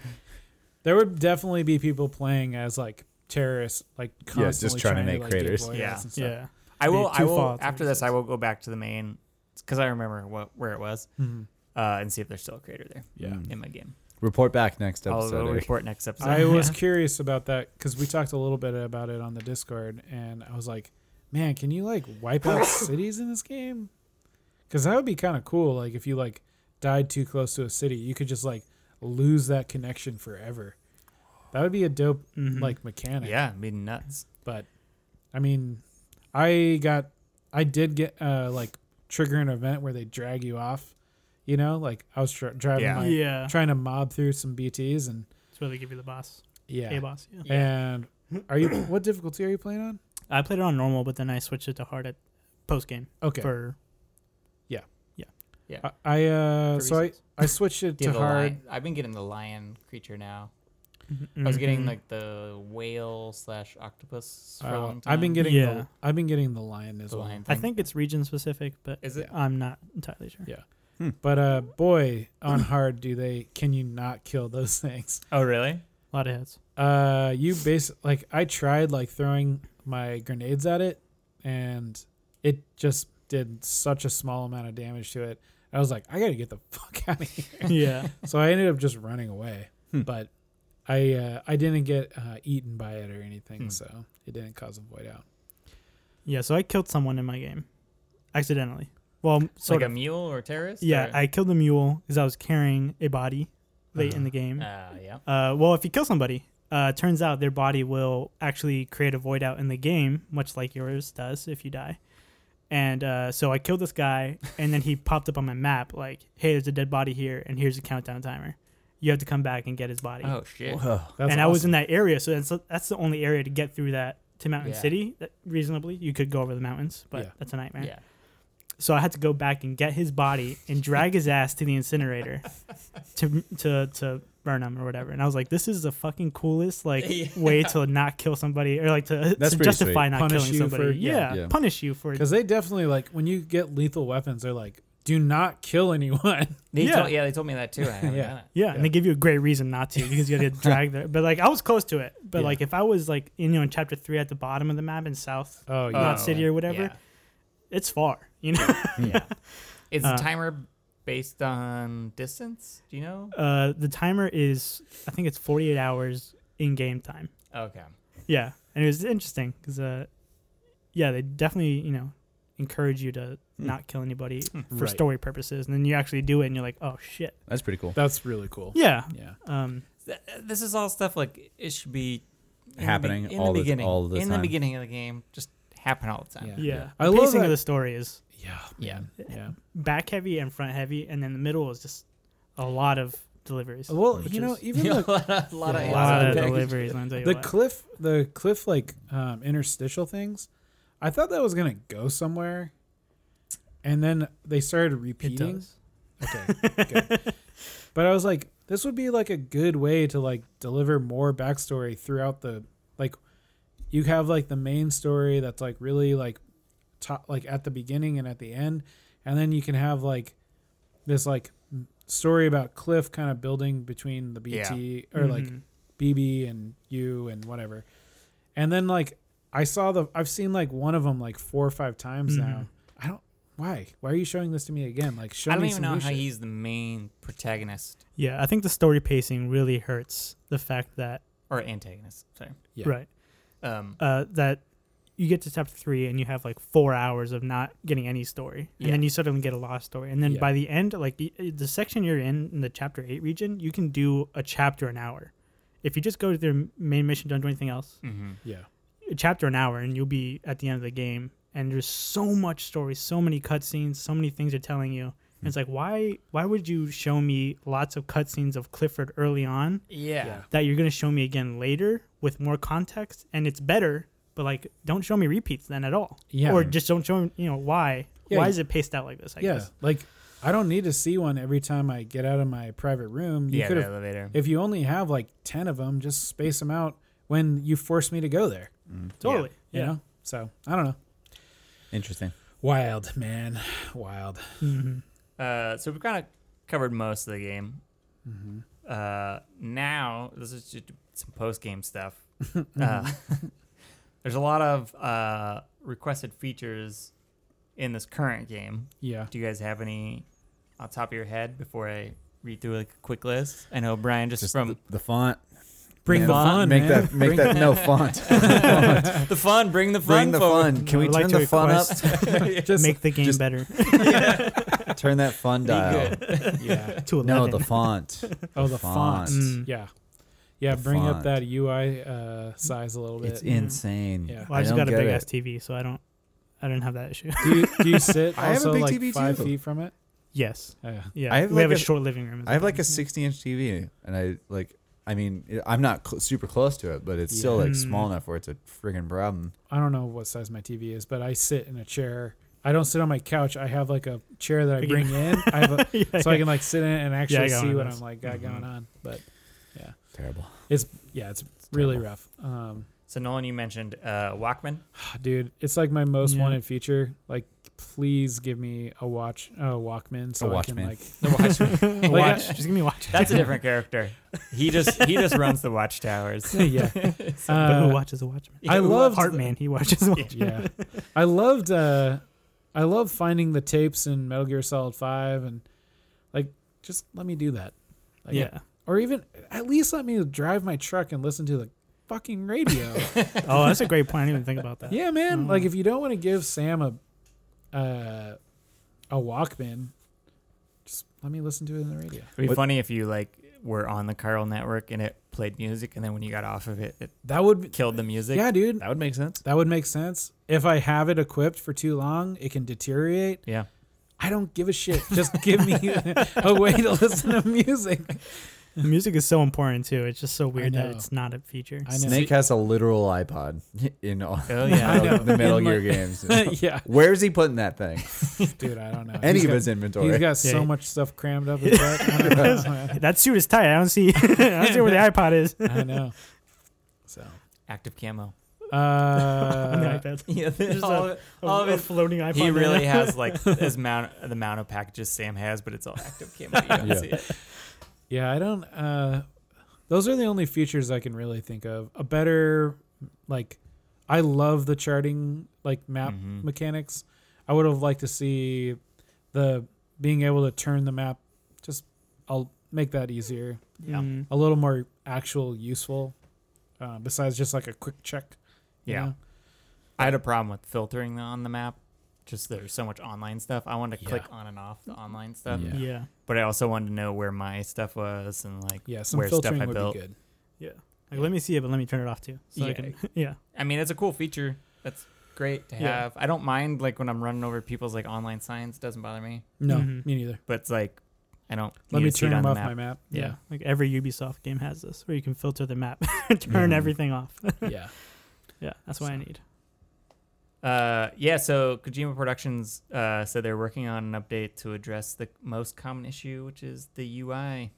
There would definitely be people playing as like terrorists, like constantly
Yeah, just
trying,
trying to
to
make
like,
craters.
get void
Yeah.
outs and stuff.
yeah.
I
Be
will. I
too
will.
far to
after this, I
resist.
will go back to the main because I remember what where it was
Mhm.
uh, and see if there's still a crater there.
Yeah.
in my game.
report back next
I'll
episode. Eric.
report next episode.
I was curious about that because we talked a little bit about it on the Discord, and I was like, "Man, can you like wipe out cities in this game? Because that would be kind of cool. Like if you like died too close to a city, you could just like lose that connection forever. That would be a dope
Mhm.
like mechanic.
Mm-hmm. yeah, it'd be nuts.
but I mean, I got, I did get uh like trigger an event where they drag you off. You know, like I was tr- driving,
Yeah.
my,
yeah.
trying to mob through some BTS, and
It's where they give you the boss,
yeah,
a boss. Yeah.
and are you? What difficulty are you playing on?
I played it on normal, but then I switched it to hard at post game
Okay.
for
I, I uh,
For
so I,
reasons.
I switched it
Yeah,
to
the
hard.
lion- I've been getting the lion creature now. I was getting
Mhm.
like the whale slash octopus for a
Uh,
long time.
I've been getting
Yeah.
the I've been getting the lion as
the
well.
lion.
I
Thing.
think it's region specific, but
is it?
I'm not entirely sure.
Yeah.
Yeah.
But uh, boy, on hard, do they can you not kill those things?
Oh really?
A lot of hits.
Uh, you base like I tried like throwing my grenades at it, and it just did such a small amount of damage to it. I was like, I gotta get the fuck out of here.
yeah.
so I ended up just running away,
Hmm.
but I uh, I didn't get uh, eaten by it or anything,
Hmm.
so it didn't cause a void out.
Yeah. So I killed someone in my game, accidentally. Well, sort
like a
of.
mule or a terrorist?
yeah,
Or?
I killed a mule because I was carrying a body late in the game.
uh, yeah.
Uh, well, if you kill somebody, Uh, turns out their body will actually create a void out in the game, much like yours does if you die. And uh, so I killed this guy, and then he popped up on my map like, "Hey, there's a dead body here, and here's a countdown timer. You have to come back and get his body."
Oh shit.
Whoa.
That's
and I was
awesome.
in that area, so that's that's the only area to get through that to Mountain
Yeah.
City. That, reasonably, you could go over the mountains, but
Yeah.
that's a nightmare.
Yeah.
So I had to go back and get his body and drag his ass to the incinerator to to to burn him or whatever. And I was like, this is the fucking coolest like
Yeah.
way to not kill somebody or like to,
That's
to
pretty
justify not
Punish
killing
you
somebody.
for-
yeah,
yeah.
Yeah.
punish you for
Because they definitely like when you get lethal weapons, they're like, do not kill anyone.
They
Yeah.
Told, yeah, they told me that too. I haven't
Yeah.
done it.
Yeah, and they give you a great reason not to because you got to drag there. But like, I was close to it. But
Yeah.
like, if I was like, you know, in chapter three at the bottom of the map in South,
Oh, yeah.
Knot City or whatever, it's far. You know,
Yeah. yeah. Is
Uh,
the timer based on distance? Do you know?
uh, the timer is I think it's 48 hours in game time.
Okay.
Yeah, and it was interesting because, uh, yeah, they definitely you know encourage you to not kill anybody for
Hmm. Right.
story purposes, and then you actually do it, and you're like, oh shit.
That's pretty cool.
That's really cool.
Yeah.
Yeah.
Um.
Th- This is all stuff like it should be in the be-
Happening
in
all
the
the-
beginning,
all the
in the
time.
beginning of the game. Just happen all the time.
Yeah.
Yeah.
I
The
love
pacing
that-
of the story is
Yeah.
Yeah.
man. Yeah.
back heavy and front heavy, and then the middle is just a lot of deliveries.
Well,
Which
you know,
is-
even
a
the,
lot of, a lot
Yeah,
of,
a
lot of
Yeah.
deliveries. I'll tell you
the
what.
cliff, the cliff like um, interstitial things, I thought that was gonna go somewhere, and then they started
it
repeating.
does.
Okay. good. But I was like, this would be like a good way to like deliver more backstory throughout the like you have like the main story that's like really like top like at the beginning and at the end and then you can have like this like m- story about cliff kind of building between the bt or like
Mm-hmm.
Mhm.
bb and you and whatever and then like i saw the i've seen like one of them like four or five times
Mm-hmm.
now i don't why why are you showing this to me again like show
I don't
me some
even know
new
how
shit.
he's the main protagonist
yeah, I think the story pacing really hurts the fact that
or antagonist. Sorry.
Yeah.
right
Um,
uh, that you get to chapter three and you have like four hours of not getting any story, and
Yeah.
then you suddenly get a lost story, and then
Yeah.
by the end, like the, the section you're in in the chapter eight region, you can do a chapter an hour. If you just go to their main mission, don't do anything else.
mhm.
yeah
a chapter an hour and you'll be at the end of the game and there's so much story so many cutscenes so many things they're telling you and it's like why why would you show me lots of cutscenes of clifford early on
Yeah.
Yeah.
that you're going to show me again later with more context and it's better but like don't show me repeats then at all
Yeah.
or just don't show me you know why
Yeah,
why
you-
is it paced out like this i
yeah,
guess
like I don't need to see one every time I get out of my private room. You
Yeah,
could
the
have,
elevator.
if you only have like ten of them, just space them out when you force me to go there.
totally
You
yeah,
know, so I don't know.
Interesting.
Wild man, wild.
Mhm.
Uh, so we've kind of covered most of the game.
Mm-hmm.
Uh, now this is just some post game stuff. uh,
Mm-hmm.
there's a lot of uh, requested features in this current game.
Yeah,
Do you guys have any on top of your head before I read through like a quick list? I know Brian just,
Just
from
the, the font.
bring
Man,
the fun,
Make
man.
that make that no font.
the, fun, bring the fun,
Bring the
forward.
fun. Can we
I would like
turn
to
the fun up?
request-
Just
make the game
just-
better
Turn that fun dial.
yeah.
to 11
No, the font.
Oh, the font.
font.
Mm.
Yeah, yeah.
The
bring
font.
up that UI uh, size a little bit.
It's insane.
Yeah.
well, i
I
just
don't
got a
get
big
it.
ass tv so i don't i don't have that issue
do, you, do you sit
I have a
also
big
like
TV
five
too.
feet from it?
yes
Uh,
Yeah,
I have
we
like
have a,
a-
short living room. as
I have like a
well.
60 inch TV, and I like. I mean, it- I'm not cl- super close to it, but it's still
Yeah.
like small
Mm.
enough where it's a friggin' problem.
I don't know what size my TV is, but I sit in a chair. I don't sit on my couch. I have like a chair that I
Again.
bring in, I have a,
Yeah,
so I can like sit in it and actually
got one
see
of
what
those. Mm-hmm.
I'm like got
Mhm.
going on. But
Terrible.
yeah, it's really rough, um,
So Nolan, you mentioned uh, Walkman.
dude. It's like my most
Yeah.
wanted feature. Like, please give me a watch, a Walkman, so I
Walkman.
can like.
The Watchman.
yeah.
Like,
watch. Just give me a watch.
That's a different character. He just he just runs the watchtowers.
yeah,
But who
Uh,
watches a Watchman?
I loved
Hartman. He watches a Watchman.
yeah. I loved uh I love finding the tapes in Metal Gear Solid 5 and like just let me do that. Like,
Yeah.
Or even at least let me drive my truck and listen to the fucking radio.
Oh, that's a great point. I didn't even think about that.
yeah, man.
Mm.
Like if you don't want to give Sam a uh a Walkman, just let me listen to it on the radio.
It'd be
What-
funny if you like were on the Carl network and it played music, and then when you got off of it, it
That would be-
killed the music.
yeah, dude.
That would make sense.
That would make sense. If I have it equipped for too long, it can deteriorate.
Yeah.
I don't give a shit. Just give me a way to listen to music.
The music is so important too. It's just so weird that
know.
it's not a feature.
I know.
Snake has a literal iPod in all
Oh yeah.
know.
the Metal
In my-
Gear games.
yeah,
Where's he putting that thing?
dude, I don't know.
Any
He's
of
got-
his inventory.
He's got so
Yeah.
much stuff crammed up his butt. I don't know.
That suit is tight. I don't see. I don't see where the iPod is.
I know. So,
Active camo.
On the
uh,
iPad.
Yeah.
There's
all
a-
of it- all
A-
of
a
it
floating iPod.
He
there.
really has like his amount, the amount of packages Sam has, but it's all active camo. You don't
Yeah.
see it.
yeah, I don't. Uh, those are the only features I can really think of. A better, like, I love the charting like map
Mhm.
mechanics. I would have liked to see the being able to turn the map. Just, I'll make that easier.
Yeah.
Mm.
a little more actual useful uh, besides just like a quick check. you
Yeah.
know?
I had a problem with filtering on the map. Just there's so much online stuff. I wanted to
Yeah.
click on and off the online stuff,
Yeah.
Yeah. yeah,
but I also wanted to know where my stuff was and like
Yeah. Some
where stuff
filtering
I
would
built.
be good.
Like, let me see it, but let me turn it off too. So I
Yeah.
can. Yeah,
I mean, it's a cool feature. That's great to
Yeah.
have. I don't mind like when I'm running over people's like online signs. It doesn't bother me.
No,
Mhm.
me neither.
But it's like I
Let
don't. Mm-hmm. need
me
to see it
turn
on
them
the
off
map.
my map.
yeah. Like every Ubisoft game has this, where you can filter the map, turn
Mhm.
everything off.
Yeah. yeah.
yeah, that's what I need.
Uh, yeah. So Kojima Productions uh, said they're working on an update to address the most common issue, which is the UI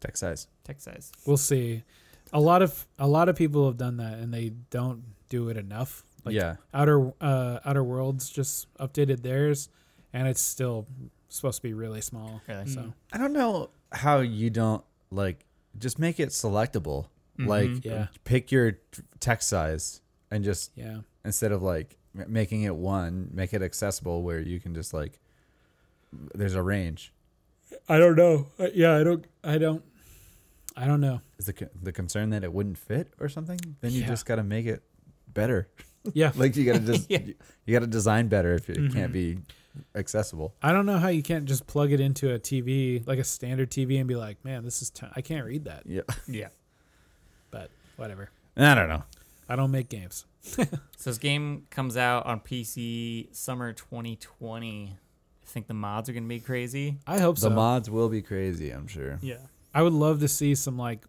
Tech size.
text size.
We'll see. A lot of a lot of people have done that and they don't do it enough. Like
yeah.
Outer uh, Outer Worlds just updated theirs, and it's still supposed to be really small.
Really?
So
I don't know how you don't like just make it selectable. Like
Mm-hmm. Yeah.
pick your t- text size and just
yeah,
instead of like m- making it one, make it accessible where you can just like there's a range.
I don't know. Uh, Yeah, I don't. I don't. I don't know.
Is the con- the concern that it wouldn't fit or something? Then you
Yeah.
just got to make it better.
Yeah,
Like you got to just
Yeah.
you, got to design better if it
Mhm.
can't be accessible.
I don't know how you can't just plug it into a TV, like a standard TV, and be like, "Man, this is t- I can't read that."
Yeah.
yeah.
But whatever.
I don't know.
I don't make games.
So this game comes out on PC summer 2020. I think the mods are gonna be crazy.
I hope
The
so.
mods will be crazy, I'm sure.
Yeah,
I would love to see some like,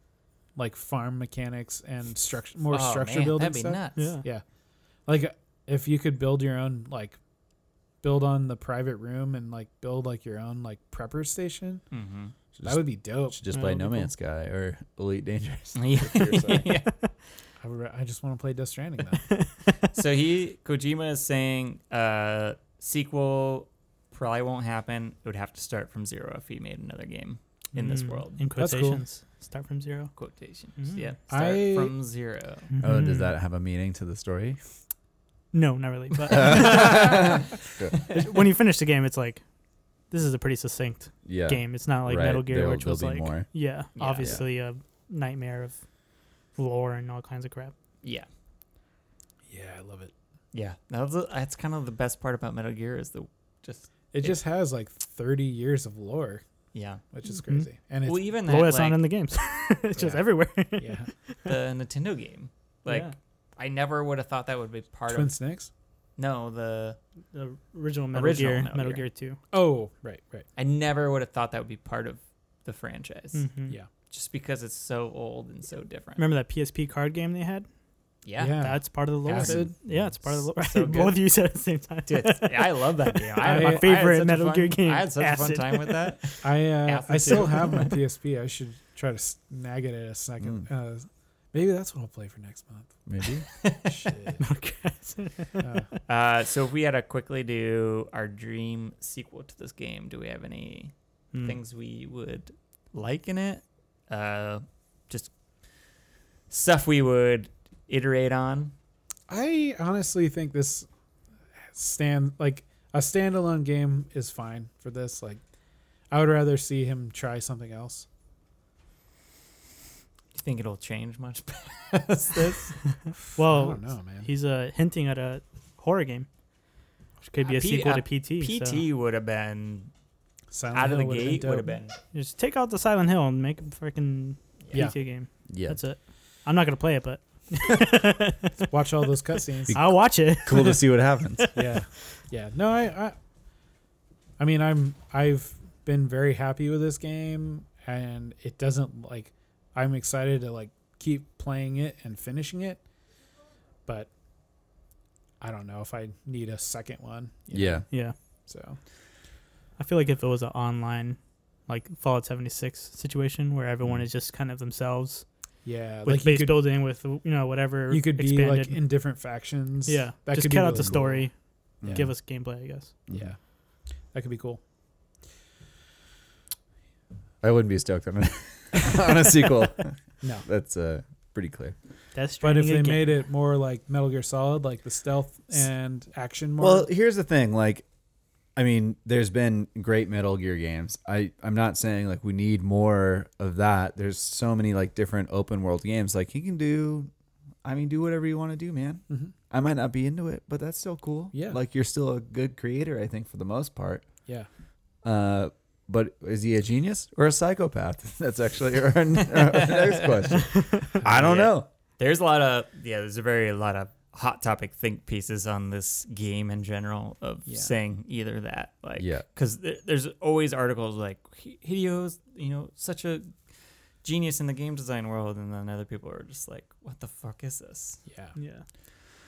like farm mechanics and structure, more
Oh,
structure
man,
building
That'd be
stuff.
nuts.
yeah.
Yeah, like if you could build your own like, build on the private room and like build like your own like prepper station.
Mm-hmm.
that would be dope.
Should just
Yeah,
play
that'd be
No
cool.
Man's Sky or Elite Dangerous.
Yeah. yeah.
I, would, I just want to play Death Stranding though.
so he Kojima is saying uh sequel probably won't happen. It would have to start from zero if he made another game in this
Mm,
world.
In
That's cool.
quotations, start from zero.
Quotations.
Mm.
Yeah. Start
I-
from zero.
Oh,
Mhm.
does that have a meaning to the story?
No, not really. But
yeah.
when you finish the game, it's like, this is a pretty succinct game. It's not like
Right,
Metal Gear,
there'll-
which
there'll
was
be
like,
more.
yeah,
Yeah.
obviously a nightmare of lore and all kinds of crap.
Yeah.
yeah, I love it.
Yeah. That's that's kind of the best part about Metal Gear is the just
It just has like 30 years of lore,
yeah.
which is
Mhm.
crazy. And it's
Mm-hmm. Well, even that
Lore is
like,
not in the games. it's just
Yeah.
everywhere.
yeah,
the Nintendo game. Like
Yeah.
I never would have thought that would be part
Twin
of
Snakes.
No, the
the original Metal
Original
Gear,
Metal
Metal
Gear.
Gear, 2.
Oh, right, right.
I never would have thought that would be part of the franchise.
Mhm.
Yeah.
Just because it's so old and so different.
Remember that PSP card game they had?
Yeah.
That's part of the lore.
Acid.
Yeah, it's part of the lore.
So good.
Both of you said at the same time.
Dude, I love that game. I,
My
I had
favorite
such a
Metal
fun-
Gear game,
I had such a
Acid.
fun time with that.
I uh,
Acid
I still
too.
have my PSP. I should try to snag it at a second. Uh,
Mm.
maybe that's what I'll play for next month.
Maybe.
Shit. Uh,
Uh, so if we had to quickly do our dream sequel to this game, do we have any
Mm.
things we would like in it? Uh, just stuff we would iterate on.
I honestly think this stand like a standalone game is fine for this. Like, I would rather see him try something else.
Do you think it'll change much past this?
I
Well,
don't know, man.
he's uh, hinting at a horror game, which could be
Uh,
a
P-
sequel
uh,
to PT.
PT
so
would have been
Silent
out of the
Hill would've
gate. Would have
dope.
been
just take out the Silent Hill and make a freaking
Yeah.
PT game.
Yeah.
That's it. I'm not gonna play it, but
Watch all those cutscenes.
I'll watch it.
cool to see what happens.
yeah, yeah. No, I, I, I mean, I'm I've been very happy with this game, and it doesn't like I'm excited to like keep playing it and finishing it, but I don't know if I need a second one. you know,
Yeah.
Yeah,
So
I feel like if it was an online, like Fallout 76 situation where everyone is just kind of
Mm.
themselves
yeah,
with
like you
base
could
building, with you know whatever
you could be
expanded.
like in different factions.
yeah,
that
just
could be
cut out
really
the
cool.
story,
Yeah.
give us gameplay. I guess.
Yeah, that could be cool.
I wouldn't be stoked on, a on a sequel.
No.
That's uh, pretty clear.
That's
But if they made it more like Metal Gear Solid, like the stealth
S-
and action more,
Well, here's the thing. Like, I mean, there's been great Metal Gear games. I I'm not saying like we need more of that. There's so many like different open world games. Like you can do, I mean, do whatever you want to do, man.
Mhm.
I might not be into it, but that's still cool.
Yeah.
Like you're still a good creator, I think, for the most part.
yeah,
Uh, but is he a genius or a psychopath? That's actually our, our next question. I don't
Yeah.
know.
There's a lot of yeah. There's a very lot of hot topic think pieces on this game in general of
Yeah.
saying either that like
Yeah.
because there's always articles like "Hi- Hideo's you know such a genius in the game design world, and then other people are just like, what the fuck is this?
yeah.
Yeah.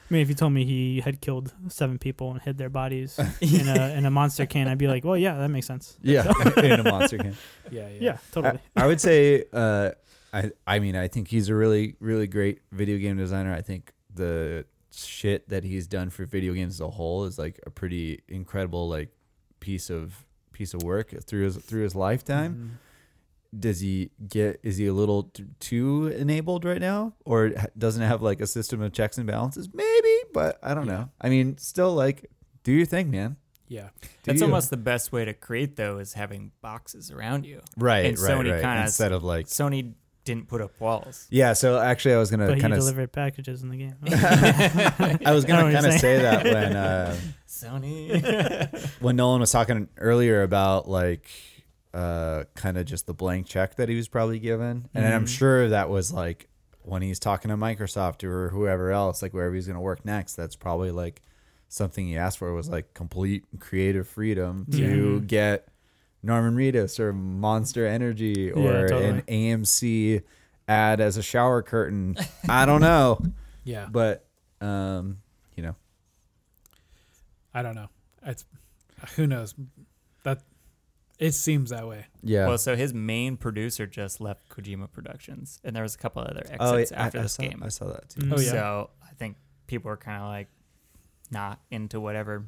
I mean, if you told me he had killed seven people and hid their bodies in a in a monster can, I'd be like, well, yeah, that makes sense.
Yeah, in a monster game.
Yeah, yeah,
Yeah, totally.
I, I would say, uh, I I mean, I think he's a really really great video game designer. I think the shit that he's done for video games as a whole is like a pretty incredible like piece of piece of work through his through his lifetime.
Mhm.
Mm-hmm.
Does he get is he a little t- too enabled right now, or ha- doesn't have like a system of checks and balances? Maybe, but I don't know. I mean, still like, do your thing, man.
Yeah,
Do
That's
you.
almost the best way to create though is having boxes around you.
right,
and
right,
Sony
right.
kinda-
Instead of like,
Sony didn't put up walls.
yeah. So actually, I was gonna
but he
kind of
delivered packages in the game.
Oh,
I was
I know
gonna
what you're
kind of
saying.
say that when uh,
Sony.
when Nolan was talking earlier about like uh, kind of just the blank check that he was probably given, and
Mm-hmm.
I'm sure that was like when he's talking to Microsoft or whoever else, like wherever he's gonna work next. That's probably like something he asked for was like complete creative freedom to
Mm-hmm.
get Norman Reedus or Monster Energy or
totally.
an AMC ad as a shower curtain. I don't know,
yeah.
but um, you know.
I don't know. It's who knows. That it seems that way.
Yeah.
Well, so his main producer just left Kojima Productions, and there was a couple other exits after
Oh, I,
this
saw,
game.
I saw that too.
Mm.
Oh, yeah.
So I think people are kind of like not into whatever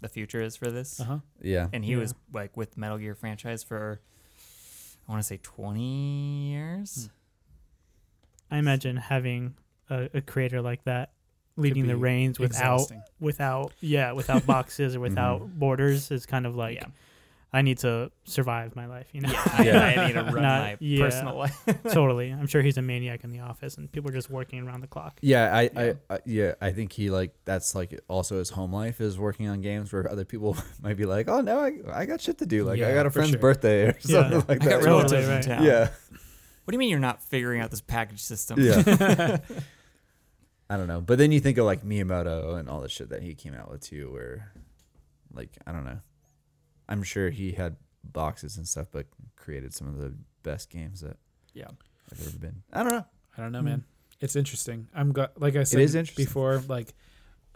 the future is for this.
Uh-huh.
Uh huh.
Yeah.
And he
Yeah.
was like with Metal Gear franchise for I want to say 20 years.
Hmm.
I imagine having a, a creator like that leading the
be
reins without without yeah without boxes or without borders is kind of like
yeah.
I need to survive my life. You know,
I, I need to run
Not-
my
yeah.
personal life.
totally. I'm sure he's a maniac in the office, and people are just working around the clock.
Yeah, I,
Yeah.
I, I, yeah, I think he like that's like also his home life is working on games where other people might be like, oh no, I, I got shit to do, like I
Yeah,
got a
for
friend's
sure.
birthday or something
Yeah.
like
I
that.
got relatives
Totally
in
right.
town.
Yeah,
What do you mean you're not figuring out this package system?
yeah. I don't know, but then you think of like Miyamoto and all the shit that he came out with too, where like I don't know, I'm sure he had boxes and stuff, but created some of the best games that
Yeah.
have ever been. I don't know.
I don't know,
Mm-hmm.
man. It's interesting. I'm glad. Like I said
is interesting.
before, like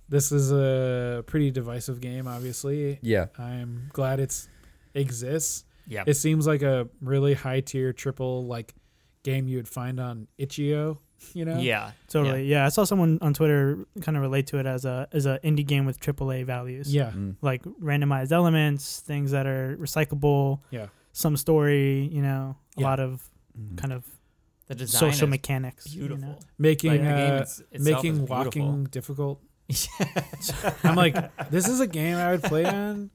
this is a pretty divisive game. Obviously,
Yeah,
I'm glad it's exists.
Yeah.
It seems like a really high tier triple like game you would find on itch.io. You know.
yeah.
Totally. Yeah, I saw someone on Twitter kind of relate to it as a as a indie game with AAA values.
Yeah.
Mm.
like randomized elements, things that are recyclable.
Yeah.
some story. You know, a
Yeah.
lot of
Mhm.
kind of
The design
social
is
mechanics. you know?
beautiful.
Making
Like, the game
uh,
it's- itself is
making
beautiful.
walking difficult. I'm like, this is a game I would play on,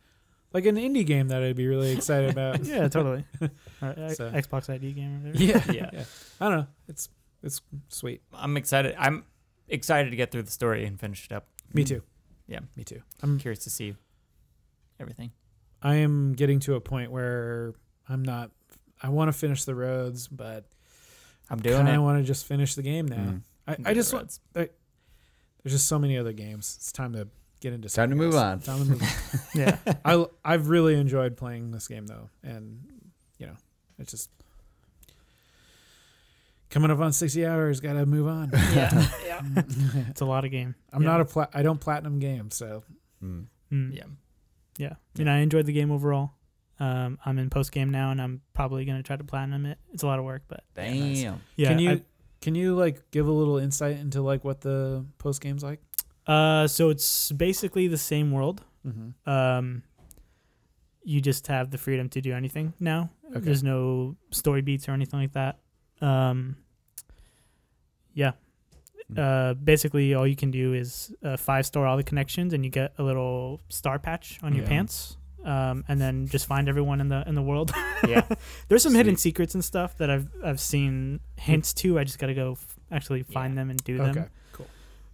like an indie game that I'd be really excited about.
yeah, totally. Or, uh,
So-
Xbox ID game. Or whatever.
yeah,
Yeah.
I don't know. It's it's sweet.
I'm excited. I'm excited to get through the story and finish it up.
Me too.
Yeah.
me too. I'm
curious to see everything.
I am getting to a point where I'm not. I want to finish the roads, but
I'm doing
kind
it.
of want to just finish the game now.
Mm.
I,
I'm
I
doing
just
it.
want. I, there's just so many other games. It's time to get into.
Time to
something
move
else.
on.
Time to move on.
Yeah.
I I've really enjoyed playing this game though, and you know, it's just coming up on sixty hours. Got to move on.
Yeah. It's a lot of game.
I'm
Yeah.
not a pla- I don't platinum games, so
Mm.
Mm.
Yeah.
Yeah. You know, I enjoyed the game overall. Um, I'm in post game now, and I'm probably gonna try to platinum it. It's a lot of work, but
Damn.
yeah.
can you
I-
can you like give a little insight into like what the post game's like?
uh, so it's basically the same world.
Mm-hmm.
Um, you just have the freedom to do anything now.
Okay.
There's no story beats or anything like that. Um, yeah.
Mm.
Uh, basically, all you can do is uh, five star all the connections, and you get a little star patch on your
Yeah.
pants. Um, and then just find everyone in the in the world.
Yeah.
There's some hidden
Sweet.
secrets and stuff that I've I've seen hints to. I just gotta go f- actually find
Yeah.
them and do them.
Okay, cool.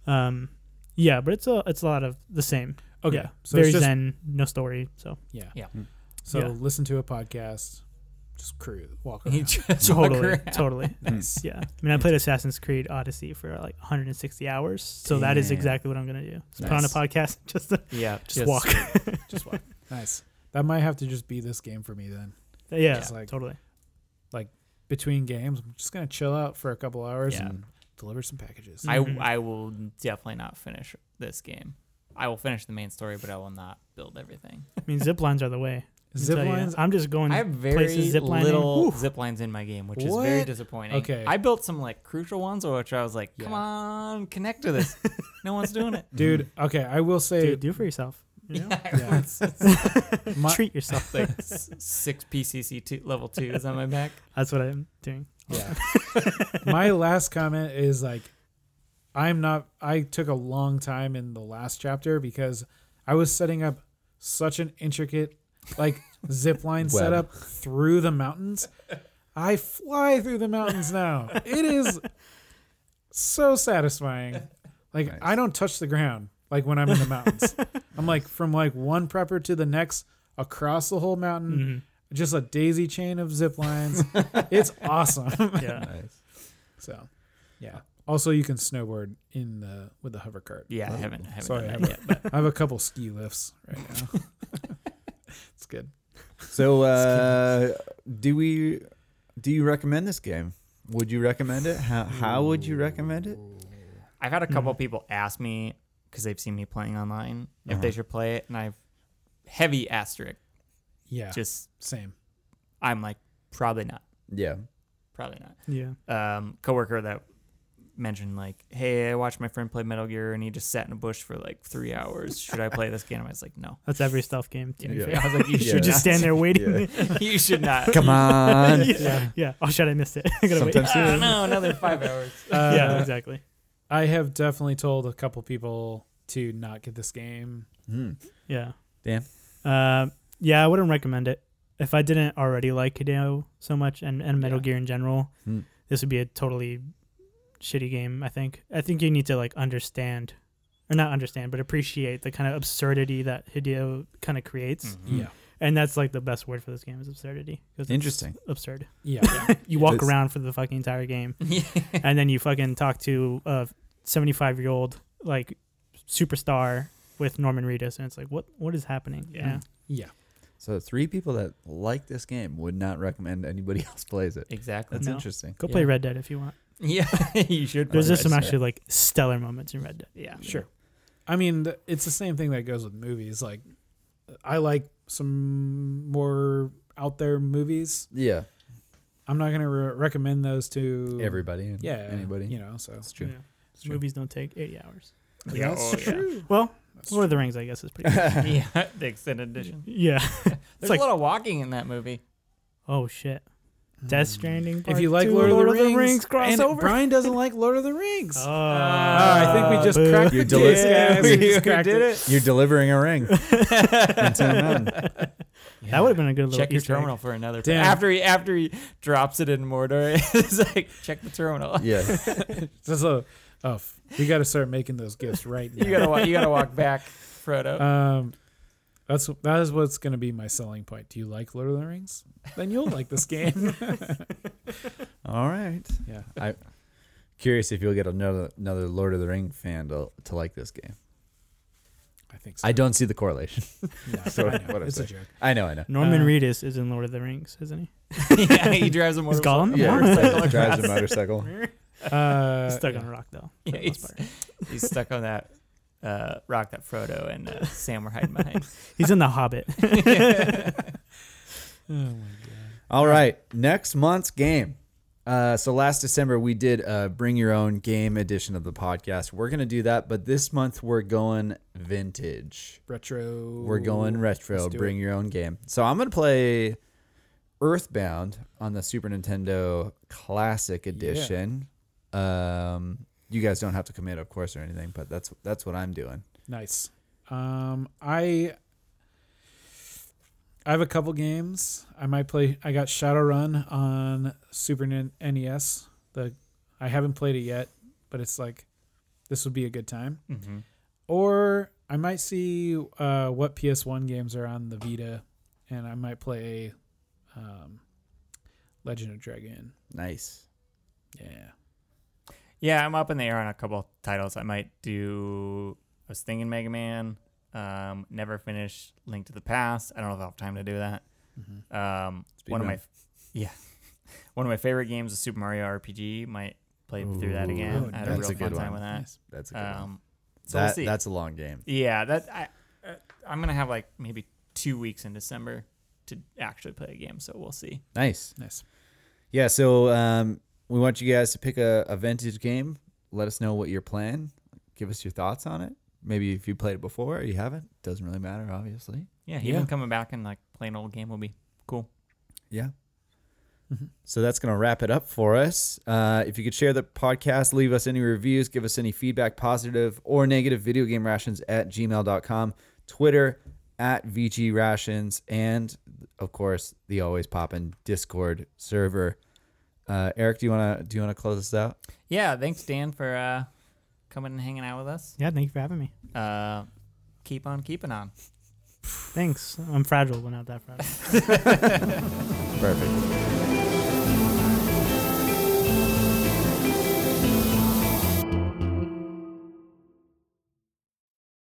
Um, yeah, but it's a it's a lot of the same.
Okay,
Yeah.
so
Very
it's just
zen, no story. So
yeah,
Yeah.
Mm.
So
Yeah.
listen to a podcast, just cruise, walk
You
around.
just walk
totally,
around.
totally.
nice.
Yeah, I mean, I played Assassin's Creed Odyssey for like 160 hours, so that is
Damn.
exactly what I'm gonna do. Just Put on a
Nice.
podcast, just
Yeah.
just walk.
Just walk. nice. That might have to just be this game for me then.
yeah,
Just like-
totally.
Between games, I'm just gonna chill out for a couple hours
Yeah.
and deliver some packages.
I,
Mhm.
I will definitely not finish this game. I will finish the main story, but I will not build everything.
I mean, zip lines are the way. I
Zip
tell you.
lines.
I'm just going.
I have very
places ziplining.
little
Oof.
zip lines in my game, which is very
What?
disappointing.
Okay.
I built some like crucial ones, which I was like, come
Yeah.
on, connect to this. no one's doing it.
Dude, okay, I will say
Mm-hmm. Dude, do for yourself. You know?
Yeah.
It's- it's
my-
Treat yourself.
like s- six PCC two, level twos on my back.
That's what I'm doing.
Yeah. My last comment is like, I'm not. I took a long time in the last chapter because I was setting up such an intricate, like zip line
Web.
setup through the mountains. I fly through the mountains now. It is so satisfying. Like
Nice.
I don't touch the ground like when I'm in the mountains. I'm like from like one prepper to the next across the whole mountain.
Mm-hmm.
Mhm.
Just a daisy chain of zip lines. it's awesome.
Yeah.
Nice.
So, yeah. Also, you can snowboard in the with the hover cart.
Yeah, I
Well,
haven't, I haven't
sorry,
done
I
that yet. But
I have a couple ski lifts right now. it's good.
So, uh, do we? Do you recommend this game? Would you recommend it? How, how would you recommend it?
I've had a couple people ask me because they've seen me playing online if they
Uh-huh.
should play it, and I've heavy asterisk.
Yeah,
Just
same.
I'm like probably not,
Yeah.
probably not.
Yeah.
um, coworker that mentioned like, "Hey, I watched my friend play Metal Gear, and he just sat in a bush for like three hours. Should I play this game?" I was like, "No."
That's every stealth game. To be
Yeah.
fair.
I was like, "You
You
should
should
Yeah.
just stand there waiting.
there. you should not."
Come on.
yeah. yeah. Oh shit, I missed it. I gotta wait.
Sometimes-
Ah, no, another five hours.
Uh,
yeah, exactly.
I have definitely told a couple people to not get this game.
Hmm.
Yeah.
Dan?
Um, yeah, I wouldn't recommend it. If I didn't already like Hideo so much and, and Metal
Yeah.
Gear in general,
Hmm.
this would be a totally shitty game, I think. I think you need to like understand or not understand, but appreciate the kind of absurdity that Hideo kind of creates.
Hmm.
Mhm.
Yeah,
And that's like the best word for this game is absurdity. 'cause it's
Interesting.
Absurd.
yeah,
You walk
It's-
around for the fucking entire game
Yeah.
and then you fucking talk to a 75 year old like superstar with Norman Reedus and it's like what what is happening?
Yeah.
yeah.
So, three people that like this game would not recommend anybody else plays it.
exactly.
That's
No.
interesting.
Go play
Yeah.
Red Dead if you want.
Yeah, you should.
There's
play
just some
it.
actually like stellar moments in Red Dead.
Yeah,
Sure. I mean, th- it's the same thing that goes with movies. Like, I like some more out there movies.
Yeah.
I'm not gonna re- recommend those to
Everybody. and
Yeah,
Anybody.
You know, so
That's true.
Yeah.
It's true.
Movies don't take 80 hours.
Yeah,
That's
oh, yeah.
true.
Well,
That's
Lord of the Rings I guess is pretty good.
yeah. The extended edition.
yeah.
There's
like-
a lot of walking in that movie.
Oh shit.
Mm.
Death Stranding.
If
Part
you like
two,
Lord, of the Rings, and
crossover.
Brian doesn't like Lord of the Rings.
oh,
Oh, I think we just
boo.
cracked
You
the
deli-
case, guys. We just cracked
did
it.
it.
You're delivering a ring. In Tin Mountain.
That would have been a good little
Check your
Easter egg.
terminal for another.
Damn.
After he after he drops it in Mordor, it's like check the terminal.
Yeah.
That's a- oh, f- we got to start making those gifts right now.
You gotta walk, you gotta walk back, Frodo.
Um, that's that is what's going to be my selling point. Do you like Lord of the Rings? Then you'll like this game.
All right.
Yeah.
I curious if you'll get another another Lord of the Ring fan to, to like this game.
I think so.
I don't see the correlation.
No,
so
I know.
what I'm
it's a
saying.
joke.
I know, I know.
Norman
Uh,
Reedus is in Lord of the Rings, isn't he?
yeah, he drives a
He's
motorcycle.
Gollum.
Yeah,
Yeah.
he drives a motorcycle.
Uh,
Stuck on
yeah.
a rock though.
Yeah,
for the most
he's-
part.
He's stuck on that uh, rock that Frodo and uh, Sam were hiding behind.
He's in the Hobbit.
Oh my god.
All right, next month's game. Uh, so last December we did a bring your own game edition of the podcast. We're gonna do that, but this month we're going vintage.
Retro.
We're going retro.
let's do
Bring your own game. So I'm gonna play Earthbound on the Super Nintendo Classic Edition. Um, you guys don't have to commit, of course, or anything, but that's that's what I'm doing.
Nice. Um, I I have a couple games. I might play. I got Shadowrun on Super Nin- NES. The I haven't played it yet, but it's like this would be a good time.
Mhm.
Or I might see uh, what PS1 games are on the Vita, and I might play um, Legend of Dragon.
Nice.
Yeah.
Yeah, I'm up in the air on a couple titles. I might do. I was thinking Mega Man. Um, never finished Link to the Past. I don't know if I'll have time to do that.
Mhm.
Um, one of my, yeah, one of my favorite games is Super Mario RPG. Might play through that
Ooh.
Oh,
again. I had a
that's
real
a
fun
good one.
time with that.
Nice.
That's a good one.
Um, so we'll
That,
see.
that's a long game.
yeah, that I, uh, I'm gonna have like maybe two weeks in December to actually play a game. So we'll see.
Nice.
Nice.
Yeah, so um, we want you guys to pick a, a vintage game. Let us know what you're playing. Give us your thoughts on it. Maybe if you played it before or you haven't, doesn't really matter, obviously.
Yeah,
Yeah.
even coming back and like playing an old game will be cool.
Yeah.
Mhm.
So that's going to wrap it up for us. Uh, if you could share the podcast, leave us any reviews, give us any feedback, positive or negative, video game rations at gmail.com, Twitter at VG rations, and of course, the always poppin' Discord server. Uh, Eric, do you want to do you want to close us out?
Yeah, thanks Dan for uh, coming and hanging out with us.
yeah, thank you for having me.
Uh, keep on keeping on.
Thanks. I'm fragile, but not that fragile.
Perfect.